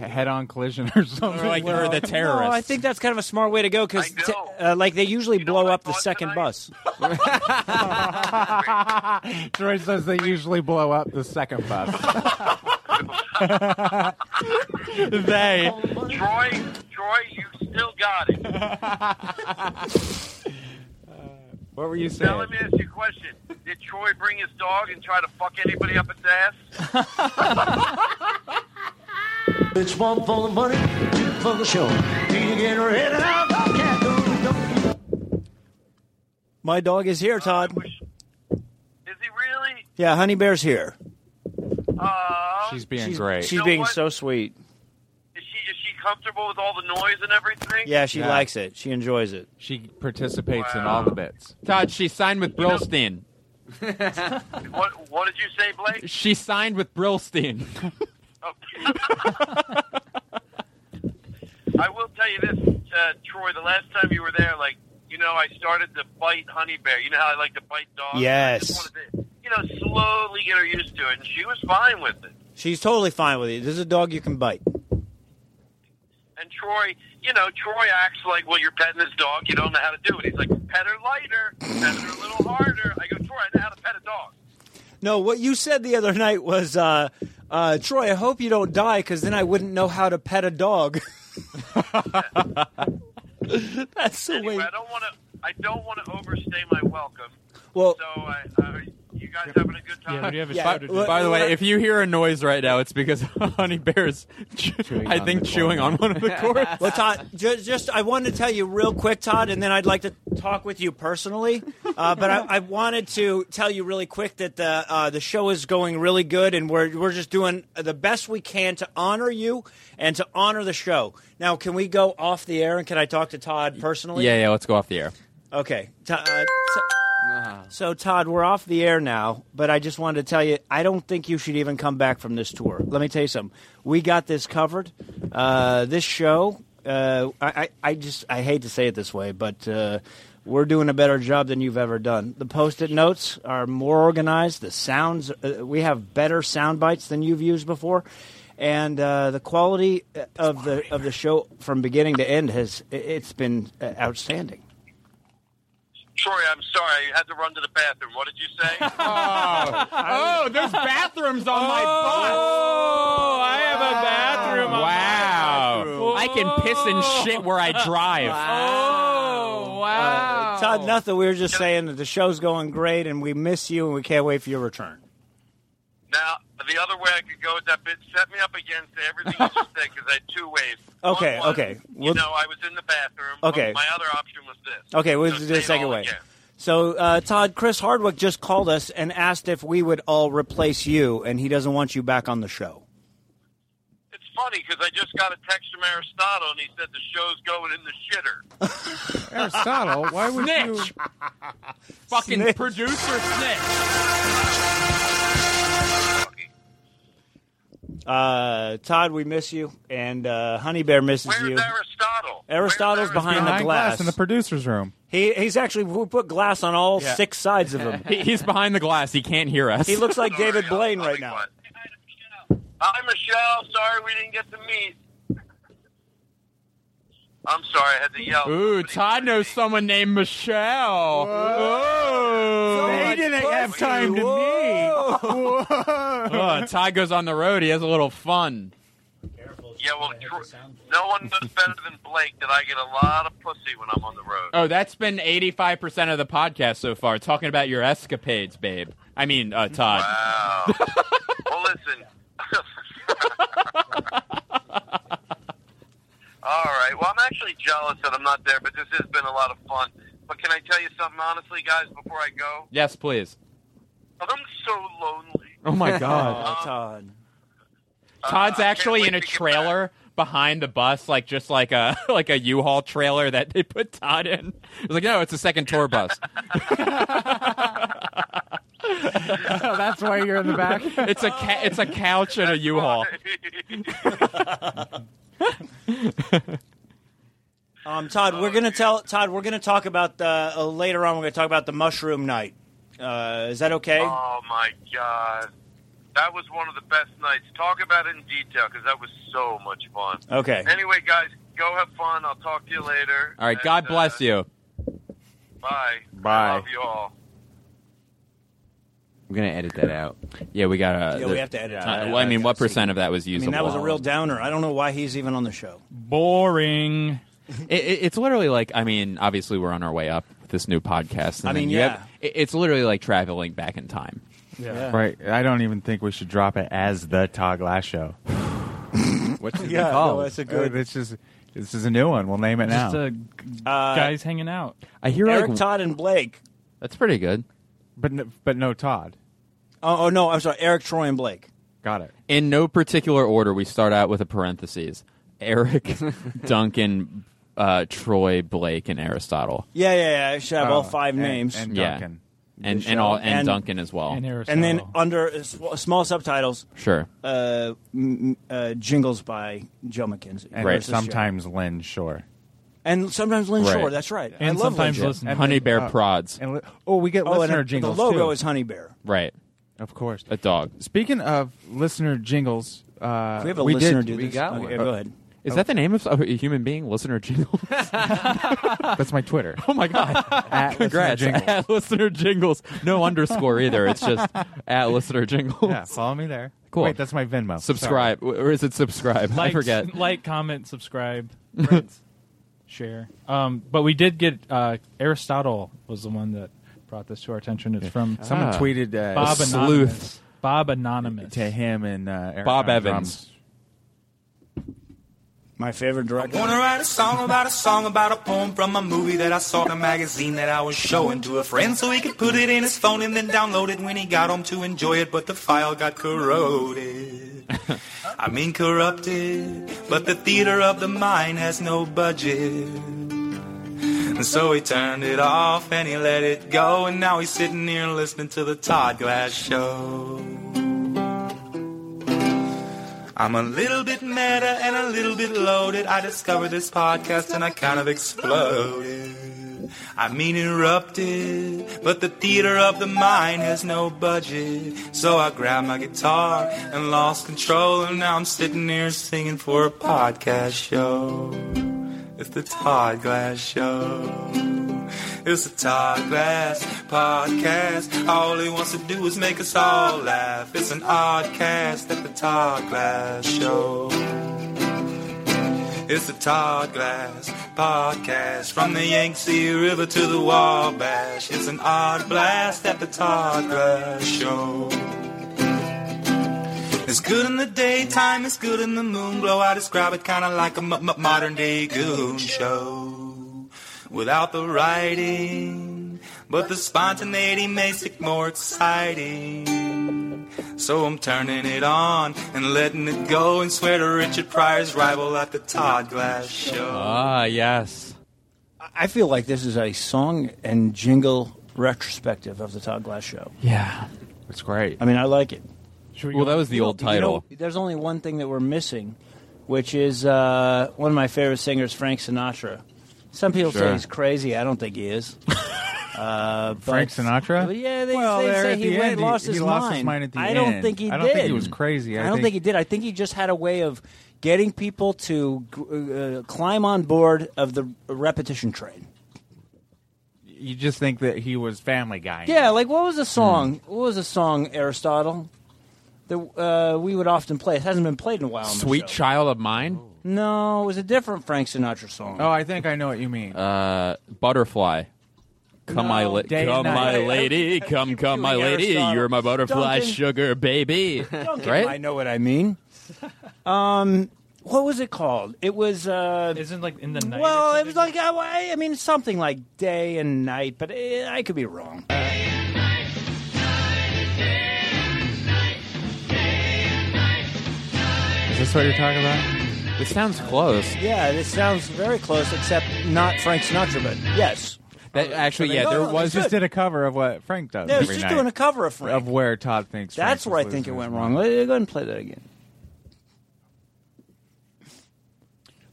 [SPEAKER 5] head-on collision or something.
[SPEAKER 7] Well, No, I think that's kind of a smart way to go because uh, like they usually blow up the second bus.
[SPEAKER 5] Troy says they usually blow up the second bus.
[SPEAKER 19] they. Troy, Troy, you still got it.
[SPEAKER 5] What were you
[SPEAKER 19] Now let me ask you a question: Did Troy bring his dog and try to fuck anybody up its ass?
[SPEAKER 17] Bitch, one for the money, two for the show. Need to get her head out. Can't do
[SPEAKER 7] My dog is here, Todd.
[SPEAKER 19] Uh, Is he really?
[SPEAKER 7] Yeah, Honey Bear's here.
[SPEAKER 19] Uh,
[SPEAKER 7] She's
[SPEAKER 6] being
[SPEAKER 19] great.
[SPEAKER 7] She's
[SPEAKER 19] You know
[SPEAKER 7] being
[SPEAKER 19] what?
[SPEAKER 7] so sweet.
[SPEAKER 19] Is she is she comfortable with all the noise and everything?
[SPEAKER 7] Yeah, she likes it. She enjoys it.
[SPEAKER 5] She participates in all the bits.
[SPEAKER 6] Todd, she signed with Brillstein.
[SPEAKER 19] what What did you say, Blake?
[SPEAKER 6] She signed with Brillstein.
[SPEAKER 19] I will tell you this, uh, Troy. The last time you were there, like you know, I started to bite Honey Bear. You know how I like to bite dogs. I just
[SPEAKER 7] Yes.
[SPEAKER 19] wanted to, you know, slowly get her used to it, and she was fine with it.
[SPEAKER 7] She's totally fine with it. This is a dog you can bite.
[SPEAKER 19] And Troy, you know, Troy acts like, well, you're petting this dog. You don't know how to do it. He's like, pet her lighter, pet her a little harder. I go, Troy, I know how to pet a dog.
[SPEAKER 7] No, what you said the other night was, uh, uh, Troy, I hope you don't die because then I wouldn't know how to pet a dog. That's the
[SPEAKER 19] anyway,
[SPEAKER 7] way.
[SPEAKER 19] I don't want to. I don't want to overstay my welcome.
[SPEAKER 7] Well-
[SPEAKER 19] so I, I, you guys having a good time?
[SPEAKER 6] by, by the way, if you hear a noise right now, it's because Honey Bear's, I
[SPEAKER 7] on
[SPEAKER 6] think,
[SPEAKER 7] the
[SPEAKER 6] chewing on one of the cords.
[SPEAKER 7] Well, Todd, just, just I wanted to tell you real quick, Todd, and then I'd like to talk with you personally. Uh, but I, I wanted to tell you really quick that the uh, the show is going really good, and we're we're just doing the best we can to honor you and to honor the show. Now, can we go off the air and can I talk to Todd personally?
[SPEAKER 6] Yeah, yeah, let's go off the air.
[SPEAKER 7] Okay. To- uh, so, so, Todd, we're off the air now, but I just wanted to tell you, I don't think you should even come back from this tour. Let me tell you something. We got this covered. Uh, this show, uh, I, I, I just, I hate to say it this way, but uh, We're doing a better job than you've ever done. The post-it notes are more organized. The sounds uh, we have better sound bites than you've used before, and uh, the quality uh, of the of the show from beginning to end has i- it's been uh, outstanding.
[SPEAKER 19] Troy, I'm sorry. I had to run to the bathroom. What did you say?
[SPEAKER 17] Oh, there's bathrooms on my bus. Oh, I have a bathroom. on
[SPEAKER 6] Wow. I can piss and shit where I drive.
[SPEAKER 7] Oh wow, Todd! Nothing. We were just saying that the show's going great, and we miss you, and we can't wait for your return.
[SPEAKER 19] Now, the other way I could go is that bit set me up against everything you just said because I had two ways.
[SPEAKER 7] Okay, okay.
[SPEAKER 19] You know, I was in the bathroom. but
[SPEAKER 7] Okay.
[SPEAKER 19] My other option was this.
[SPEAKER 7] Okay, we'll
[SPEAKER 19] So
[SPEAKER 7] do
[SPEAKER 19] say
[SPEAKER 7] the
[SPEAKER 19] it
[SPEAKER 7] second
[SPEAKER 19] all
[SPEAKER 7] way.
[SPEAKER 19] again.
[SPEAKER 7] So, uh, Todd, Chris Hardwick just called us and asked if we would all replace you, and he doesn't want you back on the show.
[SPEAKER 19] It's funny because I just got a text from Aristotle and he said the show's going in the shitter.
[SPEAKER 5] Aristotle, why would
[SPEAKER 6] Snitch.
[SPEAKER 5] you?
[SPEAKER 6] Fucking
[SPEAKER 5] Snitch.
[SPEAKER 6] producer snitch.
[SPEAKER 7] Uh, Todd, we miss you, and uh, Honey Bear misses you.
[SPEAKER 19] Aristotle?
[SPEAKER 7] Aristotle's behind, the glass.
[SPEAKER 5] in the producer's room.
[SPEAKER 7] he, he's actually we put glass on all
[SPEAKER 5] Yeah.
[SPEAKER 7] six sides of him.
[SPEAKER 6] He- he's behind the glass. He can't hear us.
[SPEAKER 7] He looks like David Blaine right now.
[SPEAKER 19] Hi, Michelle. Sorry we didn't get to meet. I'm sorry, I had to yell.
[SPEAKER 6] Ooh, Todd knows someone named Michelle. Oh,
[SPEAKER 17] They didn't have time to
[SPEAKER 6] Whoa. Oh, Todd goes on the road. He has a little fun.
[SPEAKER 19] Yeah, well, Tro- no one knows better than Blake that I get a lot of pussy when I'm on the road.
[SPEAKER 6] Oh, that's been eighty-five percent of the podcast so far, talking about your escapades, babe. I mean, uh, Todd.
[SPEAKER 19] Wow. well, listen. All right. Well, I'm actually jealous that I'm not there, but this has been a lot of fun. But can I tell you something honestly, guys, before I go?
[SPEAKER 6] Yes, please.
[SPEAKER 19] I'm so lonely. Uh,
[SPEAKER 6] Oh my God.
[SPEAKER 7] Oh, Todd.
[SPEAKER 6] Todd's actually in a trailer behind the bus, like just like a like a U-Haul trailer that they put Todd in. It's like, no, it's a second tour bus.
[SPEAKER 5] That's why you're in the back.
[SPEAKER 6] it's a ca- it's a couch and a U-Haul.
[SPEAKER 7] Um, Todd, we're gonna tell Todd. We're gonna talk about the uh, later on. We're gonna talk about the mushroom night. Uh, is that okay?
[SPEAKER 19] Oh my god, that was one of the best nights. Talk about it in detail because that was so much fun.
[SPEAKER 7] Okay.
[SPEAKER 19] Anyway, guys, go have fun. I'll talk to you later.
[SPEAKER 6] All right, God bless you.
[SPEAKER 19] Bye.
[SPEAKER 6] Bye.
[SPEAKER 19] Love you all.
[SPEAKER 6] I'm gonna edit that out. Yeah, we gotta.
[SPEAKER 7] Yeah, we have to edit it out.
[SPEAKER 6] well, I mean, what percent of that was
[SPEAKER 7] I
[SPEAKER 6] usable?
[SPEAKER 7] mean, that was a real downer. I don't know why he's even on the show.
[SPEAKER 6] boring. It, it, it's literally like I mean, obviously we're on our way up with this new podcast. and
[SPEAKER 7] I
[SPEAKER 6] then
[SPEAKER 7] mean,
[SPEAKER 6] you
[SPEAKER 7] yeah.
[SPEAKER 6] have- it- it's literally like traveling back in time.
[SPEAKER 7] Yeah. Yeah.
[SPEAKER 5] Right. I don't even think we should drop it as the Todd Glass Show.
[SPEAKER 6] What
[SPEAKER 5] should
[SPEAKER 7] Yeah,
[SPEAKER 5] we call
[SPEAKER 7] no,
[SPEAKER 5] it?
[SPEAKER 7] that's a good-
[SPEAKER 5] Uh, This is this is a new one. We'll name it
[SPEAKER 8] Just
[SPEAKER 5] now.
[SPEAKER 8] uh, guys hanging out.
[SPEAKER 6] I hear
[SPEAKER 7] Eric,
[SPEAKER 6] like
[SPEAKER 7] Todd, and Blake.
[SPEAKER 6] that's pretty good.
[SPEAKER 5] But no, but no Todd.
[SPEAKER 7] Oh, oh no, I'm sorry, Eric, Troy, and Blake.
[SPEAKER 5] Got it.
[SPEAKER 6] In no particular order, we start out with a parentheses: Eric, Duncan, uh, Troy, Blake, and Aristotle.
[SPEAKER 7] Yeah, yeah, yeah. I should have all
[SPEAKER 6] Oh,
[SPEAKER 7] five
[SPEAKER 6] and-
[SPEAKER 7] names.
[SPEAKER 6] and Duncan. Yeah. And- and all- and Duncan as well. And Aristotle.
[SPEAKER 7] And then under uh, sw- small subtitles,
[SPEAKER 6] Sure.
[SPEAKER 7] uh, m- m- uh, jingles by Joe McKenzie.
[SPEAKER 5] And
[SPEAKER 7] Versus Joe.
[SPEAKER 5] sometimes Lynn Shore.
[SPEAKER 7] and sometimes Lynn
[SPEAKER 6] Right.
[SPEAKER 7] Shore. That's right.
[SPEAKER 6] And
[SPEAKER 7] I love
[SPEAKER 6] sometimes
[SPEAKER 7] Lynn
[SPEAKER 6] listen-
[SPEAKER 7] Shore.
[SPEAKER 6] Honey Bear Prods.
[SPEAKER 5] Uh, And li- oh, we get
[SPEAKER 7] Oh, and
[SPEAKER 5] listener
[SPEAKER 7] it-
[SPEAKER 5] jingles.
[SPEAKER 7] The logo
[SPEAKER 5] too.
[SPEAKER 7] is Honey Bear.
[SPEAKER 6] Right.
[SPEAKER 5] Of course.
[SPEAKER 6] A dog.
[SPEAKER 5] Speaking of listener jingles, uh,
[SPEAKER 7] If we have a
[SPEAKER 5] we
[SPEAKER 7] listener
[SPEAKER 5] did,
[SPEAKER 7] do this- okay, go ahead.
[SPEAKER 6] Is that the name of a human being? Listener Jingles.
[SPEAKER 5] That's my Twitter.
[SPEAKER 6] Oh my god!
[SPEAKER 5] At listener
[SPEAKER 6] Congrats,
[SPEAKER 5] jingles.
[SPEAKER 6] at listener jingles. No underscore either. It's just at listener jingles.
[SPEAKER 5] Yeah, follow me there.
[SPEAKER 6] Cool.
[SPEAKER 5] Wait, that's my Venmo.
[SPEAKER 6] Subscribe, or is it subscribe? I
[SPEAKER 8] Like,
[SPEAKER 6] forget.
[SPEAKER 8] Like, comment, subscribe, share. Um, but we did get uh, Aristotle was the one that brought this to our attention. It's from
[SPEAKER 5] Someone
[SPEAKER 6] Ah.
[SPEAKER 5] tweeted uh,
[SPEAKER 8] Bob
[SPEAKER 5] a
[SPEAKER 8] Anonymous. Bob Anonymous.
[SPEAKER 5] to him and uh, Eric
[SPEAKER 6] Bob
[SPEAKER 5] on
[SPEAKER 6] Evans.
[SPEAKER 7] My favorite director.
[SPEAKER 20] Wanna write a song about a song about a poem from a movie that I saw in a magazine that I was showing to a friend so he could put it in his phone and then download it when he got home to enjoy it, but the file got corroded. I mean corrupted, but the theater of the mind has no budget. And so he turned it off and he let it go, and now he's sitting here listening to the Todd Glass show. I'm a little bit meta and a little bit loaded. I discovered this podcast and I kind of exploded. I mean erupted. But the theater of the mind has no budget. So I grabbed my guitar and lost control. And now I'm sitting here singing for a podcast show. It's the Todd Glass Show. It's the Todd Glass podcast. All he wants to do is make us all laugh. It's an odd cast at the Todd Glass Show. It's the Todd Glass podcast from the Yangtze River to the Wabash. It's an odd blast at the Todd Glass Show. It's good in the daytime, it's good in the moon glow. I describe it kind of like a m- m- modern day goon show. Without the writing, but the spontaneity makes it more exciting. So I'm turning it on and letting it go and swear to Richard Pryor's rival at the Todd Glass Show.
[SPEAKER 6] Ah, yes.
[SPEAKER 7] I feel like this is a song and jingle retrospective of the Todd Glass Show.
[SPEAKER 6] Yeah, it's great.
[SPEAKER 7] I mean, I like it.
[SPEAKER 6] we Well, go- that was the
[SPEAKER 7] You know-
[SPEAKER 6] old
[SPEAKER 7] you know,
[SPEAKER 6] title.
[SPEAKER 7] there's only one thing that we're missing, which is uh, one of my favorite singers, Frank Sinatra. Some people
[SPEAKER 5] Sure.
[SPEAKER 7] say he's crazy. I don't think he is. Uh, but-
[SPEAKER 5] Frank Sinatra?
[SPEAKER 7] Yeah, they,
[SPEAKER 5] Well,
[SPEAKER 7] they
[SPEAKER 5] there
[SPEAKER 7] say
[SPEAKER 5] at
[SPEAKER 7] he
[SPEAKER 5] the
[SPEAKER 7] went,
[SPEAKER 5] end, he-
[SPEAKER 7] lost, his,
[SPEAKER 5] he lost
[SPEAKER 7] mind.
[SPEAKER 5] his mind at the
[SPEAKER 7] I don't
[SPEAKER 5] end.
[SPEAKER 7] think he
[SPEAKER 5] I
[SPEAKER 7] did.
[SPEAKER 5] don't think he was crazy. I
[SPEAKER 7] don't
[SPEAKER 5] think-
[SPEAKER 7] think he did. I think he just had a way of getting people to uh, climb on board of the repetition train.
[SPEAKER 5] You just think that he was Family Guy.
[SPEAKER 7] Yeah, like what was
[SPEAKER 6] Hmm.
[SPEAKER 7] the song? What was the song Aristotle that uh, we would often play? It hasn't been played in a while. on the
[SPEAKER 6] Sweet
[SPEAKER 7] show.
[SPEAKER 6] Child of Mine.
[SPEAKER 7] No, it was a different Frank Sinatra song.
[SPEAKER 5] Oh, I think I know what you mean.
[SPEAKER 6] Uh, butterfly. Come my la-
[SPEAKER 5] Day and
[SPEAKER 6] come
[SPEAKER 5] Night.
[SPEAKER 6] my lady, come come my lady,
[SPEAKER 7] Aristotle.
[SPEAKER 6] you're my butterfly
[SPEAKER 7] Duncan.
[SPEAKER 6] sugar baby.
[SPEAKER 7] right?
[SPEAKER 6] right?
[SPEAKER 7] I know what I mean. Um, what was it called? It was. Uh,
[SPEAKER 8] Isn't like in the night?
[SPEAKER 7] Well, it was like I, I mean something like day and night, but eh, I could be wrong.
[SPEAKER 6] Is this what you're talking about? This sounds close.
[SPEAKER 7] Yeah, this sounds very close, except not Frank Sinatra, but yes.
[SPEAKER 6] That actually, yeah,
[SPEAKER 7] No,
[SPEAKER 6] there
[SPEAKER 7] no,
[SPEAKER 6] was
[SPEAKER 7] it's good.
[SPEAKER 6] just
[SPEAKER 5] just did a cover of what Frank does.
[SPEAKER 7] Yeah, it's
[SPEAKER 5] every
[SPEAKER 7] just
[SPEAKER 5] night.
[SPEAKER 7] doing a cover of Frank.
[SPEAKER 5] Of where Todd thinks.
[SPEAKER 7] That's where I think it went wrong. Let- Go ahead and play that again.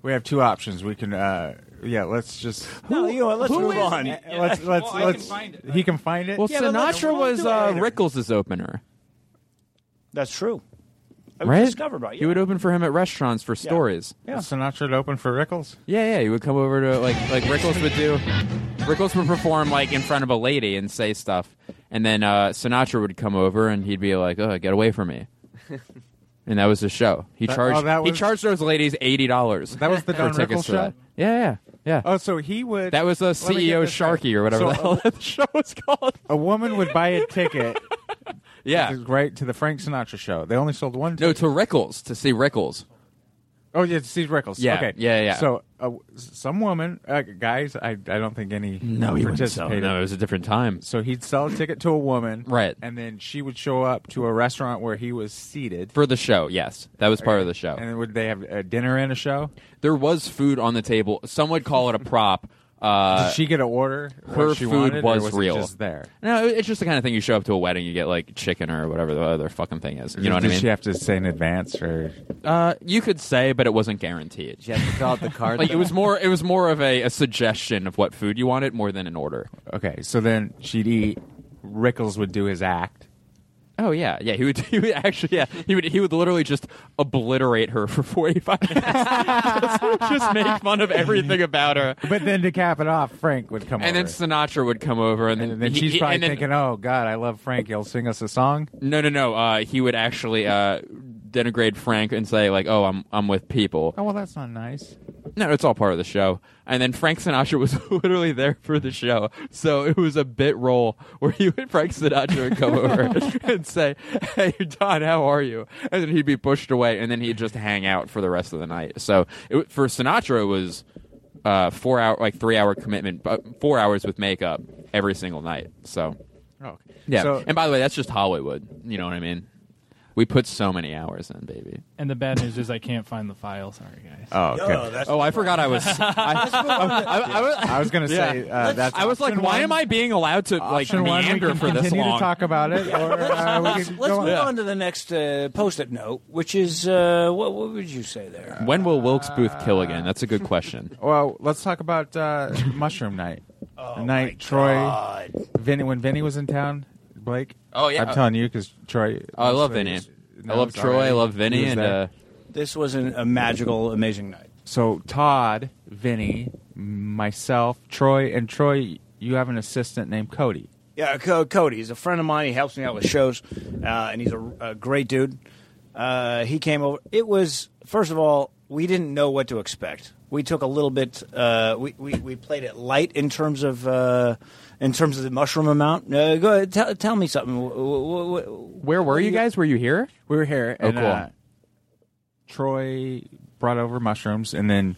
[SPEAKER 5] We have two options. We can, uh, yeah, let's just.
[SPEAKER 7] No, you know what? Let's
[SPEAKER 5] Who
[SPEAKER 7] move
[SPEAKER 5] is-
[SPEAKER 7] on.
[SPEAKER 5] Uh, Let's let's let's. He can find it.
[SPEAKER 6] Well,
[SPEAKER 7] Yeah, but let's-
[SPEAKER 6] Sinatra
[SPEAKER 7] let's
[SPEAKER 6] was
[SPEAKER 7] do it
[SPEAKER 6] uh,
[SPEAKER 7] later.
[SPEAKER 6] Rickles' opener,
[SPEAKER 7] That's true. It was
[SPEAKER 6] right?
[SPEAKER 7] discovered by
[SPEAKER 6] He
[SPEAKER 7] you.
[SPEAKER 6] would open for him at restaurants for stories.
[SPEAKER 5] Yeah, Sinatra to open for Rickles.
[SPEAKER 6] Yeah, yeah, he would come over to like like Rickles would do. Rickles would perform like in front of a lady and say stuff, and then uh, Sinatra would come over and he'd be like, "Oh, get away from me," and that was the show. He
[SPEAKER 5] That-
[SPEAKER 6] charged
[SPEAKER 5] oh, that
[SPEAKER 6] he
[SPEAKER 5] was-
[SPEAKER 6] charged those ladies eighty dollars.
[SPEAKER 5] That was the Don Rickles show?
[SPEAKER 6] Yeah, yeah, yeah.
[SPEAKER 5] Oh, so he would.
[SPEAKER 6] That was a
[SPEAKER 5] Let me get
[SPEAKER 6] CEO
[SPEAKER 5] this
[SPEAKER 6] Sharky or whatever
[SPEAKER 5] So,
[SPEAKER 6] the hell that show was called.
[SPEAKER 5] A woman would buy a ticket.
[SPEAKER 6] Yeah,
[SPEAKER 5] right to the Frank Sinatra show. They only sold one.
[SPEAKER 6] no, to Rickles to see Rickles.
[SPEAKER 5] Oh yeah, to Steve Rickles.
[SPEAKER 6] Yeah,
[SPEAKER 5] okay,
[SPEAKER 6] yeah, yeah.
[SPEAKER 5] So uh, some woman, uh, guys, I I don't think any
[SPEAKER 6] No, he wouldn't sell.
[SPEAKER 5] participated.
[SPEAKER 6] No, it was a different time.
[SPEAKER 5] So he'd sell a ticket to a woman,
[SPEAKER 6] Right.
[SPEAKER 5] And then she would show up to a restaurant where he was seated.
[SPEAKER 6] For the show, yes, that was part of the show.
[SPEAKER 5] And then would they have a dinner and a show?
[SPEAKER 6] There was food on the table. Some would call it a prop. Uh,
[SPEAKER 5] Did she get an order? what
[SPEAKER 6] her
[SPEAKER 5] she
[SPEAKER 6] food
[SPEAKER 5] wanted, or
[SPEAKER 6] was,
[SPEAKER 5] was it
[SPEAKER 6] real.
[SPEAKER 5] just there?
[SPEAKER 6] No, it- it's just the kind of thing you show up to a wedding, you get like chicken or whatever the other fucking thing is. You know what
[SPEAKER 5] Did
[SPEAKER 6] I mean?
[SPEAKER 5] she have to say in advance or?
[SPEAKER 6] uh, you could say, but it wasn't guaranteed.
[SPEAKER 11] Did you have to fill out the card?
[SPEAKER 6] Like it was more, it was more of a, a suggestion of what food you wanted more than an order.
[SPEAKER 5] Okay, so then she'd eat. Rickles would do his act.
[SPEAKER 6] Oh yeah, yeah. He would, he would actually, yeah. He would, he would literally just obliterate her for forty five minutes. just, just make fun of everything about her.
[SPEAKER 5] But then to cap it off, Frank would come
[SPEAKER 6] And
[SPEAKER 5] over.
[SPEAKER 6] then Sinatra would come over, and then,
[SPEAKER 5] and then
[SPEAKER 6] he-
[SPEAKER 5] she's
[SPEAKER 6] he-
[SPEAKER 5] probably
[SPEAKER 6] and then-
[SPEAKER 5] thinking, "Oh God, I love Frank. He'll sing us a song."
[SPEAKER 6] No, no, no. Uh, he would actually uh, denigrate Frank and say like, "Oh, I'm I'm with people."
[SPEAKER 5] Oh well, that's not nice.
[SPEAKER 6] No, it's all part of the show. And then Frank Sinatra was literally there for the show, so it was a bit role where he would Frank Sinatra would come over and say, "Hey, Don, how are you?" And then he'd be pushed away, and then he'd just hang out for the rest of the night. So it, for Sinatra, it was uh, four hour, like three hour commitment, but four hours with makeup every single night. So
[SPEAKER 5] Oh, okay.
[SPEAKER 6] yeah.
[SPEAKER 5] So-
[SPEAKER 6] and by the way, that's just Hollywood. You know what I mean? We put so many hours in, baby.
[SPEAKER 8] And the bad news is I can't find the file. Sorry, guys.
[SPEAKER 5] Oh, okay.
[SPEAKER 6] oh, I forgot I was. I, I- I- I was-
[SPEAKER 5] I was gonna say
[SPEAKER 6] Yeah.
[SPEAKER 5] uh, that's.
[SPEAKER 6] I was like,
[SPEAKER 5] option
[SPEAKER 6] why
[SPEAKER 5] one.
[SPEAKER 6] am I being allowed to like
[SPEAKER 5] Option one, we
[SPEAKER 6] meander
[SPEAKER 5] can
[SPEAKER 6] for this
[SPEAKER 5] continue
[SPEAKER 6] long?
[SPEAKER 5] to talk about it, or uh, we
[SPEAKER 7] Let's,
[SPEAKER 5] can
[SPEAKER 7] let's
[SPEAKER 5] go
[SPEAKER 7] move
[SPEAKER 5] on.
[SPEAKER 7] on to the next uh, post-it note, which is uh, what, what would you say there?
[SPEAKER 6] When will Wilkes Booth kill again? That's a good question.
[SPEAKER 5] Well, let's talk about uh, Mushroom Night. the
[SPEAKER 7] Oh,
[SPEAKER 5] night Troy, Vinny, when Vinny was in town, Blake.
[SPEAKER 6] Oh, yeah.
[SPEAKER 5] I'm telling you because Troy.
[SPEAKER 6] Oh, I love Vinny. I love Troy, I love Vinny, and, uh,
[SPEAKER 7] this was an, a magical, amazing night.
[SPEAKER 5] So Todd, Vinny, myself, Troy, and Troy, you have an assistant named Cody.
[SPEAKER 7] Yeah, Co- Cody. He's a friend of mine. He helps me out with shows, uh, and he's a, a great dude. Uh, he came over. It was first of all, we didn't know what to expect. We took a little bit. Uh, we, we we played it light in terms of uh, in terms of the mushroom amount. Uh, go ahead, tell, tell me something. Where
[SPEAKER 6] were you guys? Were you here?
[SPEAKER 5] We were here.
[SPEAKER 6] Oh,
[SPEAKER 5] and,
[SPEAKER 6] cool.
[SPEAKER 5] uh, Troy brought over mushrooms and then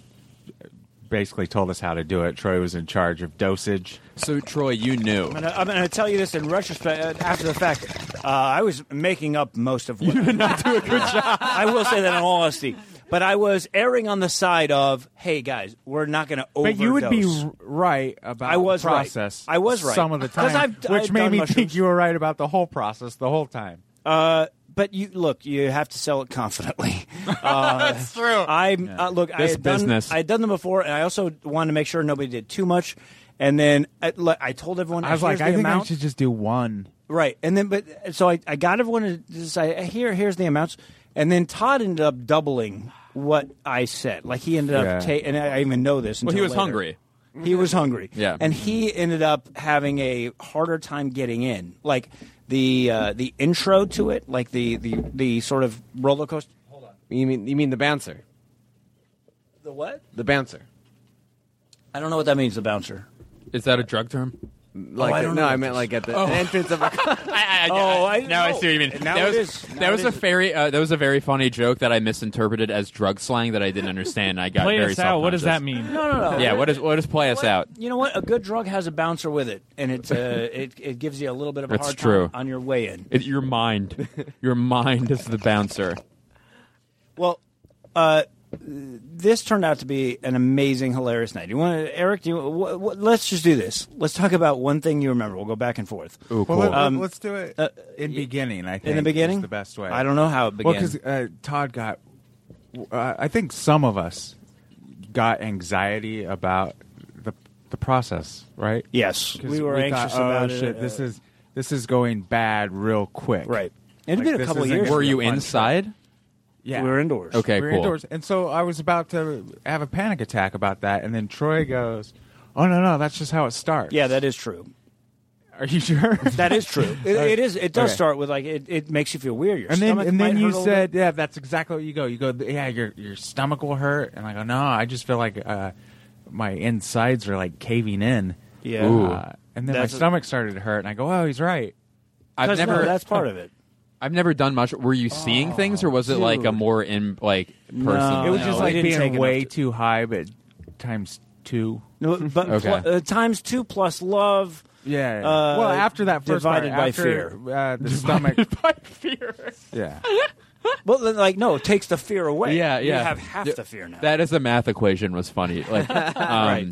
[SPEAKER 5] basically told us how to do it. Troy was in charge of dosage.
[SPEAKER 6] So Troy, you knew.
[SPEAKER 7] I'm gonna, I'm gonna tell you this in retrospect, uh, after the fact. Uh, I was making up most of what you did not do a good job. I will say that in all honesty, but I was erring on the side of, hey guys, we're not gonna overdose.
[SPEAKER 5] But you would be r- right about
[SPEAKER 7] I was
[SPEAKER 5] the
[SPEAKER 7] right.
[SPEAKER 5] process.
[SPEAKER 7] I was right.
[SPEAKER 5] some of the
[SPEAKER 7] 'Cause
[SPEAKER 5] time,
[SPEAKER 7] I've-
[SPEAKER 5] which
[SPEAKER 7] I've
[SPEAKER 5] made
[SPEAKER 7] done
[SPEAKER 5] me think
[SPEAKER 7] mushrooms.
[SPEAKER 5] you were right about the whole process the whole time.
[SPEAKER 7] Uh, but you look, you have to sell it confidently. Uh,
[SPEAKER 5] That's true.
[SPEAKER 7] I am uh, look. I
[SPEAKER 6] This
[SPEAKER 7] had done-
[SPEAKER 6] business.
[SPEAKER 7] I had done them before, and I also wanted to make sure nobody did too much. And then I, like, I told everyone.
[SPEAKER 5] I was
[SPEAKER 7] "Here's
[SPEAKER 5] like, I
[SPEAKER 7] the
[SPEAKER 5] think I
[SPEAKER 7] amount.
[SPEAKER 5] should just do one.
[SPEAKER 7] Right, and then but so I, I got everyone to decide here here's the amounts, and then Todd ended up doubling what I said. Like he ended
[SPEAKER 6] Yeah.
[SPEAKER 7] up ta- and I I even know this.
[SPEAKER 6] Well, he
[SPEAKER 7] until
[SPEAKER 6] was
[SPEAKER 7] later.
[SPEAKER 6] hungry.
[SPEAKER 7] He was hungry.
[SPEAKER 6] Yeah.
[SPEAKER 7] and he ended up having a harder time getting in. Like the uh, the intro to it, like the the the sort of roller coaster. Hold on,
[SPEAKER 11] You mean you mean the bouncer?
[SPEAKER 7] the what?
[SPEAKER 11] The bouncer.
[SPEAKER 7] I don't know what that means. The bouncer. Oh,
[SPEAKER 6] Is that a drug term?
[SPEAKER 11] Like
[SPEAKER 7] I
[SPEAKER 11] uh,
[SPEAKER 7] don't
[SPEAKER 11] no,
[SPEAKER 7] know
[SPEAKER 11] I
[SPEAKER 7] what
[SPEAKER 11] meant
[SPEAKER 7] this-
[SPEAKER 11] like at the
[SPEAKER 7] Oh.
[SPEAKER 11] entrance of a.
[SPEAKER 6] I,
[SPEAKER 7] oh, I
[SPEAKER 6] now I
[SPEAKER 7] know.
[SPEAKER 6] see what you mean.
[SPEAKER 7] Now
[SPEAKER 6] that
[SPEAKER 7] it
[SPEAKER 6] was,
[SPEAKER 7] is.
[SPEAKER 6] that
[SPEAKER 7] Now
[SPEAKER 6] was
[SPEAKER 7] it
[SPEAKER 6] a very uh, that was a very funny joke that I misinterpreted as drug slang that I didn't understand. and I got
[SPEAKER 8] Play
[SPEAKER 6] very
[SPEAKER 8] us out. What does that
[SPEAKER 6] self-conscious.
[SPEAKER 8] mean?
[SPEAKER 7] No, no, no.
[SPEAKER 6] Yeah, what does what does play us out?
[SPEAKER 7] You know what? A good drug has a bouncer with it, and it uh, it it gives you a little bit of a
[SPEAKER 6] That's
[SPEAKER 7] hard
[SPEAKER 6] true.
[SPEAKER 7] time on your way in.
[SPEAKER 6] It, your mind, your mind is the bouncer.
[SPEAKER 7] Well, uh, this turned out to be an amazing, hilarious night. You want to, Eric? Do you? Wh- wh- let's just do this. Let's talk about one thing you remember. We'll go back and forth.
[SPEAKER 5] Ooh, Well, let, us do it in beginning. I think
[SPEAKER 7] Um, uh, in the beginning,
[SPEAKER 5] is the best way.
[SPEAKER 7] I don't know how it
[SPEAKER 5] Well,
[SPEAKER 7] began.
[SPEAKER 5] because uh, Todd got, uh, I think some of us got anxiety about the the process, right?
[SPEAKER 7] Yes.
[SPEAKER 5] 'Cause
[SPEAKER 7] We were
[SPEAKER 5] thought,
[SPEAKER 7] anxious
[SPEAKER 5] oh,
[SPEAKER 7] about it,
[SPEAKER 5] shit, This
[SPEAKER 7] uh,
[SPEAKER 5] is this is going bad real quick, right?
[SPEAKER 7] It'd been a couple of years
[SPEAKER 6] Were
[SPEAKER 7] ago.
[SPEAKER 6] you
[SPEAKER 7] Fun
[SPEAKER 6] inside?
[SPEAKER 5] Yeah,
[SPEAKER 7] We were indoors.
[SPEAKER 6] Okay,
[SPEAKER 5] We were
[SPEAKER 6] cool.
[SPEAKER 5] indoors. And so I was about to have a panic attack about that, and then Troy goes, "Oh no, no, that's just how it starts."
[SPEAKER 7] Yeah, that is true.
[SPEAKER 5] Are you sure?
[SPEAKER 7] That is true. It, it is. It does
[SPEAKER 5] Okay.
[SPEAKER 7] start with like it, it makes you feel weird. Your
[SPEAKER 5] and then
[SPEAKER 7] stomach
[SPEAKER 5] and then
[SPEAKER 7] might
[SPEAKER 5] you
[SPEAKER 7] hurt a little
[SPEAKER 5] said, yeah, that's exactly what you go. You go, yeah, your your stomach will hurt, and I go, no, I just feel like uh, my insides are like caving in.
[SPEAKER 7] Yeah. Ooh.
[SPEAKER 5] Uh, and then
[SPEAKER 7] That's
[SPEAKER 5] my
[SPEAKER 7] a-
[SPEAKER 5] stomach started to hurt, and I go, oh, he's right.
[SPEAKER 7] bit.
[SPEAKER 6] I've
[SPEAKER 7] 'Cause, no,
[SPEAKER 6] never
[SPEAKER 7] that's part of it.
[SPEAKER 6] I've never done much. Were you seeing things, or was it like a
[SPEAKER 7] dude.
[SPEAKER 6] more in like person?
[SPEAKER 5] it was just
[SPEAKER 7] I
[SPEAKER 5] like
[SPEAKER 7] didn't take
[SPEAKER 5] being
[SPEAKER 7] enough
[SPEAKER 5] way too high, but times two.
[SPEAKER 7] No, but
[SPEAKER 5] Okay.
[SPEAKER 7] pl- uh, times two plus love.
[SPEAKER 5] Yeah.
[SPEAKER 7] Uh,
[SPEAKER 5] well, after that first
[SPEAKER 7] divided
[SPEAKER 5] part,
[SPEAKER 7] by
[SPEAKER 5] after,
[SPEAKER 7] fear.
[SPEAKER 5] uh, the stomach.
[SPEAKER 6] by fear.
[SPEAKER 5] Yeah.
[SPEAKER 7] Well, then, like no, it takes the fear away.
[SPEAKER 6] Yeah, yeah.
[SPEAKER 7] You have half
[SPEAKER 6] Yeah,
[SPEAKER 7] the fear now.
[SPEAKER 6] That is a math equation was funny. Like, um,
[SPEAKER 7] Right.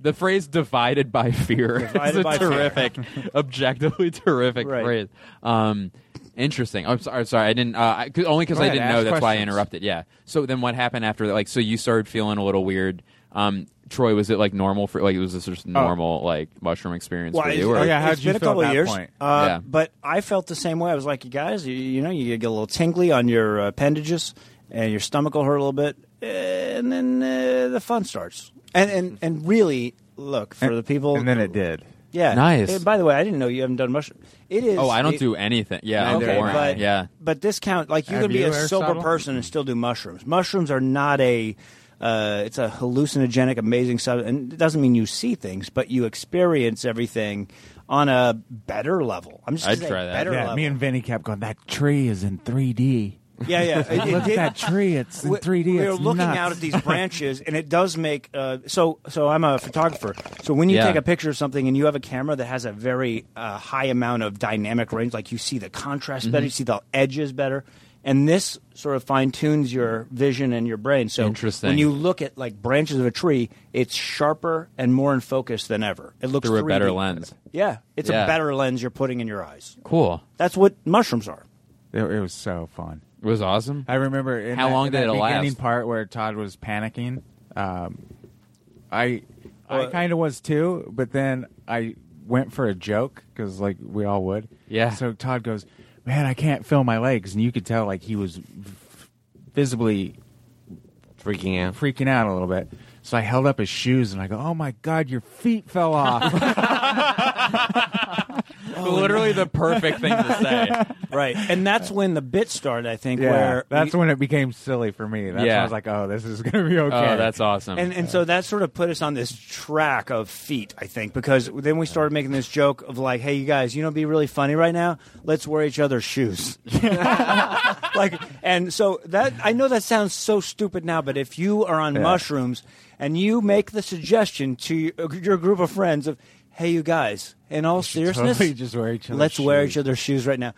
[SPEAKER 6] The phrase "divided by fear"
[SPEAKER 7] Divided
[SPEAKER 6] is a
[SPEAKER 7] by fear.
[SPEAKER 6] terrific, objectively terrific
[SPEAKER 7] Right.
[SPEAKER 6] phrase. Um, interesting. I'm sorry. Sorry, I didn't. Uh, I, 'cause- only because
[SPEAKER 5] Go
[SPEAKER 6] I
[SPEAKER 5] ahead,
[SPEAKER 6] didn't
[SPEAKER 5] ask
[SPEAKER 6] know. That's why I
[SPEAKER 5] questions.
[SPEAKER 6] interrupted. Yeah. So then, what happened after that? Like, so you started feeling a little weird. Um, Troy, was it like normal for like was this
[SPEAKER 5] Oh.
[SPEAKER 6] just normal like mushroom experience for you? Or,
[SPEAKER 7] it's-
[SPEAKER 5] yeah, how'd
[SPEAKER 7] it's
[SPEAKER 5] you
[SPEAKER 7] been a
[SPEAKER 5] feel at
[SPEAKER 7] couple of
[SPEAKER 5] that
[SPEAKER 7] years,
[SPEAKER 5] point?
[SPEAKER 7] Uh,
[SPEAKER 6] Yeah.
[SPEAKER 7] but I felt the same way. I was like, you guys, you, you know, you get a little tingly on your appendages, and your stomach will hurt a little bit, and then uh, the fun starts. And and and really, look for the people.
[SPEAKER 5] And then it did.
[SPEAKER 7] yeah,
[SPEAKER 6] Nice.
[SPEAKER 7] And by the way, I didn't know you haven't done mushroom. It is.
[SPEAKER 6] oh, I don't
[SPEAKER 7] it-
[SPEAKER 6] do anything. Yeah, I'm
[SPEAKER 7] okay,
[SPEAKER 6] boring.
[SPEAKER 7] but
[SPEAKER 6] yeah.
[SPEAKER 7] but this count like you
[SPEAKER 5] Have
[SPEAKER 7] could be
[SPEAKER 5] you,
[SPEAKER 7] a sober
[SPEAKER 5] Aristotle?
[SPEAKER 7] person and still do mushrooms. Mushrooms are not a uh, it's a hallucinogenic, amazing substance, and it doesn't mean you see things, but you experience everything on a better level. I'm just
[SPEAKER 6] I'd
[SPEAKER 7] gonna say
[SPEAKER 6] try that.
[SPEAKER 7] better
[SPEAKER 5] Yeah,
[SPEAKER 7] level.
[SPEAKER 5] me and Vinny kept going. That tree is in 3D.
[SPEAKER 7] yeah, yeah. It- it
[SPEAKER 5] Look at
[SPEAKER 7] did-
[SPEAKER 5] that tree. It's in
[SPEAKER 7] we-
[SPEAKER 5] 3D.
[SPEAKER 7] We
[SPEAKER 5] it's
[SPEAKER 7] are looking
[SPEAKER 5] nuts.
[SPEAKER 7] out at these branches, and it does make. Uh, so, so I'm a photographer. So when you
[SPEAKER 6] Yeah.
[SPEAKER 7] take a picture of something, and you have a camera that has a very uh, high amount of dynamic range, like you see the contrast
[SPEAKER 6] Mm-hmm.
[SPEAKER 7] better, you see the edges better, and this sort of fine tunes your vision and your brain. So
[SPEAKER 6] Interesting.
[SPEAKER 7] When you look at like branches of a tree, it's sharper and more in focus than ever. It looks
[SPEAKER 6] Through a
[SPEAKER 7] 3D.
[SPEAKER 6] better lens.
[SPEAKER 7] Yeah, it's
[SPEAKER 6] Yeah.
[SPEAKER 7] a better lens you're putting in your eyes.
[SPEAKER 6] Cool.
[SPEAKER 7] That's what mushrooms are.
[SPEAKER 5] It, it was so fun.
[SPEAKER 6] It was awesome.
[SPEAKER 5] I remember in
[SPEAKER 6] How
[SPEAKER 5] that,
[SPEAKER 6] long
[SPEAKER 5] in
[SPEAKER 6] did
[SPEAKER 5] that
[SPEAKER 6] it
[SPEAKER 5] beginning
[SPEAKER 6] last?
[SPEAKER 5] part where Todd was panicking. Um, I I kind of was too, but then I went for a joke because like we all would.
[SPEAKER 6] Yeah.
[SPEAKER 5] So Todd goes, "Man, I can't feel my legs," and you could tell like he was v- visibly
[SPEAKER 11] freaking out,
[SPEAKER 5] freaking out a little bit. So I held up his shoes and I go, "Oh my God, your feet fell off!"
[SPEAKER 6] Literally the perfect thing to say.
[SPEAKER 7] right, and that's when the bit started. I think
[SPEAKER 5] Yeah,
[SPEAKER 7] where
[SPEAKER 5] that's when it became silly for me. That's when
[SPEAKER 7] Yeah.
[SPEAKER 5] I was like, "Oh, this is gonna be okay."
[SPEAKER 6] Oh, that's awesome.
[SPEAKER 7] And and so that sort of put us on this track of feet, I think, because then we started making this joke of like, hey, you guys, you know, what'd be really funny right now. Let's wear each other's shoes. like, and so that I know that sounds so stupid now, but if you are on
[SPEAKER 5] Yeah.
[SPEAKER 7] mushrooms and you make the suggestion to your, your group of friends of, hey, you guys, in all seriousness,
[SPEAKER 5] totally just wear each other's
[SPEAKER 7] let's wear
[SPEAKER 5] shoes.
[SPEAKER 7] each other's shoes right now.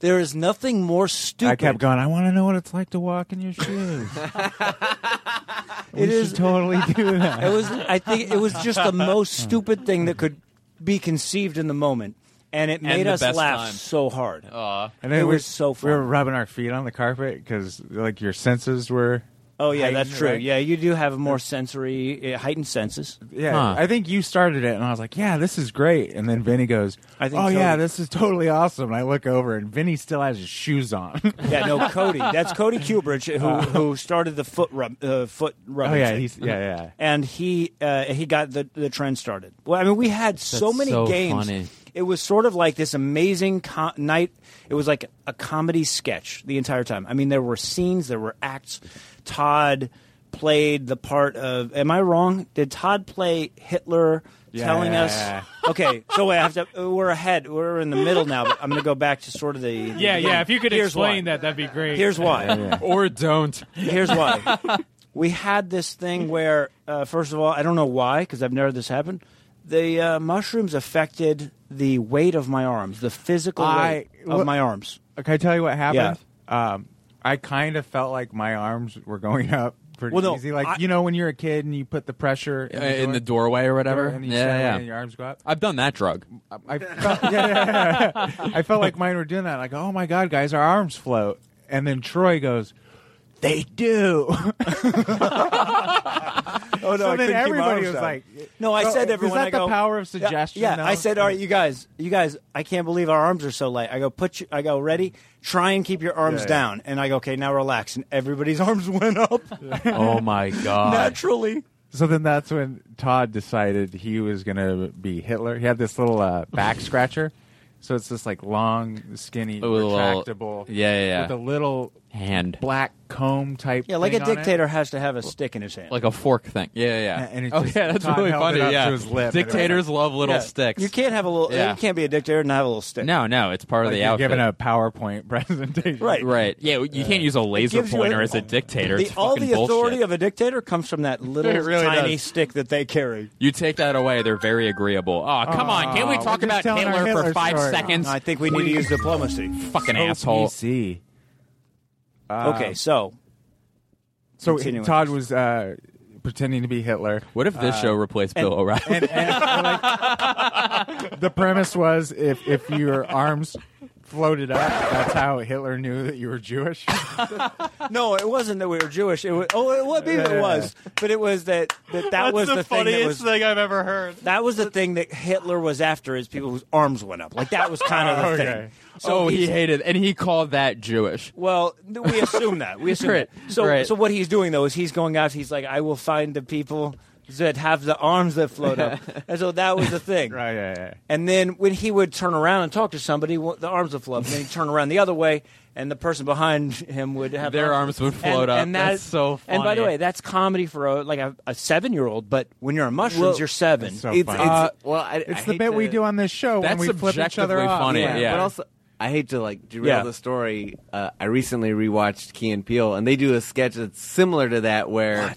[SPEAKER 7] There is nothing more stupid.
[SPEAKER 5] I kept going. I want to know what it's like to walk in your shoes. we
[SPEAKER 7] It
[SPEAKER 5] should
[SPEAKER 7] is-
[SPEAKER 5] totally do that.
[SPEAKER 7] It was. I think it was just the most stupid thing that could be conceived in the moment, and it
[SPEAKER 6] And
[SPEAKER 7] made
[SPEAKER 6] the
[SPEAKER 7] us
[SPEAKER 6] best
[SPEAKER 7] laugh
[SPEAKER 6] time.
[SPEAKER 7] so hard.
[SPEAKER 6] Aw.
[SPEAKER 5] And then
[SPEAKER 7] it
[SPEAKER 5] we,
[SPEAKER 7] was so fun.
[SPEAKER 5] We were rubbing our feet on the carpet because like your senses were.
[SPEAKER 7] oh yeah,
[SPEAKER 5] heightened,
[SPEAKER 7] that's true.
[SPEAKER 5] right?
[SPEAKER 7] Yeah, you do have more sensory uh, heightened senses.
[SPEAKER 5] Yeah, I think you started it, and I was like, "Yeah, this is great." And then Vinny goes,
[SPEAKER 7] I think
[SPEAKER 5] "Oh
[SPEAKER 7] so.
[SPEAKER 5] yeah, this is totally awesome." And I look over, and Vinny still has his shoes on.
[SPEAKER 7] yeah, no, Cody. That's Cody Kubridge who
[SPEAKER 5] Uh.
[SPEAKER 7] who started the foot rub uh, foot rubbing.
[SPEAKER 5] Oh, yeah,
[SPEAKER 7] thing.
[SPEAKER 5] he's- yeah, yeah.
[SPEAKER 7] And he uh, he got the the trend started. Well, I mean, we had so
[SPEAKER 6] That's
[SPEAKER 7] many
[SPEAKER 6] so
[SPEAKER 7] games.
[SPEAKER 6] funny.
[SPEAKER 7] It was sort of like this amazing co- night. It was like a comedy sketch the entire time. I mean, there were scenes, there were acts. Todd played the part of. Am I wrong? Did Todd play Hitler? Telling
[SPEAKER 5] Yeah.
[SPEAKER 7] us, okay. So wait, I have to. We're ahead. We're in the middle now. But I'm going to go back to sort of the.
[SPEAKER 8] Yeah, yeah. If you could
[SPEAKER 7] Here's why.
[SPEAKER 8] explain that, that'd be great.
[SPEAKER 7] Here's why.
[SPEAKER 6] Or don't.
[SPEAKER 7] Here's why. we had this thing where, uh, first of all, I don't know why, because I've never had this happen. The uh, mushrooms affected the weight of my arms, the physical weight of my arms.
[SPEAKER 5] Uh, Can I tell you what happened? Um, I kind of felt like my arms were going up pretty
[SPEAKER 7] Well, no,
[SPEAKER 5] easy. Like
[SPEAKER 7] I-
[SPEAKER 5] you know when you're a kid and you put the pressure in
[SPEAKER 6] Uh,
[SPEAKER 5] the,
[SPEAKER 6] in the
[SPEAKER 5] door-
[SPEAKER 6] doorway or whatever.
[SPEAKER 5] and you
[SPEAKER 6] yeah,
[SPEAKER 5] stand
[SPEAKER 6] yeah.
[SPEAKER 5] and your arms go up.
[SPEAKER 6] I've done that drug.
[SPEAKER 5] I felt, yeah, yeah, yeah. I felt like mine were doing that. Like, oh my god, guys, our arms float. And then Troy goes, "They do."
[SPEAKER 7] Oh,
[SPEAKER 5] So I then couldn't keep my everybody arms was down. like-
[SPEAKER 7] no, I
[SPEAKER 5] So,
[SPEAKER 7] said
[SPEAKER 5] is
[SPEAKER 7] everyone.
[SPEAKER 5] that
[SPEAKER 7] I
[SPEAKER 5] the
[SPEAKER 7] go,
[SPEAKER 5] power of
[SPEAKER 7] Yeah,
[SPEAKER 5] suggestion,
[SPEAKER 7] Yeah,
[SPEAKER 5] though?
[SPEAKER 7] I said, all right, you guys, you guys, I can't believe our arms are so light. I go, put you, I go, ready, try and keep your
[SPEAKER 6] Yeah,
[SPEAKER 7] arms
[SPEAKER 6] yeah.
[SPEAKER 7] down, and I go, okay, now relax, and everybody's arms went up.
[SPEAKER 6] oh my god.
[SPEAKER 7] Naturally.
[SPEAKER 5] So then that's when Todd decided he was going to be Hitler. He had this little uh, back scratcher. So it's this like long, skinny,
[SPEAKER 6] With a little-
[SPEAKER 5] retractable.
[SPEAKER 6] yeah, yeah, yeah.
[SPEAKER 5] With a little
[SPEAKER 6] Hand.
[SPEAKER 5] black comb type.
[SPEAKER 7] Yeah, like a
[SPEAKER 5] thing on it.
[SPEAKER 7] dictator has to have a stick in his hand.
[SPEAKER 6] Like a fork thing. Yeah, yeah, yeah.
[SPEAKER 5] And it
[SPEAKER 6] oh,
[SPEAKER 5] just-
[SPEAKER 6] yeah, that's
[SPEAKER 5] Todd
[SPEAKER 6] really
[SPEAKER 5] held
[SPEAKER 6] funny.
[SPEAKER 5] it up
[SPEAKER 6] yeah.
[SPEAKER 5] to his lip and it was
[SPEAKER 6] Dictators
[SPEAKER 5] like-
[SPEAKER 6] love little
[SPEAKER 7] Yeah.
[SPEAKER 6] sticks.
[SPEAKER 7] You can't have a little.
[SPEAKER 6] Yeah.
[SPEAKER 7] You can't be a dictator and not have a little stick.
[SPEAKER 6] No, no, it's part
[SPEAKER 5] Like
[SPEAKER 6] of the
[SPEAKER 5] you're
[SPEAKER 6] outfit.
[SPEAKER 5] giving a PowerPoint presentation.
[SPEAKER 7] Right.
[SPEAKER 6] Right. Yeah, you can't use a laser
[SPEAKER 7] gives you a-
[SPEAKER 6] pointer as a dictator.
[SPEAKER 7] The,
[SPEAKER 6] it's
[SPEAKER 7] all
[SPEAKER 6] fucking
[SPEAKER 7] the authority
[SPEAKER 6] bullshit.
[SPEAKER 7] of a dictator comes from that little
[SPEAKER 6] It really
[SPEAKER 7] tiny
[SPEAKER 6] does.
[SPEAKER 7] stick that they carry.
[SPEAKER 6] You take that away, they're very agreeable. Oh, come on. Can't we
[SPEAKER 7] Aw,
[SPEAKER 6] talk
[SPEAKER 7] we're just
[SPEAKER 6] about
[SPEAKER 7] telling
[SPEAKER 6] Hitler,
[SPEAKER 7] our Hitler
[SPEAKER 6] for five
[SPEAKER 7] story.
[SPEAKER 6] seconds?
[SPEAKER 7] No, I think we need to use diplomacy.
[SPEAKER 6] Fucking asshole.
[SPEAKER 5] see.
[SPEAKER 7] okay, so
[SPEAKER 5] So
[SPEAKER 7] Continuing.
[SPEAKER 5] Todd was uh, pretending to be Hitler.
[SPEAKER 6] What if this
[SPEAKER 5] Uh,
[SPEAKER 6] show replaced Bill O'Reilly?
[SPEAKER 5] the premise was if if your arms floated up, that's how Hitler knew that you were Jewish.
[SPEAKER 7] no, it wasn't that we were Jewish. It was, oh, it, well, maybe it was, but it was that that, that
[SPEAKER 17] That's
[SPEAKER 7] was
[SPEAKER 17] the
[SPEAKER 7] the, thing that
[SPEAKER 17] funniest
[SPEAKER 7] was,
[SPEAKER 17] thing I've ever heard.
[SPEAKER 7] That was the thing that Hitler was after is people whose arms went up. Like that was kind of the
[SPEAKER 6] Okay.
[SPEAKER 7] thing.
[SPEAKER 6] oh, he
[SPEAKER 7] he's-
[SPEAKER 6] hated, and he called that Jewish.
[SPEAKER 7] Well, th- we assume that. We assume
[SPEAKER 6] Right,
[SPEAKER 7] that. So,
[SPEAKER 6] right.
[SPEAKER 7] so what he's doing though is he's going out. He's like, I will find the people that have the arms that float up, and so that was the thing.
[SPEAKER 5] right, yeah, yeah.
[SPEAKER 7] And then when he would turn around and talk to somebody, wh- the arms would float. up. Then he'd turn around the other way, and the person behind him would have
[SPEAKER 6] Their arms would float
[SPEAKER 7] And-
[SPEAKER 6] up.
[SPEAKER 7] and that-
[SPEAKER 6] That's so
[SPEAKER 7] And by the
[SPEAKER 6] funny.
[SPEAKER 7] way, that's comedy for a, like a, a seven-year-old. But when you're on mushrooms,
[SPEAKER 11] Well,
[SPEAKER 7] you're seven.
[SPEAKER 11] that's so It's- funny. it's-
[SPEAKER 5] Uh,
[SPEAKER 11] well, I-
[SPEAKER 5] it's
[SPEAKER 11] I
[SPEAKER 5] the
[SPEAKER 11] hate
[SPEAKER 5] bit we
[SPEAKER 11] to-
[SPEAKER 5] do on this show when
[SPEAKER 11] That's
[SPEAKER 5] we flip each other
[SPEAKER 11] objectively
[SPEAKER 5] off.
[SPEAKER 11] funny,
[SPEAKER 5] Yeah.
[SPEAKER 11] But also, I hate to like derail
[SPEAKER 5] Yeah.
[SPEAKER 11] the story. Uh, I recently rewatched Key and Peele, and they do a sketch that's similar to that where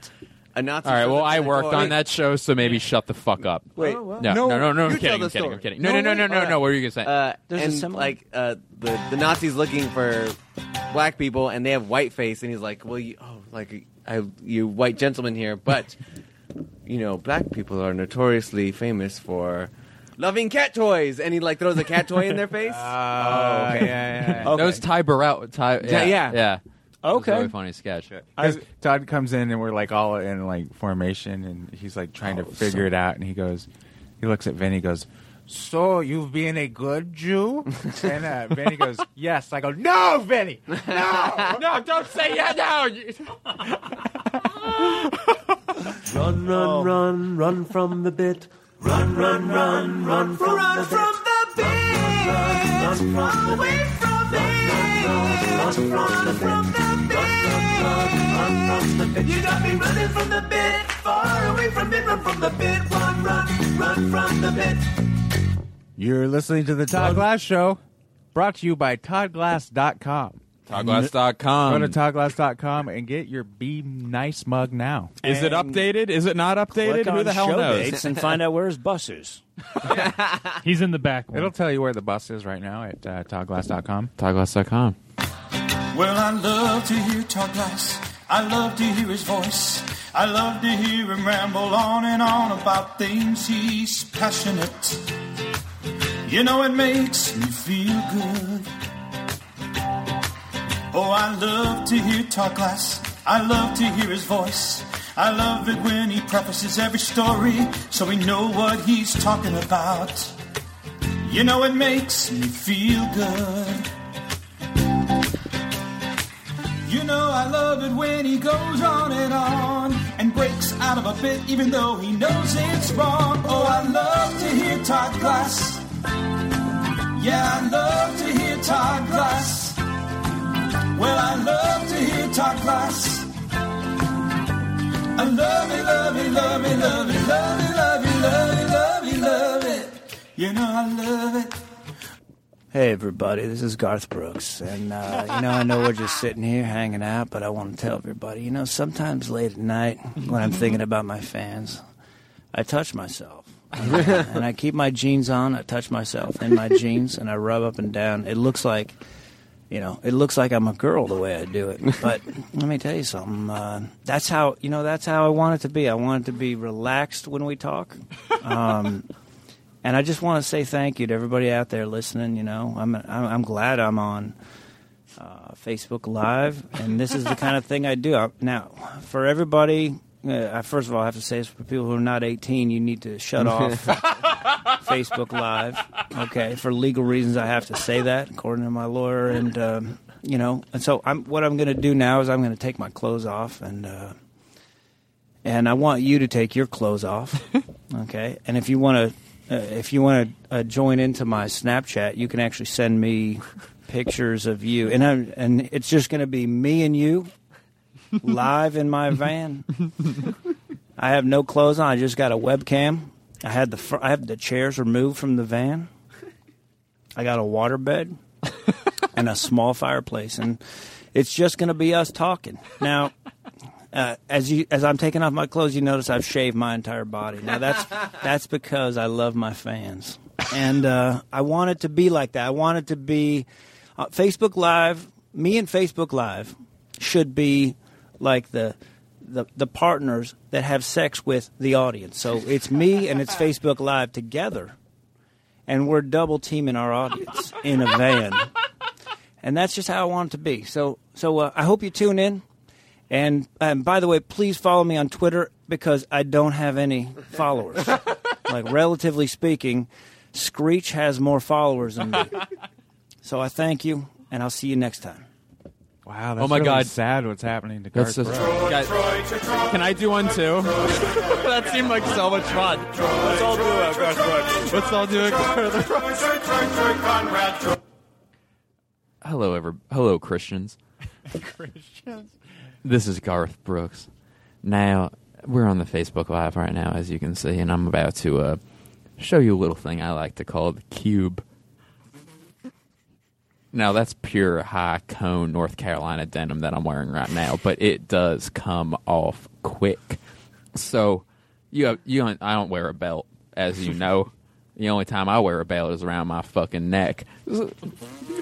[SPEAKER 11] a Nazi.
[SPEAKER 6] All right. Well, I worked on
[SPEAKER 11] Wait.
[SPEAKER 6] that show, so maybe shut the fuck up.
[SPEAKER 11] Wait.
[SPEAKER 6] no,
[SPEAKER 11] Oh, well.
[SPEAKER 6] no, no,
[SPEAKER 11] No,
[SPEAKER 6] no, no. I'm
[SPEAKER 11] you
[SPEAKER 6] kidding.
[SPEAKER 11] tell the
[SPEAKER 6] I'm kidding. I'm
[SPEAKER 11] story.
[SPEAKER 6] kidding. No, no,
[SPEAKER 11] No,
[SPEAKER 6] no, no,
[SPEAKER 11] wait.
[SPEAKER 6] no,
[SPEAKER 11] Oh,
[SPEAKER 6] no.
[SPEAKER 11] yeah.
[SPEAKER 6] What were you gonna say?
[SPEAKER 11] Uh,
[SPEAKER 7] There's a
[SPEAKER 11] and
[SPEAKER 7] similar-
[SPEAKER 11] like uh, the the Nazis looking for black people, and they have white face, and he's like, "Well, you, oh, like I, you white gentlemen here, but you know, black people are notoriously famous for." Loving cat toys, and he like throws a
[SPEAKER 6] Oh,
[SPEAKER 11] cat toy in their face.
[SPEAKER 5] Oh, okay. yeah, yeah, yeah.
[SPEAKER 6] That was Ty Burrell. Ty.
[SPEAKER 11] Yeah,
[SPEAKER 6] Yeah,
[SPEAKER 11] yeah.
[SPEAKER 6] Okay. It was a really funny sketch.
[SPEAKER 5] Because Todd comes in and we're like all in like formation, and he's like trying
[SPEAKER 6] Oh,
[SPEAKER 5] to figure it out, and he goes, he looks at Vinny, goes, "So you've been a good Jew?" and uh, Vinny goes, "Yes." I go, "No, Vinny, no, no, don't say yeah, no."
[SPEAKER 21] Run, run, run, run from the bit. Run, run, run, run from the bit. Run from the bit. Away from it. Run from the bit. Run from the bit. You got me running from the bit. Far away from it. Run from the bit. Run, run, run from the bit.
[SPEAKER 5] You're listening to the Todd Glass Show, brought to you by ToddGlass.com.
[SPEAKER 6] ToddGlass.com.
[SPEAKER 5] Go to ToddGlass.com and get your Be Nice mug now.
[SPEAKER 4] Is it updated? Is it not updated?
[SPEAKER 7] Click
[SPEAKER 4] Who
[SPEAKER 7] on
[SPEAKER 4] the hell
[SPEAKER 7] show
[SPEAKER 4] knows?
[SPEAKER 7] dates and find out where his bus is.
[SPEAKER 5] He's in the back. It'll tell you where the bus is right now at uh, ToddGlass.com.
[SPEAKER 6] Toddglass.com.
[SPEAKER 21] Well, I love to hear Todd Glass. I love to hear his voice. I love to hear him ramble on and on about things he's passionate. You know, it makes me feel good. Oh, I love to hear Todd Glass. I love to hear his voice. I love it when he prefaces every story so we know what he's talking about. You know, it makes me feel good. You know I love it when he goes on and on and breaks out of a bit even though he knows it's wrong. Oh, I love to hear Todd Glass. Yeah, I love to hear Todd Glass. Well, I love to hear Todd Glass. I love it, love it, love it, love it, love it, love it, love it, love it, love it. You know I love it.
[SPEAKER 7] Hey, everybody, this is Garth Brooks. And, uh, you know, I know we're just sitting here hanging out, but I want to tell everybody, you know, sometimes late at night when I'm thinking about my fans, I touch myself. and I keep my jeans on, I touch myself in my jeans, and I rub up and down. It looks like, you know, it looks like I'm a girl the way I do it. But let me tell you something. Uh, that's how, you know, that's how I want it to be. I want it to be relaxed when we talk. Um, and I just want to say thank you to everybody out there listening. You know, I'm I'm, I'm glad I'm on uh, Facebook Live, and this is the kind of thing I do I, now. For everybody, uh, I first of all have to say this for people who are not 18, you need to shut off Facebook Live. Okay, for legal reasons, I have to say that according to my lawyer, and um, you know, and so I'm what I'm going to do now is I'm going to take my clothes off and. Uh, and I want you to take your clothes off, okay? And if you want to, uh, if you want to uh, join into my Snapchat, you can actually send me pictures of you, and I'm, and it's just going to be me and you, live in my van. I have no clothes on. I just got a webcam. I had the fr- I have the chairs removed from the van. I got a waterbed and a small fireplace, and it's just going to be us talking now. Uh, as you as I'm taking off my clothes, you notice I've shaved my entire body. Now that's that's because I love my fans, and uh, I want it to be like that. I want it to be uh, Facebook Live. Me and Facebook Live should be like the. The, the partners that have sex with the audience. So it's me and it's Facebook Live together, and we're double teaming our audience in a van. And that's just how I want it to be. So, so uh, I hope you tune in. And and by the way, please follow me on Twitter because I don't have any followers. like relatively speaking, Screech has more followers than me. So I thank you, and I'll see you next time.
[SPEAKER 5] Wow,
[SPEAKER 6] Oh my
[SPEAKER 5] really
[SPEAKER 6] God.
[SPEAKER 5] sad what's happening to
[SPEAKER 6] That's
[SPEAKER 5] Garth Brooks.
[SPEAKER 6] just- Guys, can I do one too? that seemed like so much fun. Let's all do it, Let's all do it. Hello, ever. Hello, Christians.
[SPEAKER 17] Christians.
[SPEAKER 6] This is Garth Brooks. Now we're on the Facebook Live right now, as you can see, and I'm about to uh, show you a little thing I like to call the cube. Now that's pure high cone North Carolina denim that I'm wearing right now, but it does come off quick. So you have, you don't, I don't wear a belt, as you know. the only time I wear a belt is around my fucking neck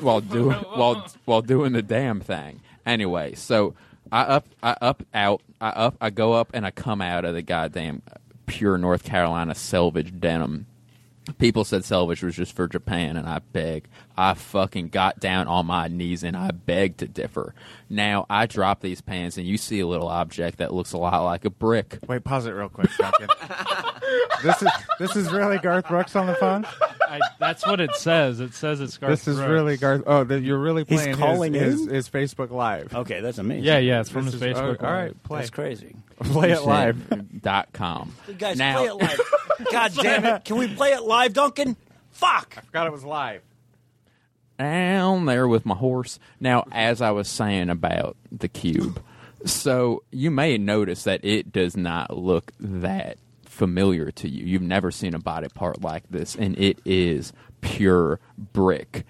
[SPEAKER 6] while doing while while doing the damn thing. Anyway, so I up I up out I up I go up and I come out of the goddamn pure North Carolina selvage denim People said Selvage was just for Japan, and I beg. I fucking got down on my knees and I begged to differ. Now I drop these pants, and you see a little object that looks a lot like a brick.
[SPEAKER 2] Wait, pause it real quick. Duncan. this is this is really Garth Brooks on the phone.
[SPEAKER 8] I, that's what it says. It says it's Garth.
[SPEAKER 2] this is
[SPEAKER 8] Brooks.
[SPEAKER 2] really Garth. Oh, that you're really
[SPEAKER 8] He's
[SPEAKER 2] playing his-
[SPEAKER 8] calling
[SPEAKER 2] his,
[SPEAKER 8] him?
[SPEAKER 2] his Facebook Live.
[SPEAKER 7] Okay, that's amazing.
[SPEAKER 8] Yeah, yeah, it's from
[SPEAKER 2] This
[SPEAKER 8] his
[SPEAKER 2] is-
[SPEAKER 8] Facebook
[SPEAKER 2] all
[SPEAKER 8] Live.
[SPEAKER 2] right, play.
[SPEAKER 7] That's crazy.
[SPEAKER 2] Play it live.
[SPEAKER 6] dot com.
[SPEAKER 7] Guys,
[SPEAKER 6] Now-
[SPEAKER 7] play it live. God damn it! Can we play it live, Duncan? Fuck! I
[SPEAKER 2] forgot it was live.
[SPEAKER 6] down there with my horse. Now, as I was saying about the cube, so you may notice that it does not look that familiar to you. You've never seen a body part like this, and it is pure brick.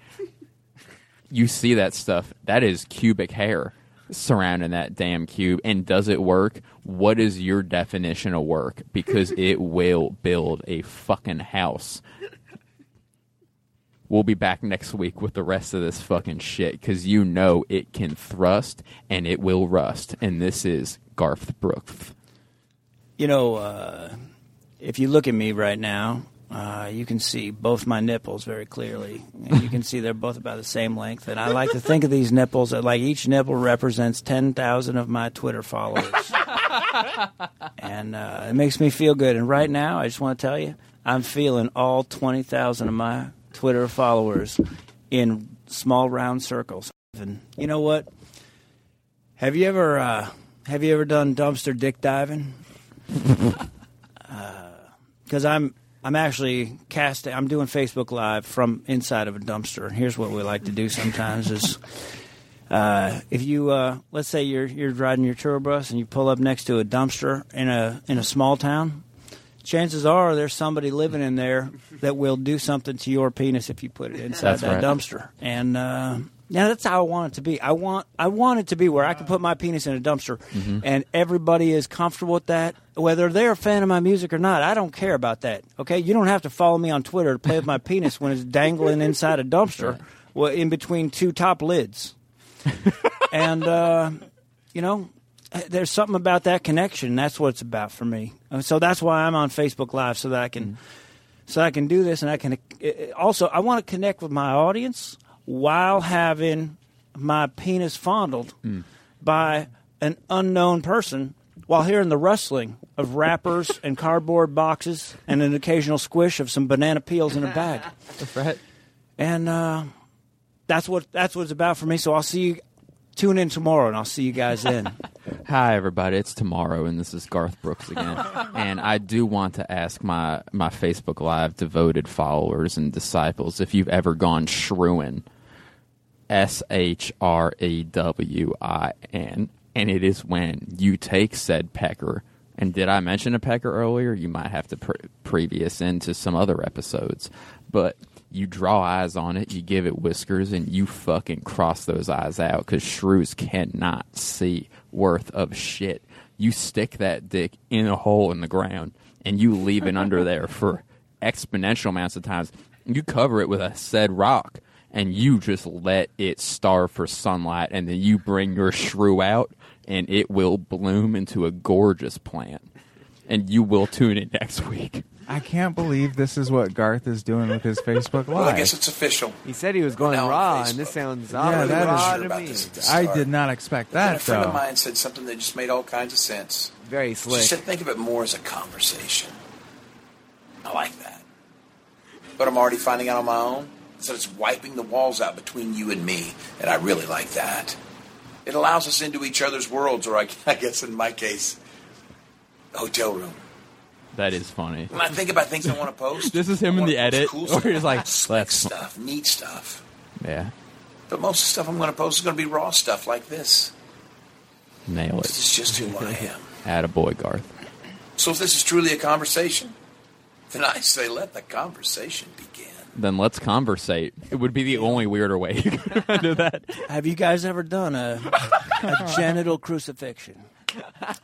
[SPEAKER 6] You see that stuff, that is cubic hair surrounding that damn cube. And does it work? What is your definition of work? Because it will build a fucking house we'll be back next week with the rest of this fucking shit because you know it can thrust and it will rust. And this is Garth Brooks.
[SPEAKER 7] You know, uh, if you look at me right now, uh, you can see both my nipples very clearly. And you can see they're both about the same length. And I like to think of these nipples that, like, each nipple represents 10,000 of my Twitter followers. and uh, it makes me feel good. And right now, I just want to tell you, I'm feeling all 20,000 of my Twitter followers in small round circles. And you know what? Have you ever uh, have you ever done dumpster dick diving? because Uh, I'm I'm actually casting. I'm doing Facebook Live from inside of a dumpster. Here's what we like to do sometimes is. Uh, if you uh, let's say you're you're riding your tour bus and you pull up next to a dumpster in a in a small town, chances are there's somebody living in there that will do something to your penis if you put it inside
[SPEAKER 6] That's
[SPEAKER 7] that
[SPEAKER 6] right.
[SPEAKER 7] dumpster. And uh, yeah, that's how I want it to be. I want I want it to be where I can put my penis in a dumpster
[SPEAKER 6] Mhm.
[SPEAKER 1] Mm-hmm.
[SPEAKER 7] and everybody is comfortable with that. Whether they're a fan of my music or not, I don't care about that. Okay, you don't have to follow me on Twitter to play with my penis when it's dangling inside a dumpster, well, in between two top lids. and uh, you know, there's something about that connection. That's what it's about for me. And So that's why I'm on Facebook Live so that I can, so I can do this, and I can uh, also I want to connect with my audience while having my penis fondled
[SPEAKER 6] Hmm.
[SPEAKER 7] by an unknown person while hearing the rustling of wrappers and cardboard boxes and an occasional squish of some banana peels in a bag.
[SPEAKER 6] That's right.
[SPEAKER 7] And uh, that's what that's what it's about for me. So I'll see you. Tune in tomorrow, and I'll see you guys then.
[SPEAKER 6] Hi, everybody. It's tomorrow, and this is Garth Brooks again. and I do want to ask my, my Facebook Live devoted followers and disciples if you've ever gone shrewin. S H R E W I N. And it is when you take said pecker. And did I mention a pecker earlier? You might have to pre- previous into some other episodes. But you draw eyes on it, you give it whiskers, and you fucking cross those eyes out because shrews cannot see worth of shit. You stick that dick in a hole in the ground and you leave it under there for exponential amounts of times. You cover it with a said rock and you just let it starve for sunlight and then you bring your shrew out and it will bloom into a gorgeous plant. And you will tune in next week.
[SPEAKER 2] I can't believe this is what Garth is doing with his Facebook Live.
[SPEAKER 10] Well, I guess it's official.
[SPEAKER 11] He said he was going
[SPEAKER 10] Now on
[SPEAKER 11] raw, and
[SPEAKER 10] Facebook.
[SPEAKER 11] this sounds
[SPEAKER 10] Yeah,
[SPEAKER 11] awfully
[SPEAKER 10] that
[SPEAKER 11] raw
[SPEAKER 10] is-
[SPEAKER 11] to
[SPEAKER 10] about
[SPEAKER 11] me.
[SPEAKER 10] this at the
[SPEAKER 2] I
[SPEAKER 10] start.
[SPEAKER 2] did not expect
[SPEAKER 10] But then a
[SPEAKER 2] that
[SPEAKER 10] friend
[SPEAKER 2] though.
[SPEAKER 10] of mine said something that just made all kinds of sense.
[SPEAKER 11] Very slick.
[SPEAKER 10] She said, think of it more as a conversation. I like that. But I'm already finding out on my own. So it's wiping the walls out between you and me, and I really like that. It allows us into each other's worlds, or I, I guess in my case, hotel room.
[SPEAKER 6] That is funny.
[SPEAKER 10] When I think about things I want to post,
[SPEAKER 6] This is him in the edit
[SPEAKER 10] cool
[SPEAKER 6] where he's like,
[SPEAKER 10] stuff,
[SPEAKER 6] "That's fu-
[SPEAKER 10] stuff, neat stuff.
[SPEAKER 6] Yeah,
[SPEAKER 10] But most of the stuff I'm going to post is going to be raw stuff like this.
[SPEAKER 6] nail it.
[SPEAKER 10] This is just who I am.
[SPEAKER 6] Attaboy, Garth.
[SPEAKER 10] So if this is truly a conversation, then I say let the conversation begin.
[SPEAKER 6] Then let's conversate. It would be the only weirder way you could have ended that.
[SPEAKER 7] Have you guys ever done a, a genital crucifixion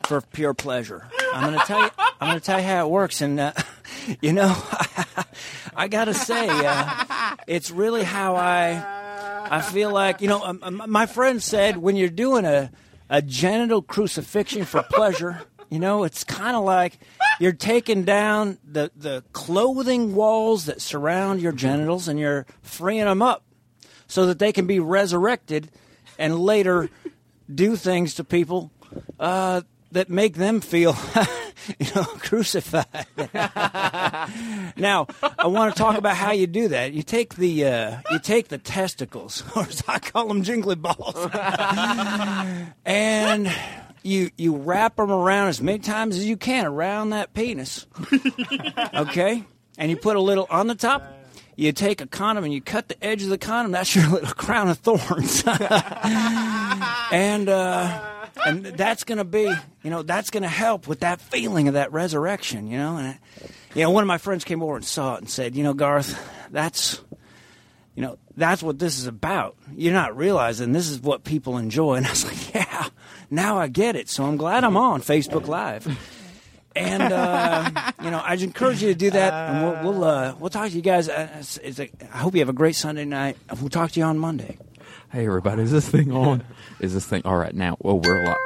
[SPEAKER 7] for pure pleasure? I'm gonna tell you. I'm gonna tell you how it works, and uh, you know, I gotta say, uh, it's really how I I feel like you know. Um, um, my friend said when you're doing a a genital crucifixion for pleasure, you know, it's kind of like You're taking down the, the clothing walls that surround your genitals and you're freeing them up so that they can be resurrected and later do things to people uh, that make them feel, you know, crucified. now, I want to talk about how you do that. You take the uh, you take the testicles, or as I call them, jingly balls, and you you wrap them around as many times as you can around that penis. Okay, and you put a little on the top. You take a condom and you cut the edge of the condom. That's your little crown of thorns, and uh, and that's gonna be you know that's gonna help with that feeling of that resurrection. You know, and it, you know one of my friends came over and saw it and said, you know, Garth, that's you know that's what this is about. You're not realizing this is what people enjoy. And I was like, yeah, now I get it. So I'm glad I'm on Facebook Live. And uh, you know, I just encourage you to do that. and we'll we'll, uh, we'll talk to you guys. Uh, it's, it's a, I hope you have a great Sunday night. and We'll talk to you on Monday.
[SPEAKER 6] Hey, everybody, is this thing on? is this thing all right now? Well, we're a lot.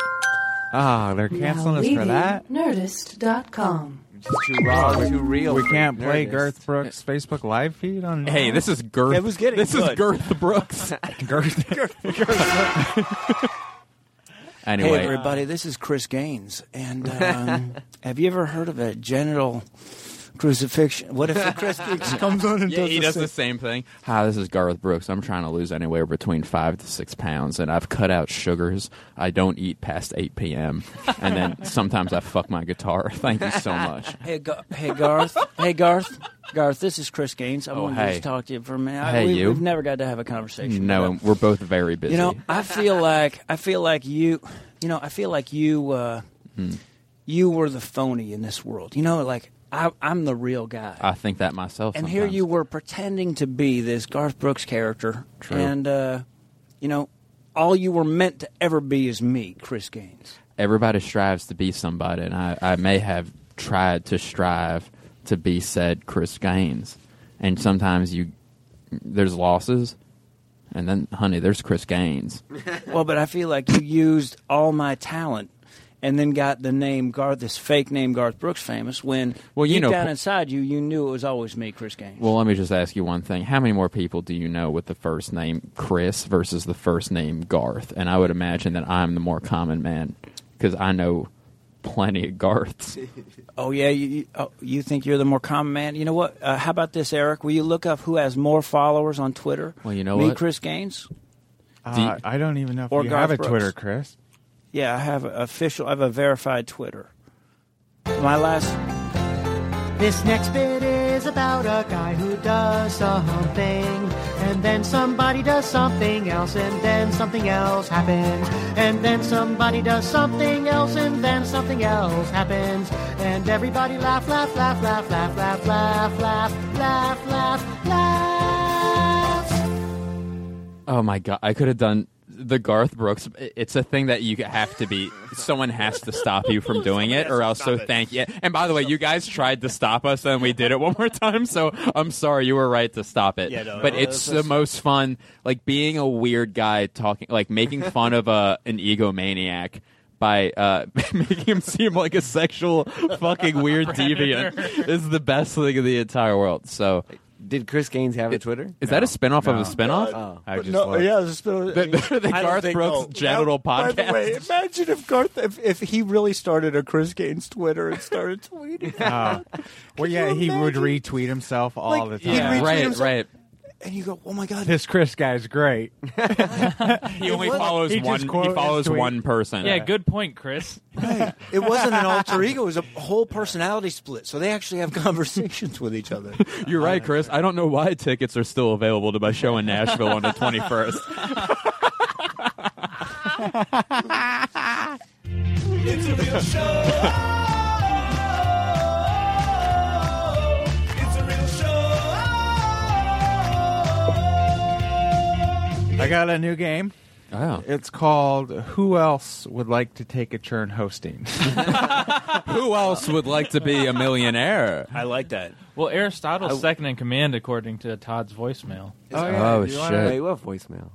[SPEAKER 6] Ah, they're canceling us for
[SPEAKER 3] leaving
[SPEAKER 6] that.
[SPEAKER 3] Nerdist.com.
[SPEAKER 6] Too raw,
[SPEAKER 5] too real. We can't play
[SPEAKER 6] Nerdist.
[SPEAKER 5] Garth Brooks Facebook live feed on.
[SPEAKER 6] Hey, this is Girth.
[SPEAKER 5] It was getting
[SPEAKER 6] this is
[SPEAKER 5] good.
[SPEAKER 6] Girth Brooks.
[SPEAKER 5] Girth.
[SPEAKER 6] Anyway.
[SPEAKER 7] Hey, everybody, this is Chris Gaines. And um, have you ever heard of a genital crucifixion? What if the crucifix comes on and
[SPEAKER 6] yeah,
[SPEAKER 7] does
[SPEAKER 6] he
[SPEAKER 7] the
[SPEAKER 6] does
[SPEAKER 7] same-
[SPEAKER 6] the same thing. Hi, this is Garth Brooks. I'm trying to lose anywhere between five to six pounds, and I've cut out sugars. I don't eat past eight p.m. and then sometimes I fuck my guitar. Thank you so much.
[SPEAKER 7] Hey, Gar- hey Garth. hey, Garth. Garth, this is Chris Gaines. I
[SPEAKER 6] Oh,
[SPEAKER 7] wanted
[SPEAKER 6] hey.
[SPEAKER 7] to just talk to you for a minute. I-
[SPEAKER 6] Hey,
[SPEAKER 7] we,
[SPEAKER 6] you.
[SPEAKER 7] We've never got to have a conversation.
[SPEAKER 6] No,
[SPEAKER 7] but,
[SPEAKER 6] and we're both very busy.
[SPEAKER 7] you know, I feel like I feel like you, you know, I feel like you, uh,
[SPEAKER 6] Hmm.
[SPEAKER 7] you were the phony in this world. You know, like I, I'm the real guy.
[SPEAKER 6] I think that myself.
[SPEAKER 7] And here you were pretending to be this Garth Brooks character.
[SPEAKER 6] True.
[SPEAKER 7] And, uh, you know, all you were meant to ever be is me, Chris Gaines.
[SPEAKER 6] everybody strives to be somebody, and I, I may have tried to strive to be said Chris Gaines, and sometimes you there's losses, and then honey, there's Chris Gaines.
[SPEAKER 7] well, but I feel like you used all my talent and then got the name Garth, this fake name Garth Brooks famous when
[SPEAKER 6] Well, you
[SPEAKER 7] deep
[SPEAKER 6] know-
[SPEAKER 7] down inside you, you knew it was always me, Chris Gaines.
[SPEAKER 6] Well, let me just ask you one thing: How many more people do you know with the first name Chris versus the first name Garth? And I would imagine that I'm the more common man because I know plenty of Garths.
[SPEAKER 7] Oh, yeah. You, you, oh, you think you're the more common man? You know what? Uh, how about this, Eric? Will you look up who has more followers on Twitter?
[SPEAKER 6] Well, you know
[SPEAKER 7] me,
[SPEAKER 6] what?
[SPEAKER 7] Chris Gaines?
[SPEAKER 5] Uh, I don't even know if
[SPEAKER 7] Or
[SPEAKER 5] you
[SPEAKER 7] Garth
[SPEAKER 5] have a
[SPEAKER 7] Brooks.
[SPEAKER 5] Twitter, Chris.
[SPEAKER 7] Yeah, I have a official. I have a verified Twitter. My last.
[SPEAKER 12] This next bit is about a guy who does something, and then somebody does something else, and then something else happens, and then somebody does something else, and then something else happens, and everybody laugh, laugh, laugh, laugh, laugh, laugh, laugh, laugh, laugh, laugh, laugh.
[SPEAKER 6] Oh my god, I could have done the Garth Brooks. It's a thing that you have to be. Someone has to stop you from doing it, or else. So thank you. And by the way, you guys tried to stop us, and we did it one more time. So I'm sorry, you were right to stop it.
[SPEAKER 9] Yeah, no,
[SPEAKER 6] but
[SPEAKER 9] no,
[SPEAKER 6] it's
[SPEAKER 9] that's-
[SPEAKER 6] the most fun. Like being a weird guy talking, like making fun of a an egomaniac. By uh, making him seem like a sexual fucking weird
[SPEAKER 11] Predator.
[SPEAKER 6] deviant is the best thing in the entire world. So,
[SPEAKER 11] did Chris Gaines have a Twitter?
[SPEAKER 6] Is that a spinoff of a spinoff? I just looked.
[SPEAKER 22] it's been,
[SPEAKER 6] The- the- the
[SPEAKER 22] I don't
[SPEAKER 6] Garth
[SPEAKER 22] think-
[SPEAKER 6] Brooks genital
[SPEAKER 22] By the
[SPEAKER 6] podcast.
[SPEAKER 22] way, imagine if Garth, if, if he really started a Chris Gaines Twitter and started tweeting.
[SPEAKER 7] Ah.
[SPEAKER 5] Uh, well, yeah, he would retweet himself all
[SPEAKER 22] Like,
[SPEAKER 5] the time.
[SPEAKER 22] he'd retweet Right, himself-
[SPEAKER 6] right.
[SPEAKER 22] And you go, oh my God.
[SPEAKER 5] This Chris guy's great.
[SPEAKER 6] he only
[SPEAKER 22] What?
[SPEAKER 6] follows
[SPEAKER 22] He just
[SPEAKER 6] one. He
[SPEAKER 22] quote-
[SPEAKER 6] follows
[SPEAKER 22] tweet.
[SPEAKER 6] one person.
[SPEAKER 8] Yeah, good point, Chris.
[SPEAKER 7] It wasn't an alter ego; it was a whole personality split. So they actually have conversations with each other.
[SPEAKER 6] You're right, Chris. I don't know why tickets are still available to my show in Nashville on the 21st.
[SPEAKER 17] It's a real show. It's a real show.
[SPEAKER 5] I got a new game.
[SPEAKER 6] Oh.
[SPEAKER 5] It's called Who Else Would Like to Take a Turn Hosting?
[SPEAKER 6] Oh Who else would like to be a millionaire?
[SPEAKER 7] I like that.
[SPEAKER 8] Well, Aristotle's
[SPEAKER 6] I- Oh,
[SPEAKER 8] second in command,
[SPEAKER 5] Oh,
[SPEAKER 8] according to Todd's voicemail.
[SPEAKER 11] Wait, what voicemail?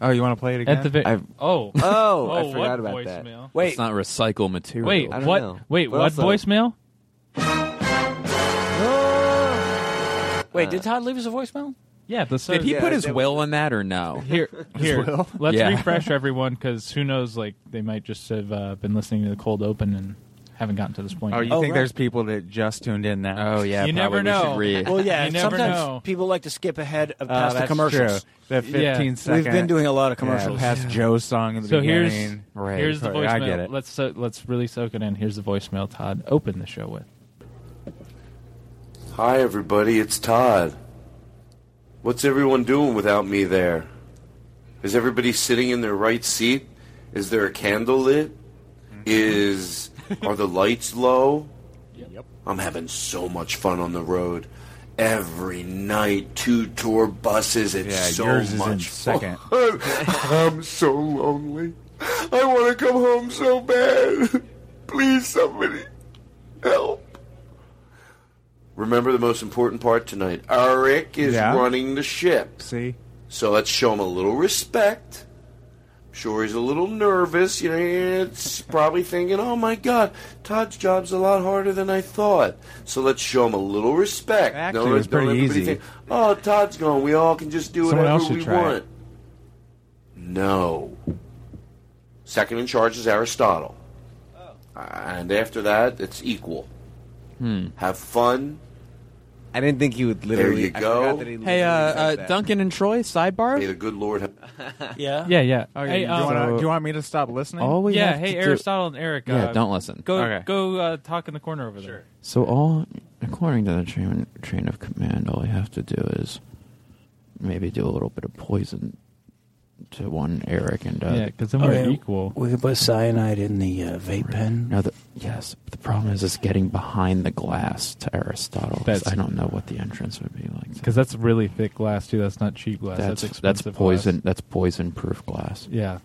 [SPEAKER 5] Oh, you want to play it again?
[SPEAKER 8] At the ve-
[SPEAKER 5] I've-
[SPEAKER 8] oh.
[SPEAKER 1] Oh, I
[SPEAKER 8] what
[SPEAKER 1] forgot about that.
[SPEAKER 8] voicemail?
[SPEAKER 6] Wait, it's not recycle material.
[SPEAKER 8] Wait,
[SPEAKER 6] I don't
[SPEAKER 8] what?
[SPEAKER 6] know.
[SPEAKER 8] Wait,
[SPEAKER 6] But
[SPEAKER 8] what
[SPEAKER 6] also-
[SPEAKER 8] voicemail?
[SPEAKER 7] Wait, did Todd leave us a voicemail?
[SPEAKER 8] Yeah, the
[SPEAKER 6] Did he put his will in that or no?
[SPEAKER 8] Here, here. Let's
[SPEAKER 6] Yeah.
[SPEAKER 8] refresh everyone because who knows? Like they might just have uh, been listening to the cold open and haven't gotten to this point.
[SPEAKER 5] Oh, you
[SPEAKER 8] yet.
[SPEAKER 5] think there's people that just tuned in now?
[SPEAKER 6] Oh yeah,
[SPEAKER 8] You never probably we know. should re-
[SPEAKER 7] Well, yeah.
[SPEAKER 8] You never
[SPEAKER 7] sometimes
[SPEAKER 8] know.
[SPEAKER 7] people like to skip ahead of
[SPEAKER 5] Uh,
[SPEAKER 7] past the
[SPEAKER 5] that's
[SPEAKER 7] commercials.
[SPEAKER 5] true. The 15
[SPEAKER 7] We've been
[SPEAKER 5] second-
[SPEAKER 7] doing a lot of
[SPEAKER 5] Yeah,
[SPEAKER 7] commercials.
[SPEAKER 5] past Joe's song in the
[SPEAKER 8] so here's
[SPEAKER 5] beginning. Right.
[SPEAKER 8] here's the
[SPEAKER 5] Sorry,
[SPEAKER 8] voicemail.
[SPEAKER 5] I get it.
[SPEAKER 8] Let's so, let's really soak it in. Here's the voicemail Todd opened the show with.
[SPEAKER 2] Hi, everybody, it's Todd. What's everyone doing without me there? Is everybody sitting in their right seat? Is there a candle lit? Is are the lights low? Yep. I'm having so much fun on the road. Every night, two tour buses. It's
[SPEAKER 5] Yeah,
[SPEAKER 2] so
[SPEAKER 5] yours is in
[SPEAKER 2] much
[SPEAKER 5] second.
[SPEAKER 2] fun. I'm so lonely. I want to come home so bad. Please, somebody help. Remember the most important part tonight. Eric is
[SPEAKER 5] Yeah.
[SPEAKER 2] running the ship.
[SPEAKER 5] See?
[SPEAKER 2] So let's show him a little respect. Sure, he's a little nervous. You know, it's probably thinking, "Oh my God, Todd's job's a lot harder than I thought." So let's show him a little respect.
[SPEAKER 5] Actually,
[SPEAKER 2] Don't-
[SPEAKER 5] it was
[SPEAKER 2] don't
[SPEAKER 5] pretty
[SPEAKER 2] everybody
[SPEAKER 5] easy.
[SPEAKER 2] think, oh, Todd's gone. We all can just do
[SPEAKER 5] Someone
[SPEAKER 2] whatever
[SPEAKER 5] else should
[SPEAKER 2] we
[SPEAKER 5] try
[SPEAKER 2] want.
[SPEAKER 5] it.
[SPEAKER 2] No. Second in charge is Aristotle.
[SPEAKER 5] Oh.
[SPEAKER 2] And after that, it's equal.
[SPEAKER 5] Hmm.
[SPEAKER 2] Have fun.
[SPEAKER 1] I didn't think you would
[SPEAKER 2] There
[SPEAKER 1] literally.
[SPEAKER 2] you go.
[SPEAKER 6] Hey, uh, uh, Duncan and Troy, sidebar.
[SPEAKER 2] May the good Lord. have-
[SPEAKER 7] yeah.
[SPEAKER 8] Yeah, yeah.
[SPEAKER 5] Oh, you,
[SPEAKER 8] Hey,
[SPEAKER 5] you
[SPEAKER 8] um,
[SPEAKER 5] wanna-
[SPEAKER 8] so-
[SPEAKER 5] do you want me to stop listening?
[SPEAKER 6] uh, All we
[SPEAKER 8] yeah.
[SPEAKER 6] have
[SPEAKER 8] Hey,
[SPEAKER 6] to do-
[SPEAKER 8] Aristotle and Eric.
[SPEAKER 6] Yeah,
[SPEAKER 8] uh,
[SPEAKER 6] don't listen.
[SPEAKER 8] Go
[SPEAKER 6] Okay.
[SPEAKER 8] go uh, talk in the corner over there.
[SPEAKER 6] So all, according to the train train of command, all we have to do is maybe do a little bit of poison to one Eric and uh,
[SPEAKER 8] Yeah, because then we're equal.
[SPEAKER 7] Oh, We could put cyanide in the uh, vape pen.
[SPEAKER 6] No, the, yes. The problem is, it's getting behind the glass to Aristotle. 'cause I don't know what the entrance would be like.
[SPEAKER 8] Because that's really thick glass too. That's not cheap glass. That's
[SPEAKER 6] That's that's,
[SPEAKER 8] expensive. glass.
[SPEAKER 6] poison. That's poison-proof glass.
[SPEAKER 8] Yeah.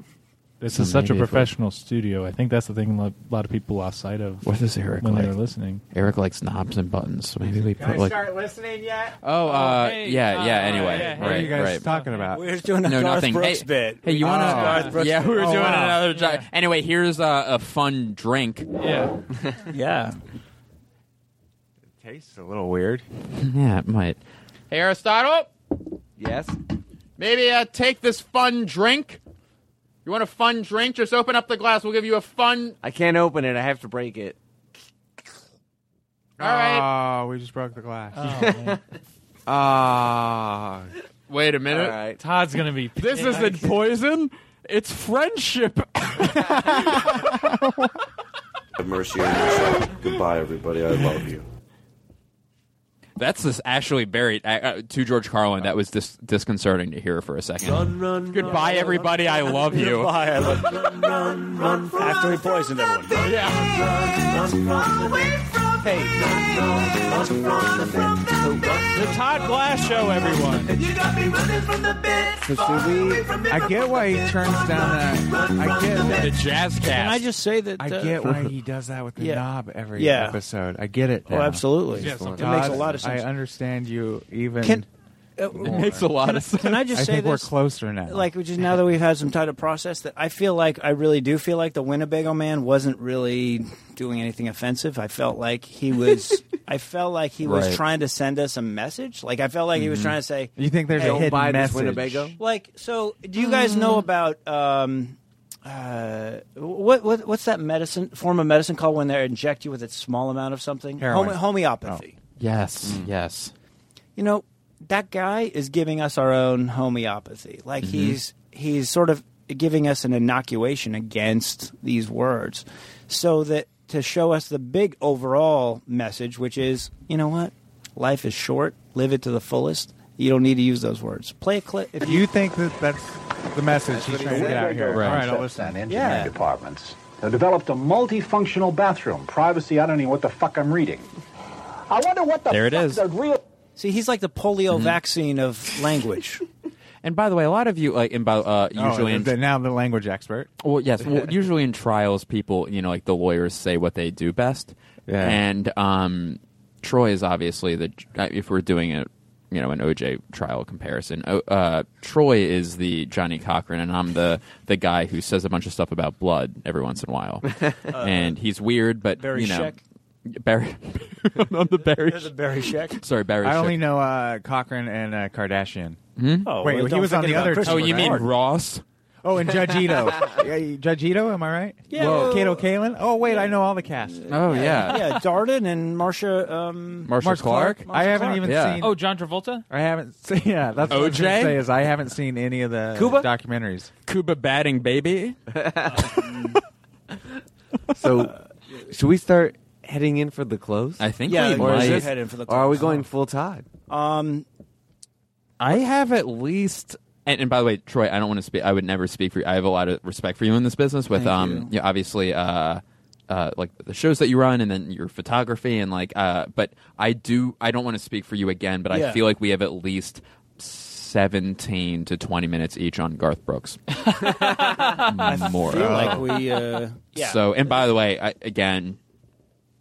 [SPEAKER 8] This
[SPEAKER 6] So
[SPEAKER 8] is such a
[SPEAKER 6] maybe if we-
[SPEAKER 8] professional studio. I think that's the thing a lot of people lost sight of
[SPEAKER 6] What does Eric
[SPEAKER 8] when
[SPEAKER 6] like?
[SPEAKER 8] they were listening.
[SPEAKER 6] Eric likes knobs and buttons, so maybe we put like.
[SPEAKER 5] listening yet?
[SPEAKER 6] Oh, uh, yeah, yeah. Anyway,
[SPEAKER 5] oh, What
[SPEAKER 6] right,
[SPEAKER 5] are you guys
[SPEAKER 6] right.
[SPEAKER 5] talking about? We're
[SPEAKER 7] just doing
[SPEAKER 6] no, nothing. hey, Hey, you want
[SPEAKER 5] Oh.
[SPEAKER 6] to? yeah, we were
[SPEAKER 5] Oh,
[SPEAKER 6] doing
[SPEAKER 5] wow.
[SPEAKER 6] another. Job. Anyway, here's uh, a fun drink.
[SPEAKER 8] Yeah.
[SPEAKER 7] yeah.
[SPEAKER 5] Tastes a little weird.
[SPEAKER 6] Yeah, it might. Hey, Aristotle. Yes. Maybe uh, take this fun drink. You want a fun drink? Just open up the glass. We'll give you a fun.
[SPEAKER 1] I can't open it. I have to break it.
[SPEAKER 6] All right.
[SPEAKER 5] Oh, we just broke the glass.
[SPEAKER 8] Oh,
[SPEAKER 6] Ah. Wait a minute.
[SPEAKER 8] Todd's gonna be.
[SPEAKER 6] This isn't poison. It's friendship.
[SPEAKER 2] Have mercy on yourself. Goodbye, everybody. I love you.
[SPEAKER 6] That's this actually buried uh, uh, to George Carlin. That was dis- disconcerting to hear for a second. Goodbye, everybody. I love you.
[SPEAKER 7] Goodbye, I love After we poisoned everyone.
[SPEAKER 8] The Todd Glass Show, everyone.
[SPEAKER 5] I get why he turns down that. I get that.
[SPEAKER 6] The jazz cast.
[SPEAKER 7] Can I just say that?
[SPEAKER 5] I
[SPEAKER 7] uh,
[SPEAKER 5] get why he does that with the
[SPEAKER 7] Yeah.
[SPEAKER 5] knob every
[SPEAKER 7] Yeah.
[SPEAKER 5] episode. I get it.
[SPEAKER 7] Oh,
[SPEAKER 5] now.
[SPEAKER 7] absolutely. Yeah, sometimes- It makes a lot of
[SPEAKER 5] Todd,
[SPEAKER 7] sense.
[SPEAKER 5] I understand you even.
[SPEAKER 7] Can- uh,
[SPEAKER 5] more.
[SPEAKER 7] can I- Can I just say
[SPEAKER 5] think
[SPEAKER 7] this?
[SPEAKER 5] we're closer now.
[SPEAKER 7] Like just now that we've had some time to process that, I feel like I really do feel like the Winnebago man wasn't really doing anything offensive. I felt like he was. I felt like he
[SPEAKER 5] Right.
[SPEAKER 7] was trying to send us a message. Like I felt like he was
[SPEAKER 5] Mhm.
[SPEAKER 7] trying to say,
[SPEAKER 5] You think there's a
[SPEAKER 7] Hey,
[SPEAKER 5] hidden message?
[SPEAKER 7] Like, so do you guys know about um, uh, what, what what's that medicine form of medicine called when they inject you with a small amount of something?
[SPEAKER 6] Heroin.
[SPEAKER 7] Home-
[SPEAKER 5] Oh.
[SPEAKER 7] homeopathy.
[SPEAKER 6] Yes. Yes.
[SPEAKER 7] You know, that guy is giving us our own homeopathy. Like
[SPEAKER 6] Mhm.
[SPEAKER 7] he's he's sort of giving us an inoculation against these words, so that to show us the big overall message, which is, you know what, life is short, live it to the fullest. You don't need to use those words. Play a clip if
[SPEAKER 5] you think that that's the message he's trying to get out here. All right, I'll
[SPEAKER 15] Concepts
[SPEAKER 5] listen.
[SPEAKER 15] and engineering departments. They developed a multifunctional bathroom. Privacy, I don't even know what the fuck I'm reading. I wonder what the
[SPEAKER 6] There it
[SPEAKER 15] fuck
[SPEAKER 6] is. Mm-hmm.
[SPEAKER 15] the real
[SPEAKER 7] See, he's like the polio vaccine of language.
[SPEAKER 6] And by the way, a lot of you like in by, uh,
[SPEAKER 5] Oh,
[SPEAKER 6] usually in
[SPEAKER 5] the- now the language expert.
[SPEAKER 6] Well, yes. Well, usually in trials, people, you know, like the lawyers say what they do best.
[SPEAKER 5] Yeah.
[SPEAKER 6] And um, Troy is obviously the, if uh, we're doing it, you know an OJ trial comparison. O- uh, Troy is the Johnny Cochran, and I'm the the guy who says a bunch of stuff about blood every once in a while, and he's weird, but
[SPEAKER 7] Barry
[SPEAKER 6] you know.
[SPEAKER 7] Sheck?
[SPEAKER 6] Barry, I'm the Barry.
[SPEAKER 7] The Barry Sheck.
[SPEAKER 6] Sorry, Barry.
[SPEAKER 5] I
[SPEAKER 6] Sheck.
[SPEAKER 5] only know uh, Cochran and uh, Kardashian.
[SPEAKER 6] Hmm? Oh,
[SPEAKER 7] Oh,
[SPEAKER 5] wait,
[SPEAKER 7] well,
[SPEAKER 5] he
[SPEAKER 7] don't
[SPEAKER 5] was on
[SPEAKER 7] forget
[SPEAKER 5] the
[SPEAKER 7] about
[SPEAKER 5] other.
[SPEAKER 7] Christopher
[SPEAKER 5] two, right?
[SPEAKER 7] Nolan.
[SPEAKER 6] Ross?
[SPEAKER 5] Oh, and Judge Ito. Yeah, Judge Ito, am I right?
[SPEAKER 7] Yeah.
[SPEAKER 5] Whoa. Kato Kalin. Oh, wait, I know all the cast.
[SPEAKER 6] Oh yeah.
[SPEAKER 7] yeah, Darden and Marsha. Um,
[SPEAKER 6] Marsha
[SPEAKER 5] Mark Clark? Clark? I haven't even Yeah. seen-
[SPEAKER 8] Oh, John Travolta.
[SPEAKER 5] I haven't seen. Yeah, that's what I was gonna
[SPEAKER 6] OJ?
[SPEAKER 5] say is I haven't seen any of the
[SPEAKER 6] Cuba?
[SPEAKER 5] documentaries.
[SPEAKER 6] Cuba batting baby.
[SPEAKER 7] Um,
[SPEAKER 11] So, should we start heading in for the close? I
[SPEAKER 6] think
[SPEAKER 7] Yeah, we
[SPEAKER 11] or is
[SPEAKER 7] might.
[SPEAKER 11] this-
[SPEAKER 7] head in for the
[SPEAKER 11] or are we
[SPEAKER 7] close.
[SPEAKER 11] going full Todd?
[SPEAKER 7] Um,
[SPEAKER 6] I have at least. And, and by the way, Troy, I don't want to speak. I would never speak for you. I have a lot of respect for you in this business. With
[SPEAKER 7] Thank
[SPEAKER 6] um,
[SPEAKER 7] you.
[SPEAKER 6] yeah, obviously, uh, uh, like the shows that you run, and then your photography, and like, uh, but I do. I don't want to speak for you again, but
[SPEAKER 7] Yeah.
[SPEAKER 6] I feel like we have at least seventeen to twenty minutes each on Garth Brooks.
[SPEAKER 7] I
[SPEAKER 6] More.
[SPEAKER 7] feel like we. Uh, yeah.
[SPEAKER 6] So, and by the way, I, again,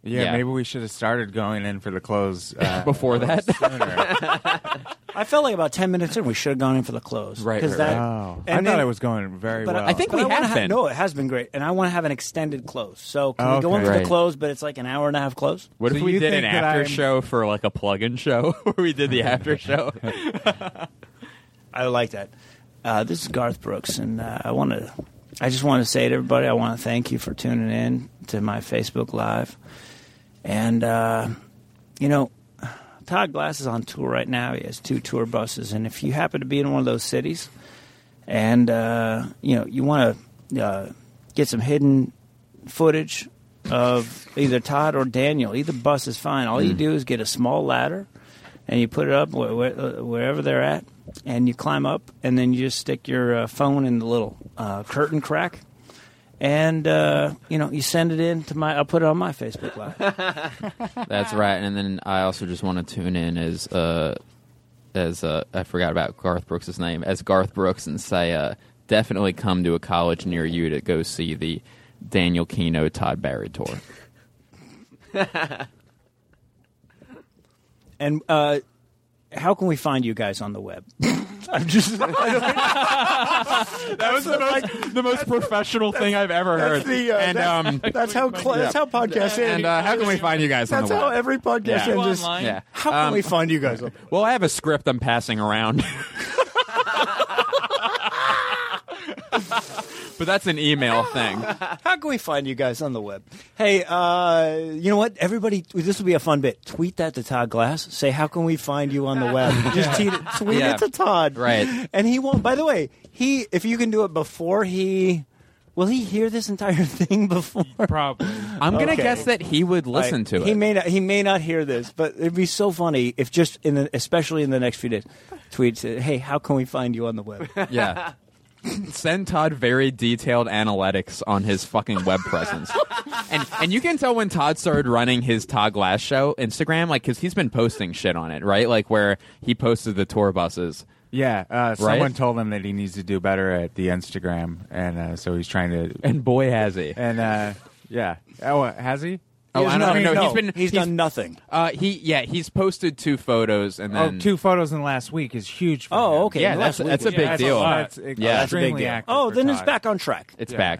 [SPEAKER 5] Yeah,
[SPEAKER 6] Yeah.
[SPEAKER 5] maybe we should have started going in for the close uh,
[SPEAKER 6] Before that?
[SPEAKER 7] I felt like about ten minutes in, we should have gone in for the close.
[SPEAKER 5] Right,
[SPEAKER 7] 'Cause
[SPEAKER 5] right,
[SPEAKER 7] that-
[SPEAKER 5] right. Oh.
[SPEAKER 7] and
[SPEAKER 5] I thought it was going very
[SPEAKER 7] but
[SPEAKER 5] well.
[SPEAKER 6] I think
[SPEAKER 7] but
[SPEAKER 6] we
[SPEAKER 7] wanna
[SPEAKER 6] have
[SPEAKER 7] ha-
[SPEAKER 6] been.
[SPEAKER 7] no, it has been great, and I want to have an extended close. So can we
[SPEAKER 6] Okay.
[SPEAKER 7] go in for the
[SPEAKER 6] Right.
[SPEAKER 7] close? But it's like an hour and a half close.
[SPEAKER 6] What
[SPEAKER 7] So
[SPEAKER 6] if we
[SPEAKER 7] you
[SPEAKER 6] did
[SPEAKER 7] think
[SPEAKER 6] an
[SPEAKER 7] that
[SPEAKER 6] after
[SPEAKER 7] I'm-
[SPEAKER 6] show for like a plug-in show where we did the after show?
[SPEAKER 7] I like that. Uh, this is Garth Brooks, and uh, I want to. I just want to say to everybody, I want to thank you for tuning in to my Facebook Live, and uh, you know, Todd Glass is on tour right now. He has two tour buses, and if you happen to be in one of those cities, and uh, you know, you want to uh, get some hidden footage of either Todd or Daniel, either bus is fine. All you
[SPEAKER 13] Mm.
[SPEAKER 7] do is get a small ladder and you put it up where, where, uh, wherever they're at, and you climb up, and then you just stick your uh, phone in the little uh, curtain crack, and uh, you know you send it in to my. I'll put it on my Facebook Live.
[SPEAKER 6] That's right. And then I also just want to tune in as uh as uh I forgot about Garth Brooks' name as Garth Brooks and say uh definitely come to a college near you to go see the Daniel Keno Todd Barry tour.
[SPEAKER 7] and uh, how can we find you guys on the web? I'm just.
[SPEAKER 4] that was the most, the most professional thing I've ever heard.
[SPEAKER 22] That's, the, uh,
[SPEAKER 4] and
[SPEAKER 22] that's,
[SPEAKER 4] um,
[SPEAKER 22] that's how cl- that's how podcasts end.
[SPEAKER 6] And uh, how can we find you guys? on
[SPEAKER 22] That's
[SPEAKER 6] the
[SPEAKER 22] how
[SPEAKER 6] web?
[SPEAKER 22] every podcast
[SPEAKER 6] Yeah.
[SPEAKER 22] ends. is-
[SPEAKER 6] Yeah.
[SPEAKER 22] How can
[SPEAKER 6] Um,
[SPEAKER 22] we find you guys? on-
[SPEAKER 6] Well, I have a script I'm passing around. but that's an email thing.
[SPEAKER 7] How can we find you guys on the web? Hey, uh, you know what? Everybody, this will be a fun bit. Tweet that to Todd Glass. Say, how can we find you on the web? Just tweet, it, tweet
[SPEAKER 6] Yeah.
[SPEAKER 7] it to Todd.
[SPEAKER 6] Right.
[SPEAKER 7] And he won't. By the way, he if you can do it before he, will he hear this entire thing before?
[SPEAKER 8] Probably.
[SPEAKER 6] I'm gonna guess that he would listen to it.
[SPEAKER 7] He may not. He may not hear this, but it'd be so funny if just in the, especially in the next few days, tweets. Hey, how can we find you on the web?
[SPEAKER 6] Yeah. Send Todd very detailed analytics on his fucking web presence. and and you can tell when Todd started running his Todd Glass show Instagram, like, because he's been posting shit on it, right? Like, where he posted the tour buses.
[SPEAKER 5] Yeah, uh,
[SPEAKER 6] Right?
[SPEAKER 5] someone told him that he needs to do better at the Instagram, and uh, so he's trying to.
[SPEAKER 6] And boy, has he!
[SPEAKER 5] And uh, yeah, oh, has he?
[SPEAKER 6] Oh, I don't know. He's been
[SPEAKER 7] He's done nothing.
[SPEAKER 6] Uh, he yeah, he's posted two photos and
[SPEAKER 5] Oh,
[SPEAKER 6] then
[SPEAKER 5] two photos in the last week is huge. For
[SPEAKER 7] Oh,
[SPEAKER 5] him.
[SPEAKER 7] okay.
[SPEAKER 6] Yeah,
[SPEAKER 7] Well,
[SPEAKER 6] that's that's a
[SPEAKER 7] weekly.
[SPEAKER 6] big deal.
[SPEAKER 5] That's,
[SPEAKER 6] yeah,
[SPEAKER 7] That's a big deal. Oh, then it's back on track.
[SPEAKER 6] It's
[SPEAKER 7] Yeah.
[SPEAKER 6] back.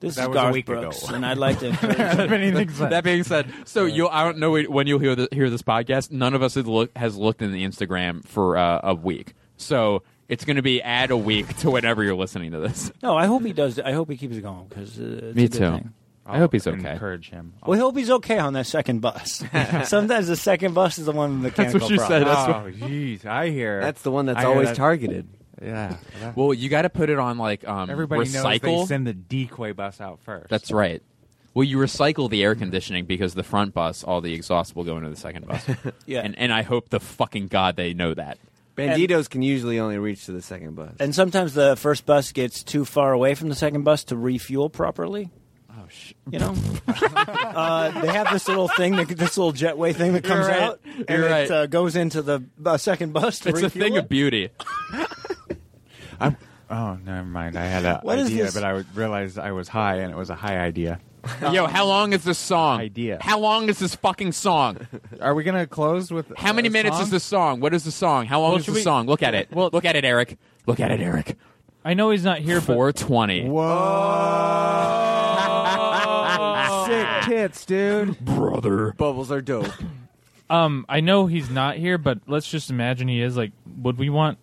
[SPEAKER 7] This is
[SPEAKER 5] That was a
[SPEAKER 7] Garth
[SPEAKER 5] week ago.
[SPEAKER 7] Brooks, and I'd like to.
[SPEAKER 5] Hasn't been anything since.
[SPEAKER 6] That being said, so you I don't know when you'll hear the, hear this podcast. None of us has, look, has looked in the Instagram for uh, a week, so it's going to be add a week to whenever you're listening to this.
[SPEAKER 7] No, I hope he does. I hope he keeps it going because uh, it's a
[SPEAKER 6] Me
[SPEAKER 7] good
[SPEAKER 6] too.
[SPEAKER 7] Thing.
[SPEAKER 6] I hope he's okay.
[SPEAKER 5] Encourage him.
[SPEAKER 7] We hope he's okay on that second bus. Sometimes the second bus is the one with the
[SPEAKER 5] That's
[SPEAKER 7] mechanical
[SPEAKER 5] what you said.
[SPEAKER 7] problem.
[SPEAKER 5] That's what- Oh, jeez, I hear.
[SPEAKER 11] That's the one that's
[SPEAKER 5] I hear
[SPEAKER 11] always
[SPEAKER 5] that-
[SPEAKER 11] targeted.
[SPEAKER 5] Yeah.
[SPEAKER 6] Well, you got to put it on like um,
[SPEAKER 5] Everybody
[SPEAKER 6] recycle.
[SPEAKER 5] knows they send the decoy bus out first.
[SPEAKER 6] That's right. Well, you recycle the air conditioning because the front bus, all the exhaust will go into the second bus.
[SPEAKER 7] Yeah.
[SPEAKER 6] and and I hope the fucking god they know that.
[SPEAKER 11] Banditos can usually only reach to the second bus.
[SPEAKER 7] And sometimes the first bus gets too far away from the second bus to refuel properly.
[SPEAKER 6] Oh shit!
[SPEAKER 7] You know, uh, they have this little thing, that, this little jetway thing that comes
[SPEAKER 6] You're right.
[SPEAKER 7] out, and
[SPEAKER 6] You're
[SPEAKER 7] it
[SPEAKER 6] right.
[SPEAKER 7] uh, goes into the uh, second bus to
[SPEAKER 6] It's
[SPEAKER 7] refuel.
[SPEAKER 6] a thing of beauty.
[SPEAKER 5] Oh, never mind. I had a
[SPEAKER 7] What is
[SPEAKER 5] idea,
[SPEAKER 7] this?
[SPEAKER 5] but I would- realized I was high, and it was a high idea.
[SPEAKER 6] Yo, how long is this song?
[SPEAKER 5] Idea.
[SPEAKER 6] How long is this fucking song?
[SPEAKER 5] Are we gonna close with?
[SPEAKER 6] How many
[SPEAKER 5] a
[SPEAKER 6] minutes
[SPEAKER 5] song?
[SPEAKER 6] is the song? What is the song? How long
[SPEAKER 5] Well,
[SPEAKER 6] is the
[SPEAKER 5] should we-
[SPEAKER 6] song? Look at it. Well, look at it, Eric. Look at it, Eric.
[SPEAKER 8] I know he's not here.
[SPEAKER 6] Four twenty.
[SPEAKER 8] Oh.
[SPEAKER 5] Sick tits, dude.
[SPEAKER 6] Brother.
[SPEAKER 11] Bubbles are dope.
[SPEAKER 8] Um, I know he's not here, but let's just imagine he is. Like, would we want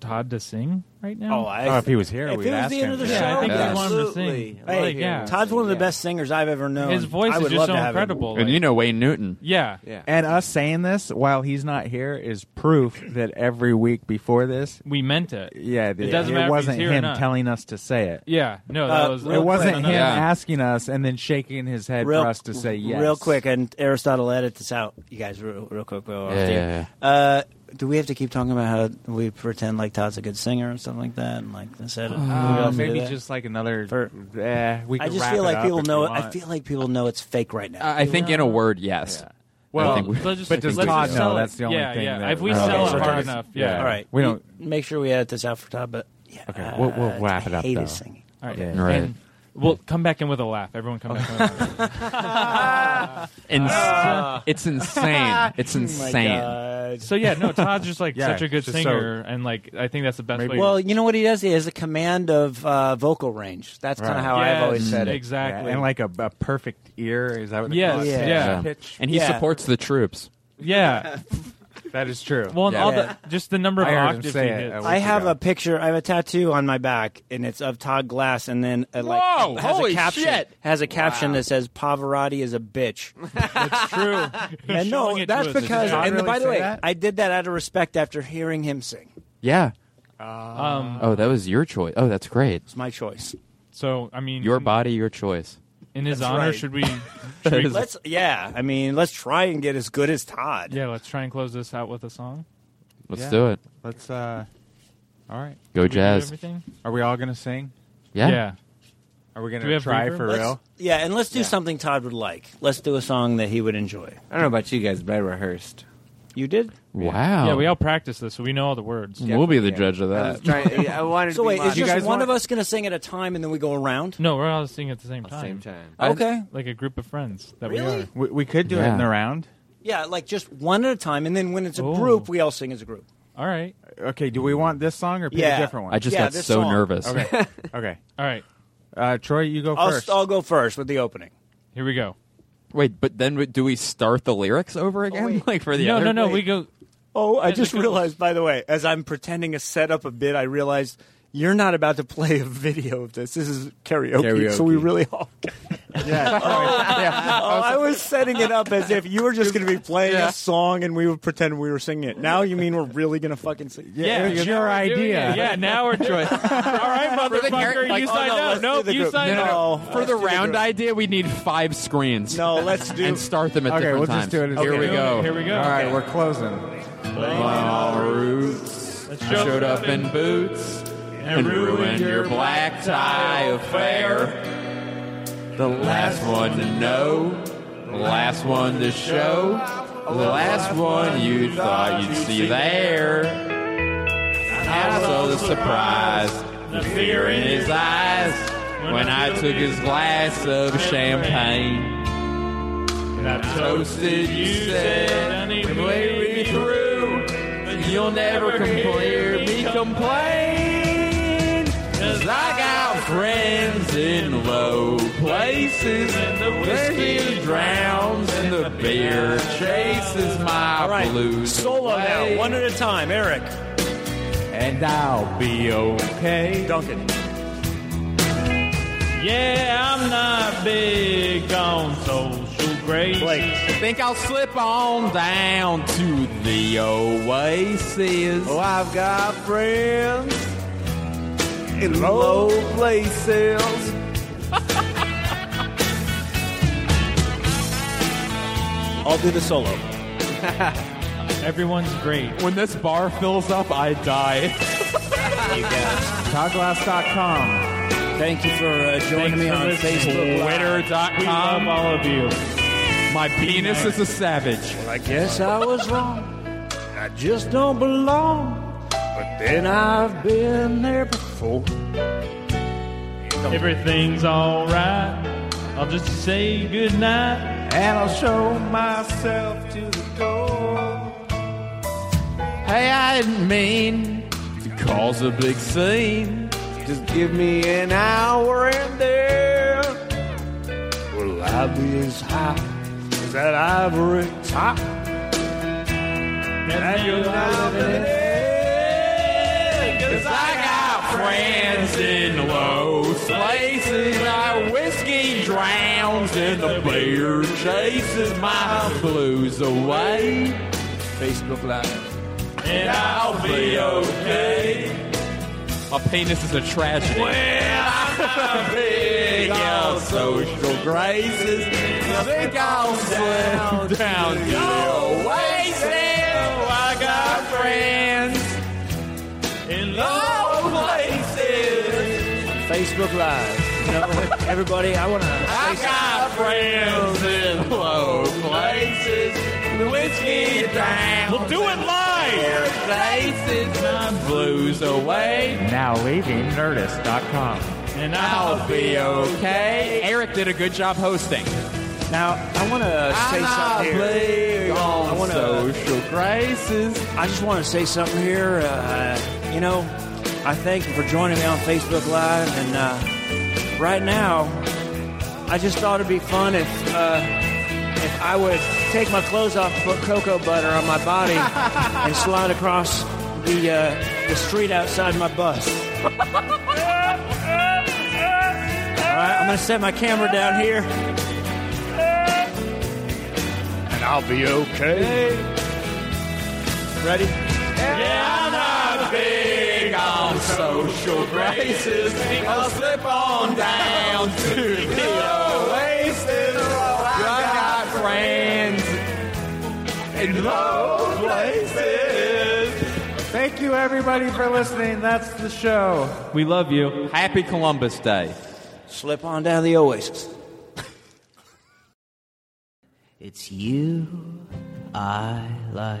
[SPEAKER 8] Todd to sing right now?
[SPEAKER 7] Oh, I- Oh, if he was here,
[SPEAKER 8] if
[SPEAKER 7] we'd
[SPEAKER 8] it was
[SPEAKER 7] ask
[SPEAKER 8] the end
[SPEAKER 7] him.
[SPEAKER 8] of the
[SPEAKER 7] Yeah,
[SPEAKER 8] show,
[SPEAKER 7] I think
[SPEAKER 8] we'd
[SPEAKER 7] yeah.
[SPEAKER 8] want him to sing.
[SPEAKER 7] Absolutely.
[SPEAKER 8] Like,
[SPEAKER 7] Like,
[SPEAKER 8] yeah.
[SPEAKER 7] Todd's one of the best singers I've ever known.
[SPEAKER 8] His voice
[SPEAKER 7] I
[SPEAKER 8] is
[SPEAKER 7] would
[SPEAKER 8] just
[SPEAKER 7] love
[SPEAKER 8] so
[SPEAKER 7] to have him.
[SPEAKER 8] incredible.
[SPEAKER 6] And you know Wayne Newton.
[SPEAKER 8] Yeah.
[SPEAKER 5] And us saying this while he's not here is proof that every week before this,
[SPEAKER 8] we meant it.
[SPEAKER 5] Yeah, the,
[SPEAKER 8] It doesn't matter if
[SPEAKER 5] it
[SPEAKER 8] he's
[SPEAKER 5] wasn't
[SPEAKER 8] here or
[SPEAKER 5] him
[SPEAKER 8] not.
[SPEAKER 5] telling us to say it.
[SPEAKER 8] Yeah, no, that
[SPEAKER 7] Uh,
[SPEAKER 8] was
[SPEAKER 7] real
[SPEAKER 5] it wasn't
[SPEAKER 7] quick.
[SPEAKER 5] him
[SPEAKER 7] Yeah.
[SPEAKER 5] asking us and then shaking his head for us to say yes.
[SPEAKER 7] Real quick, and Aristotle edit this out, you guys, real, real quick. Real
[SPEAKER 5] Yeah, yeah,
[SPEAKER 7] Uh, do we have to keep talking about how we pretend like Todd's a good singer and stuff like that, and like this edit? Do we
[SPEAKER 5] Uh,
[SPEAKER 7] also do
[SPEAKER 5] maybe
[SPEAKER 7] that?
[SPEAKER 5] just like another.
[SPEAKER 7] For-
[SPEAKER 5] eh, we
[SPEAKER 7] I
[SPEAKER 5] could
[SPEAKER 7] just
[SPEAKER 5] wrap
[SPEAKER 7] feel
[SPEAKER 5] it
[SPEAKER 7] like
[SPEAKER 5] up
[SPEAKER 7] people
[SPEAKER 5] if
[SPEAKER 7] know.
[SPEAKER 5] you
[SPEAKER 7] I
[SPEAKER 5] want.
[SPEAKER 7] feel like people know it's fake right now.
[SPEAKER 6] I think in a word, yes.
[SPEAKER 7] Well,
[SPEAKER 6] I think we-
[SPEAKER 7] let's just-
[SPEAKER 6] but does
[SPEAKER 7] let's
[SPEAKER 6] Todd
[SPEAKER 7] just
[SPEAKER 6] know?
[SPEAKER 7] sell it.
[SPEAKER 6] That's the only
[SPEAKER 7] Yeah,
[SPEAKER 6] thing
[SPEAKER 7] yeah.
[SPEAKER 6] that-
[SPEAKER 7] If we sell it hard
[SPEAKER 8] enough, yeah.
[SPEAKER 7] All right,
[SPEAKER 5] We don't.
[SPEAKER 7] make sure we edit this out for Todd. But yeah, okay,
[SPEAKER 5] we'll- we'll
[SPEAKER 8] Uh,
[SPEAKER 5] wrap it up,
[SPEAKER 7] Hate
[SPEAKER 5] though.
[SPEAKER 7] his singing.
[SPEAKER 8] All right.
[SPEAKER 5] Yeah. Right.
[SPEAKER 8] And we'll come back in with a laugh. Everyone come back in with a laugh.
[SPEAKER 6] Ins-
[SPEAKER 8] Ah.
[SPEAKER 6] it's insane. It's
[SPEAKER 8] Oh my
[SPEAKER 6] insane.
[SPEAKER 8] God. so yeah, no, Todd's just like
[SPEAKER 7] Yeah,
[SPEAKER 8] such a good
[SPEAKER 7] just so-
[SPEAKER 8] singer, and like I think that's the best way.
[SPEAKER 7] Well, you know what he does? He has a command of uh, vocal range. That's kind of how I've always said it.
[SPEAKER 8] exactly.
[SPEAKER 5] Yeah, and like a, a perfect ear. Is that what they
[SPEAKER 8] Yes,
[SPEAKER 5] call it?
[SPEAKER 8] yeah. Yeah.
[SPEAKER 5] Pitch.
[SPEAKER 6] And he supports the troops.
[SPEAKER 8] yeah,
[SPEAKER 5] that is true.
[SPEAKER 8] Well, and all
[SPEAKER 7] Yeah.
[SPEAKER 8] the just the number of
[SPEAKER 5] I heard him
[SPEAKER 8] octaves he
[SPEAKER 5] say it.
[SPEAKER 8] hits.
[SPEAKER 7] I have a picture. I have a tattoo on my back, and it's of Todd Glass, and then it like
[SPEAKER 6] Whoa,
[SPEAKER 7] has
[SPEAKER 6] holy
[SPEAKER 7] a caption
[SPEAKER 6] shit.
[SPEAKER 7] has a caption that says "Pavarotti is a bitch."
[SPEAKER 8] That's true. He's
[SPEAKER 7] and no,
[SPEAKER 8] showing it
[SPEAKER 7] that's
[SPEAKER 8] to us.
[SPEAKER 7] because.
[SPEAKER 8] Did Todd
[SPEAKER 7] And
[SPEAKER 8] really
[SPEAKER 7] by the
[SPEAKER 8] say
[SPEAKER 7] way,
[SPEAKER 8] that?
[SPEAKER 7] I did that out of respect after hearing him sing.
[SPEAKER 6] Yeah.
[SPEAKER 8] Um,
[SPEAKER 6] oh, that was your choice. Oh, that's great.
[SPEAKER 7] It's my choice.
[SPEAKER 8] So I mean,
[SPEAKER 6] Your body, your choice.
[SPEAKER 8] in his
[SPEAKER 7] That's
[SPEAKER 8] honor,
[SPEAKER 7] right.
[SPEAKER 8] should we? should we-
[SPEAKER 7] let's yeah. I mean, let's try and get as good as Todd.
[SPEAKER 8] yeah, let's try and close this out with a song.
[SPEAKER 6] Let's do it.
[SPEAKER 5] Let's. uh All right.
[SPEAKER 6] Go
[SPEAKER 8] Did we do
[SPEAKER 6] jazz.
[SPEAKER 8] everything?
[SPEAKER 5] Are we all gonna sing?
[SPEAKER 6] Yeah.
[SPEAKER 8] Yeah.
[SPEAKER 5] Are we
[SPEAKER 7] Do we
[SPEAKER 5] gonna
[SPEAKER 7] have
[SPEAKER 5] try
[SPEAKER 7] reverb?
[SPEAKER 5] for
[SPEAKER 7] Let's-
[SPEAKER 5] real?
[SPEAKER 7] Yeah, and let's do something Todd would like. Let's do a song that he would enjoy.
[SPEAKER 11] I don't know about you guys, but I rehearsed.
[SPEAKER 7] You did?
[SPEAKER 6] Wow.
[SPEAKER 8] Yeah, we all practiced this, so we know all the words.
[SPEAKER 6] We'll be the judge of that.
[SPEAKER 11] I wanted to
[SPEAKER 7] So
[SPEAKER 11] be
[SPEAKER 7] wait,
[SPEAKER 11] modest.
[SPEAKER 7] is just one of us going to sing at a time and then we go around?
[SPEAKER 8] No, we're all singing at the same time.
[SPEAKER 11] same time.
[SPEAKER 7] Okay.
[SPEAKER 8] Like a group of friends that
[SPEAKER 7] Really?
[SPEAKER 8] we are.
[SPEAKER 5] We, we could do it in
[SPEAKER 6] Yeah.
[SPEAKER 5] the round.
[SPEAKER 7] Yeah, like just one at a time, and then when it's a
[SPEAKER 8] Oh.
[SPEAKER 7] group, we all sing as a group.
[SPEAKER 8] All right.
[SPEAKER 5] Okay. Do we want this song or pick
[SPEAKER 7] Yeah.
[SPEAKER 5] a different one?
[SPEAKER 6] I just
[SPEAKER 7] Yeah,
[SPEAKER 6] got
[SPEAKER 7] this
[SPEAKER 6] so
[SPEAKER 7] song.
[SPEAKER 6] nervous.
[SPEAKER 5] Okay. okay.
[SPEAKER 8] All right.
[SPEAKER 5] Uh, Troy, you go
[SPEAKER 7] I'll,
[SPEAKER 5] first.
[SPEAKER 7] I'll go first with the opening.
[SPEAKER 8] Here we go.
[SPEAKER 6] Wait, but then do we start the lyrics over again? like for the
[SPEAKER 8] no,
[SPEAKER 6] other
[SPEAKER 8] no, no.
[SPEAKER 6] thing?
[SPEAKER 8] We go.
[SPEAKER 7] Oh, I
[SPEAKER 8] As
[SPEAKER 7] just
[SPEAKER 8] it goes.
[SPEAKER 7] realized, by the way, as I'm pretending to set up a bit, I realized you're not about to play a video of this. This is karaoke, so we
[SPEAKER 11] Karaoke.
[SPEAKER 7] really all.
[SPEAKER 5] yeah,
[SPEAKER 7] Oh, I was setting it up as if you were just going to be playing
[SPEAKER 8] Yeah.
[SPEAKER 7] a song and we would pretend we were singing it. Now you mean we're really going to fucking sing?
[SPEAKER 8] Yeah,
[SPEAKER 5] it was
[SPEAKER 8] now
[SPEAKER 5] your
[SPEAKER 8] we're doing
[SPEAKER 5] idea.
[SPEAKER 8] it. Yeah, now we're doing. it. All right,
[SPEAKER 6] For the
[SPEAKER 8] motherfucker,
[SPEAKER 6] character-
[SPEAKER 8] you
[SPEAKER 6] like, oh,
[SPEAKER 8] signed
[SPEAKER 6] no,
[SPEAKER 8] up.
[SPEAKER 6] let's
[SPEAKER 8] Nope,
[SPEAKER 7] do the
[SPEAKER 8] you
[SPEAKER 7] group.
[SPEAKER 8] signed
[SPEAKER 7] No,
[SPEAKER 8] up.
[SPEAKER 7] no,
[SPEAKER 6] For the round idea, we need five screens.
[SPEAKER 7] No, let's do.
[SPEAKER 6] And start them at
[SPEAKER 5] Okay,
[SPEAKER 6] different
[SPEAKER 5] we'll
[SPEAKER 6] times.
[SPEAKER 5] just do it.
[SPEAKER 6] Here we
[SPEAKER 8] Okay,
[SPEAKER 6] go.
[SPEAKER 8] Here we go.
[SPEAKER 5] All right, we're closing.
[SPEAKER 6] All roots.
[SPEAKER 8] Let's
[SPEAKER 6] I showed up in boots and ruined your black tie affair. The last one to know, the last one to show, the last one you thought you'd see there. I saw the surprise, the fear in his eyes when I took his glass of champagne. And I toasted you, said, anyway we through. You'll never com- hear me complain. Cause I got friends in low places. The whiskey drowns and the beer chases my blues.
[SPEAKER 7] Solo now, one at a time. Eric.
[SPEAKER 6] And I'll be okay.
[SPEAKER 7] Duncan.
[SPEAKER 8] Yeah, I'm not big on social graces.
[SPEAKER 6] Think I'll slip on down to the oasis.
[SPEAKER 11] Oh, I've got friends in low places.
[SPEAKER 7] I'll do the solo.
[SPEAKER 8] Everyone's great.
[SPEAKER 6] When this bar fills up, I die.
[SPEAKER 5] Toddglass.com.
[SPEAKER 7] Thank you for uh, joining me on Facebook. Live.
[SPEAKER 8] We love
[SPEAKER 6] Twitter.com.
[SPEAKER 8] all of you.
[SPEAKER 6] My penis is a savage.
[SPEAKER 7] I guess I was wrong. I just don't belong. But then I've been there before.
[SPEAKER 8] Everything's alright.
[SPEAKER 23] I'll just say goodnight.
[SPEAKER 19] And I'll show myself to the door.
[SPEAKER 24] Hey, I didn't mean to cause a big scene. Just give me an hour and there.
[SPEAKER 19] Well, I'll be as high as that ivory top. And you'll have
[SPEAKER 1] Cause I got friends in low places. My whiskey drowns in the beer chases my blues away.
[SPEAKER 24] Facebook Live.
[SPEAKER 1] And I'll be okay.
[SPEAKER 6] My penis is a tragedy.
[SPEAKER 1] I'm big on social graces. I think I'll slam down to the oasis. I got friends in low places.
[SPEAKER 7] Facebook Live. You know, everybody, I want to.
[SPEAKER 1] I got friends in low places. The whiskey down. We'll do it live. Places my blues away.
[SPEAKER 5] Now leaving Nerdist.com.
[SPEAKER 1] And I'll be okay.
[SPEAKER 6] Eric did a good job hosting.
[SPEAKER 7] Now, I want to
[SPEAKER 8] Ah,
[SPEAKER 7] say
[SPEAKER 1] not
[SPEAKER 7] something
[SPEAKER 1] big
[SPEAKER 7] here.
[SPEAKER 1] on
[SPEAKER 7] I wanna,
[SPEAKER 1] social graces.
[SPEAKER 7] I just want to say something here. Uh, you know, I thank you for joining me on Facebook Live. And uh, right now, I just thought it'd be fun if uh, if I would take my clothes off, put cocoa butter on my body, and slide across the uh, the street outside my bus. All right, I'm gonna set my camera down here.
[SPEAKER 19] And I'll be okay.
[SPEAKER 7] Ready?
[SPEAKER 1] I'm not big on social graces. I'll slip on down to the oasis. I got friends in low places.
[SPEAKER 25] Thank you, everybody, for listening. That's the show.
[SPEAKER 6] We love you. Happy Columbus Day.
[SPEAKER 7] Slip on down the oasis.
[SPEAKER 11] It's you I like.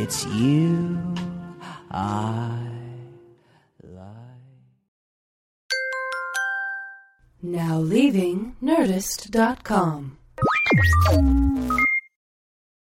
[SPEAKER 11] It's you I
[SPEAKER 3] Now leaving Nerdist.com.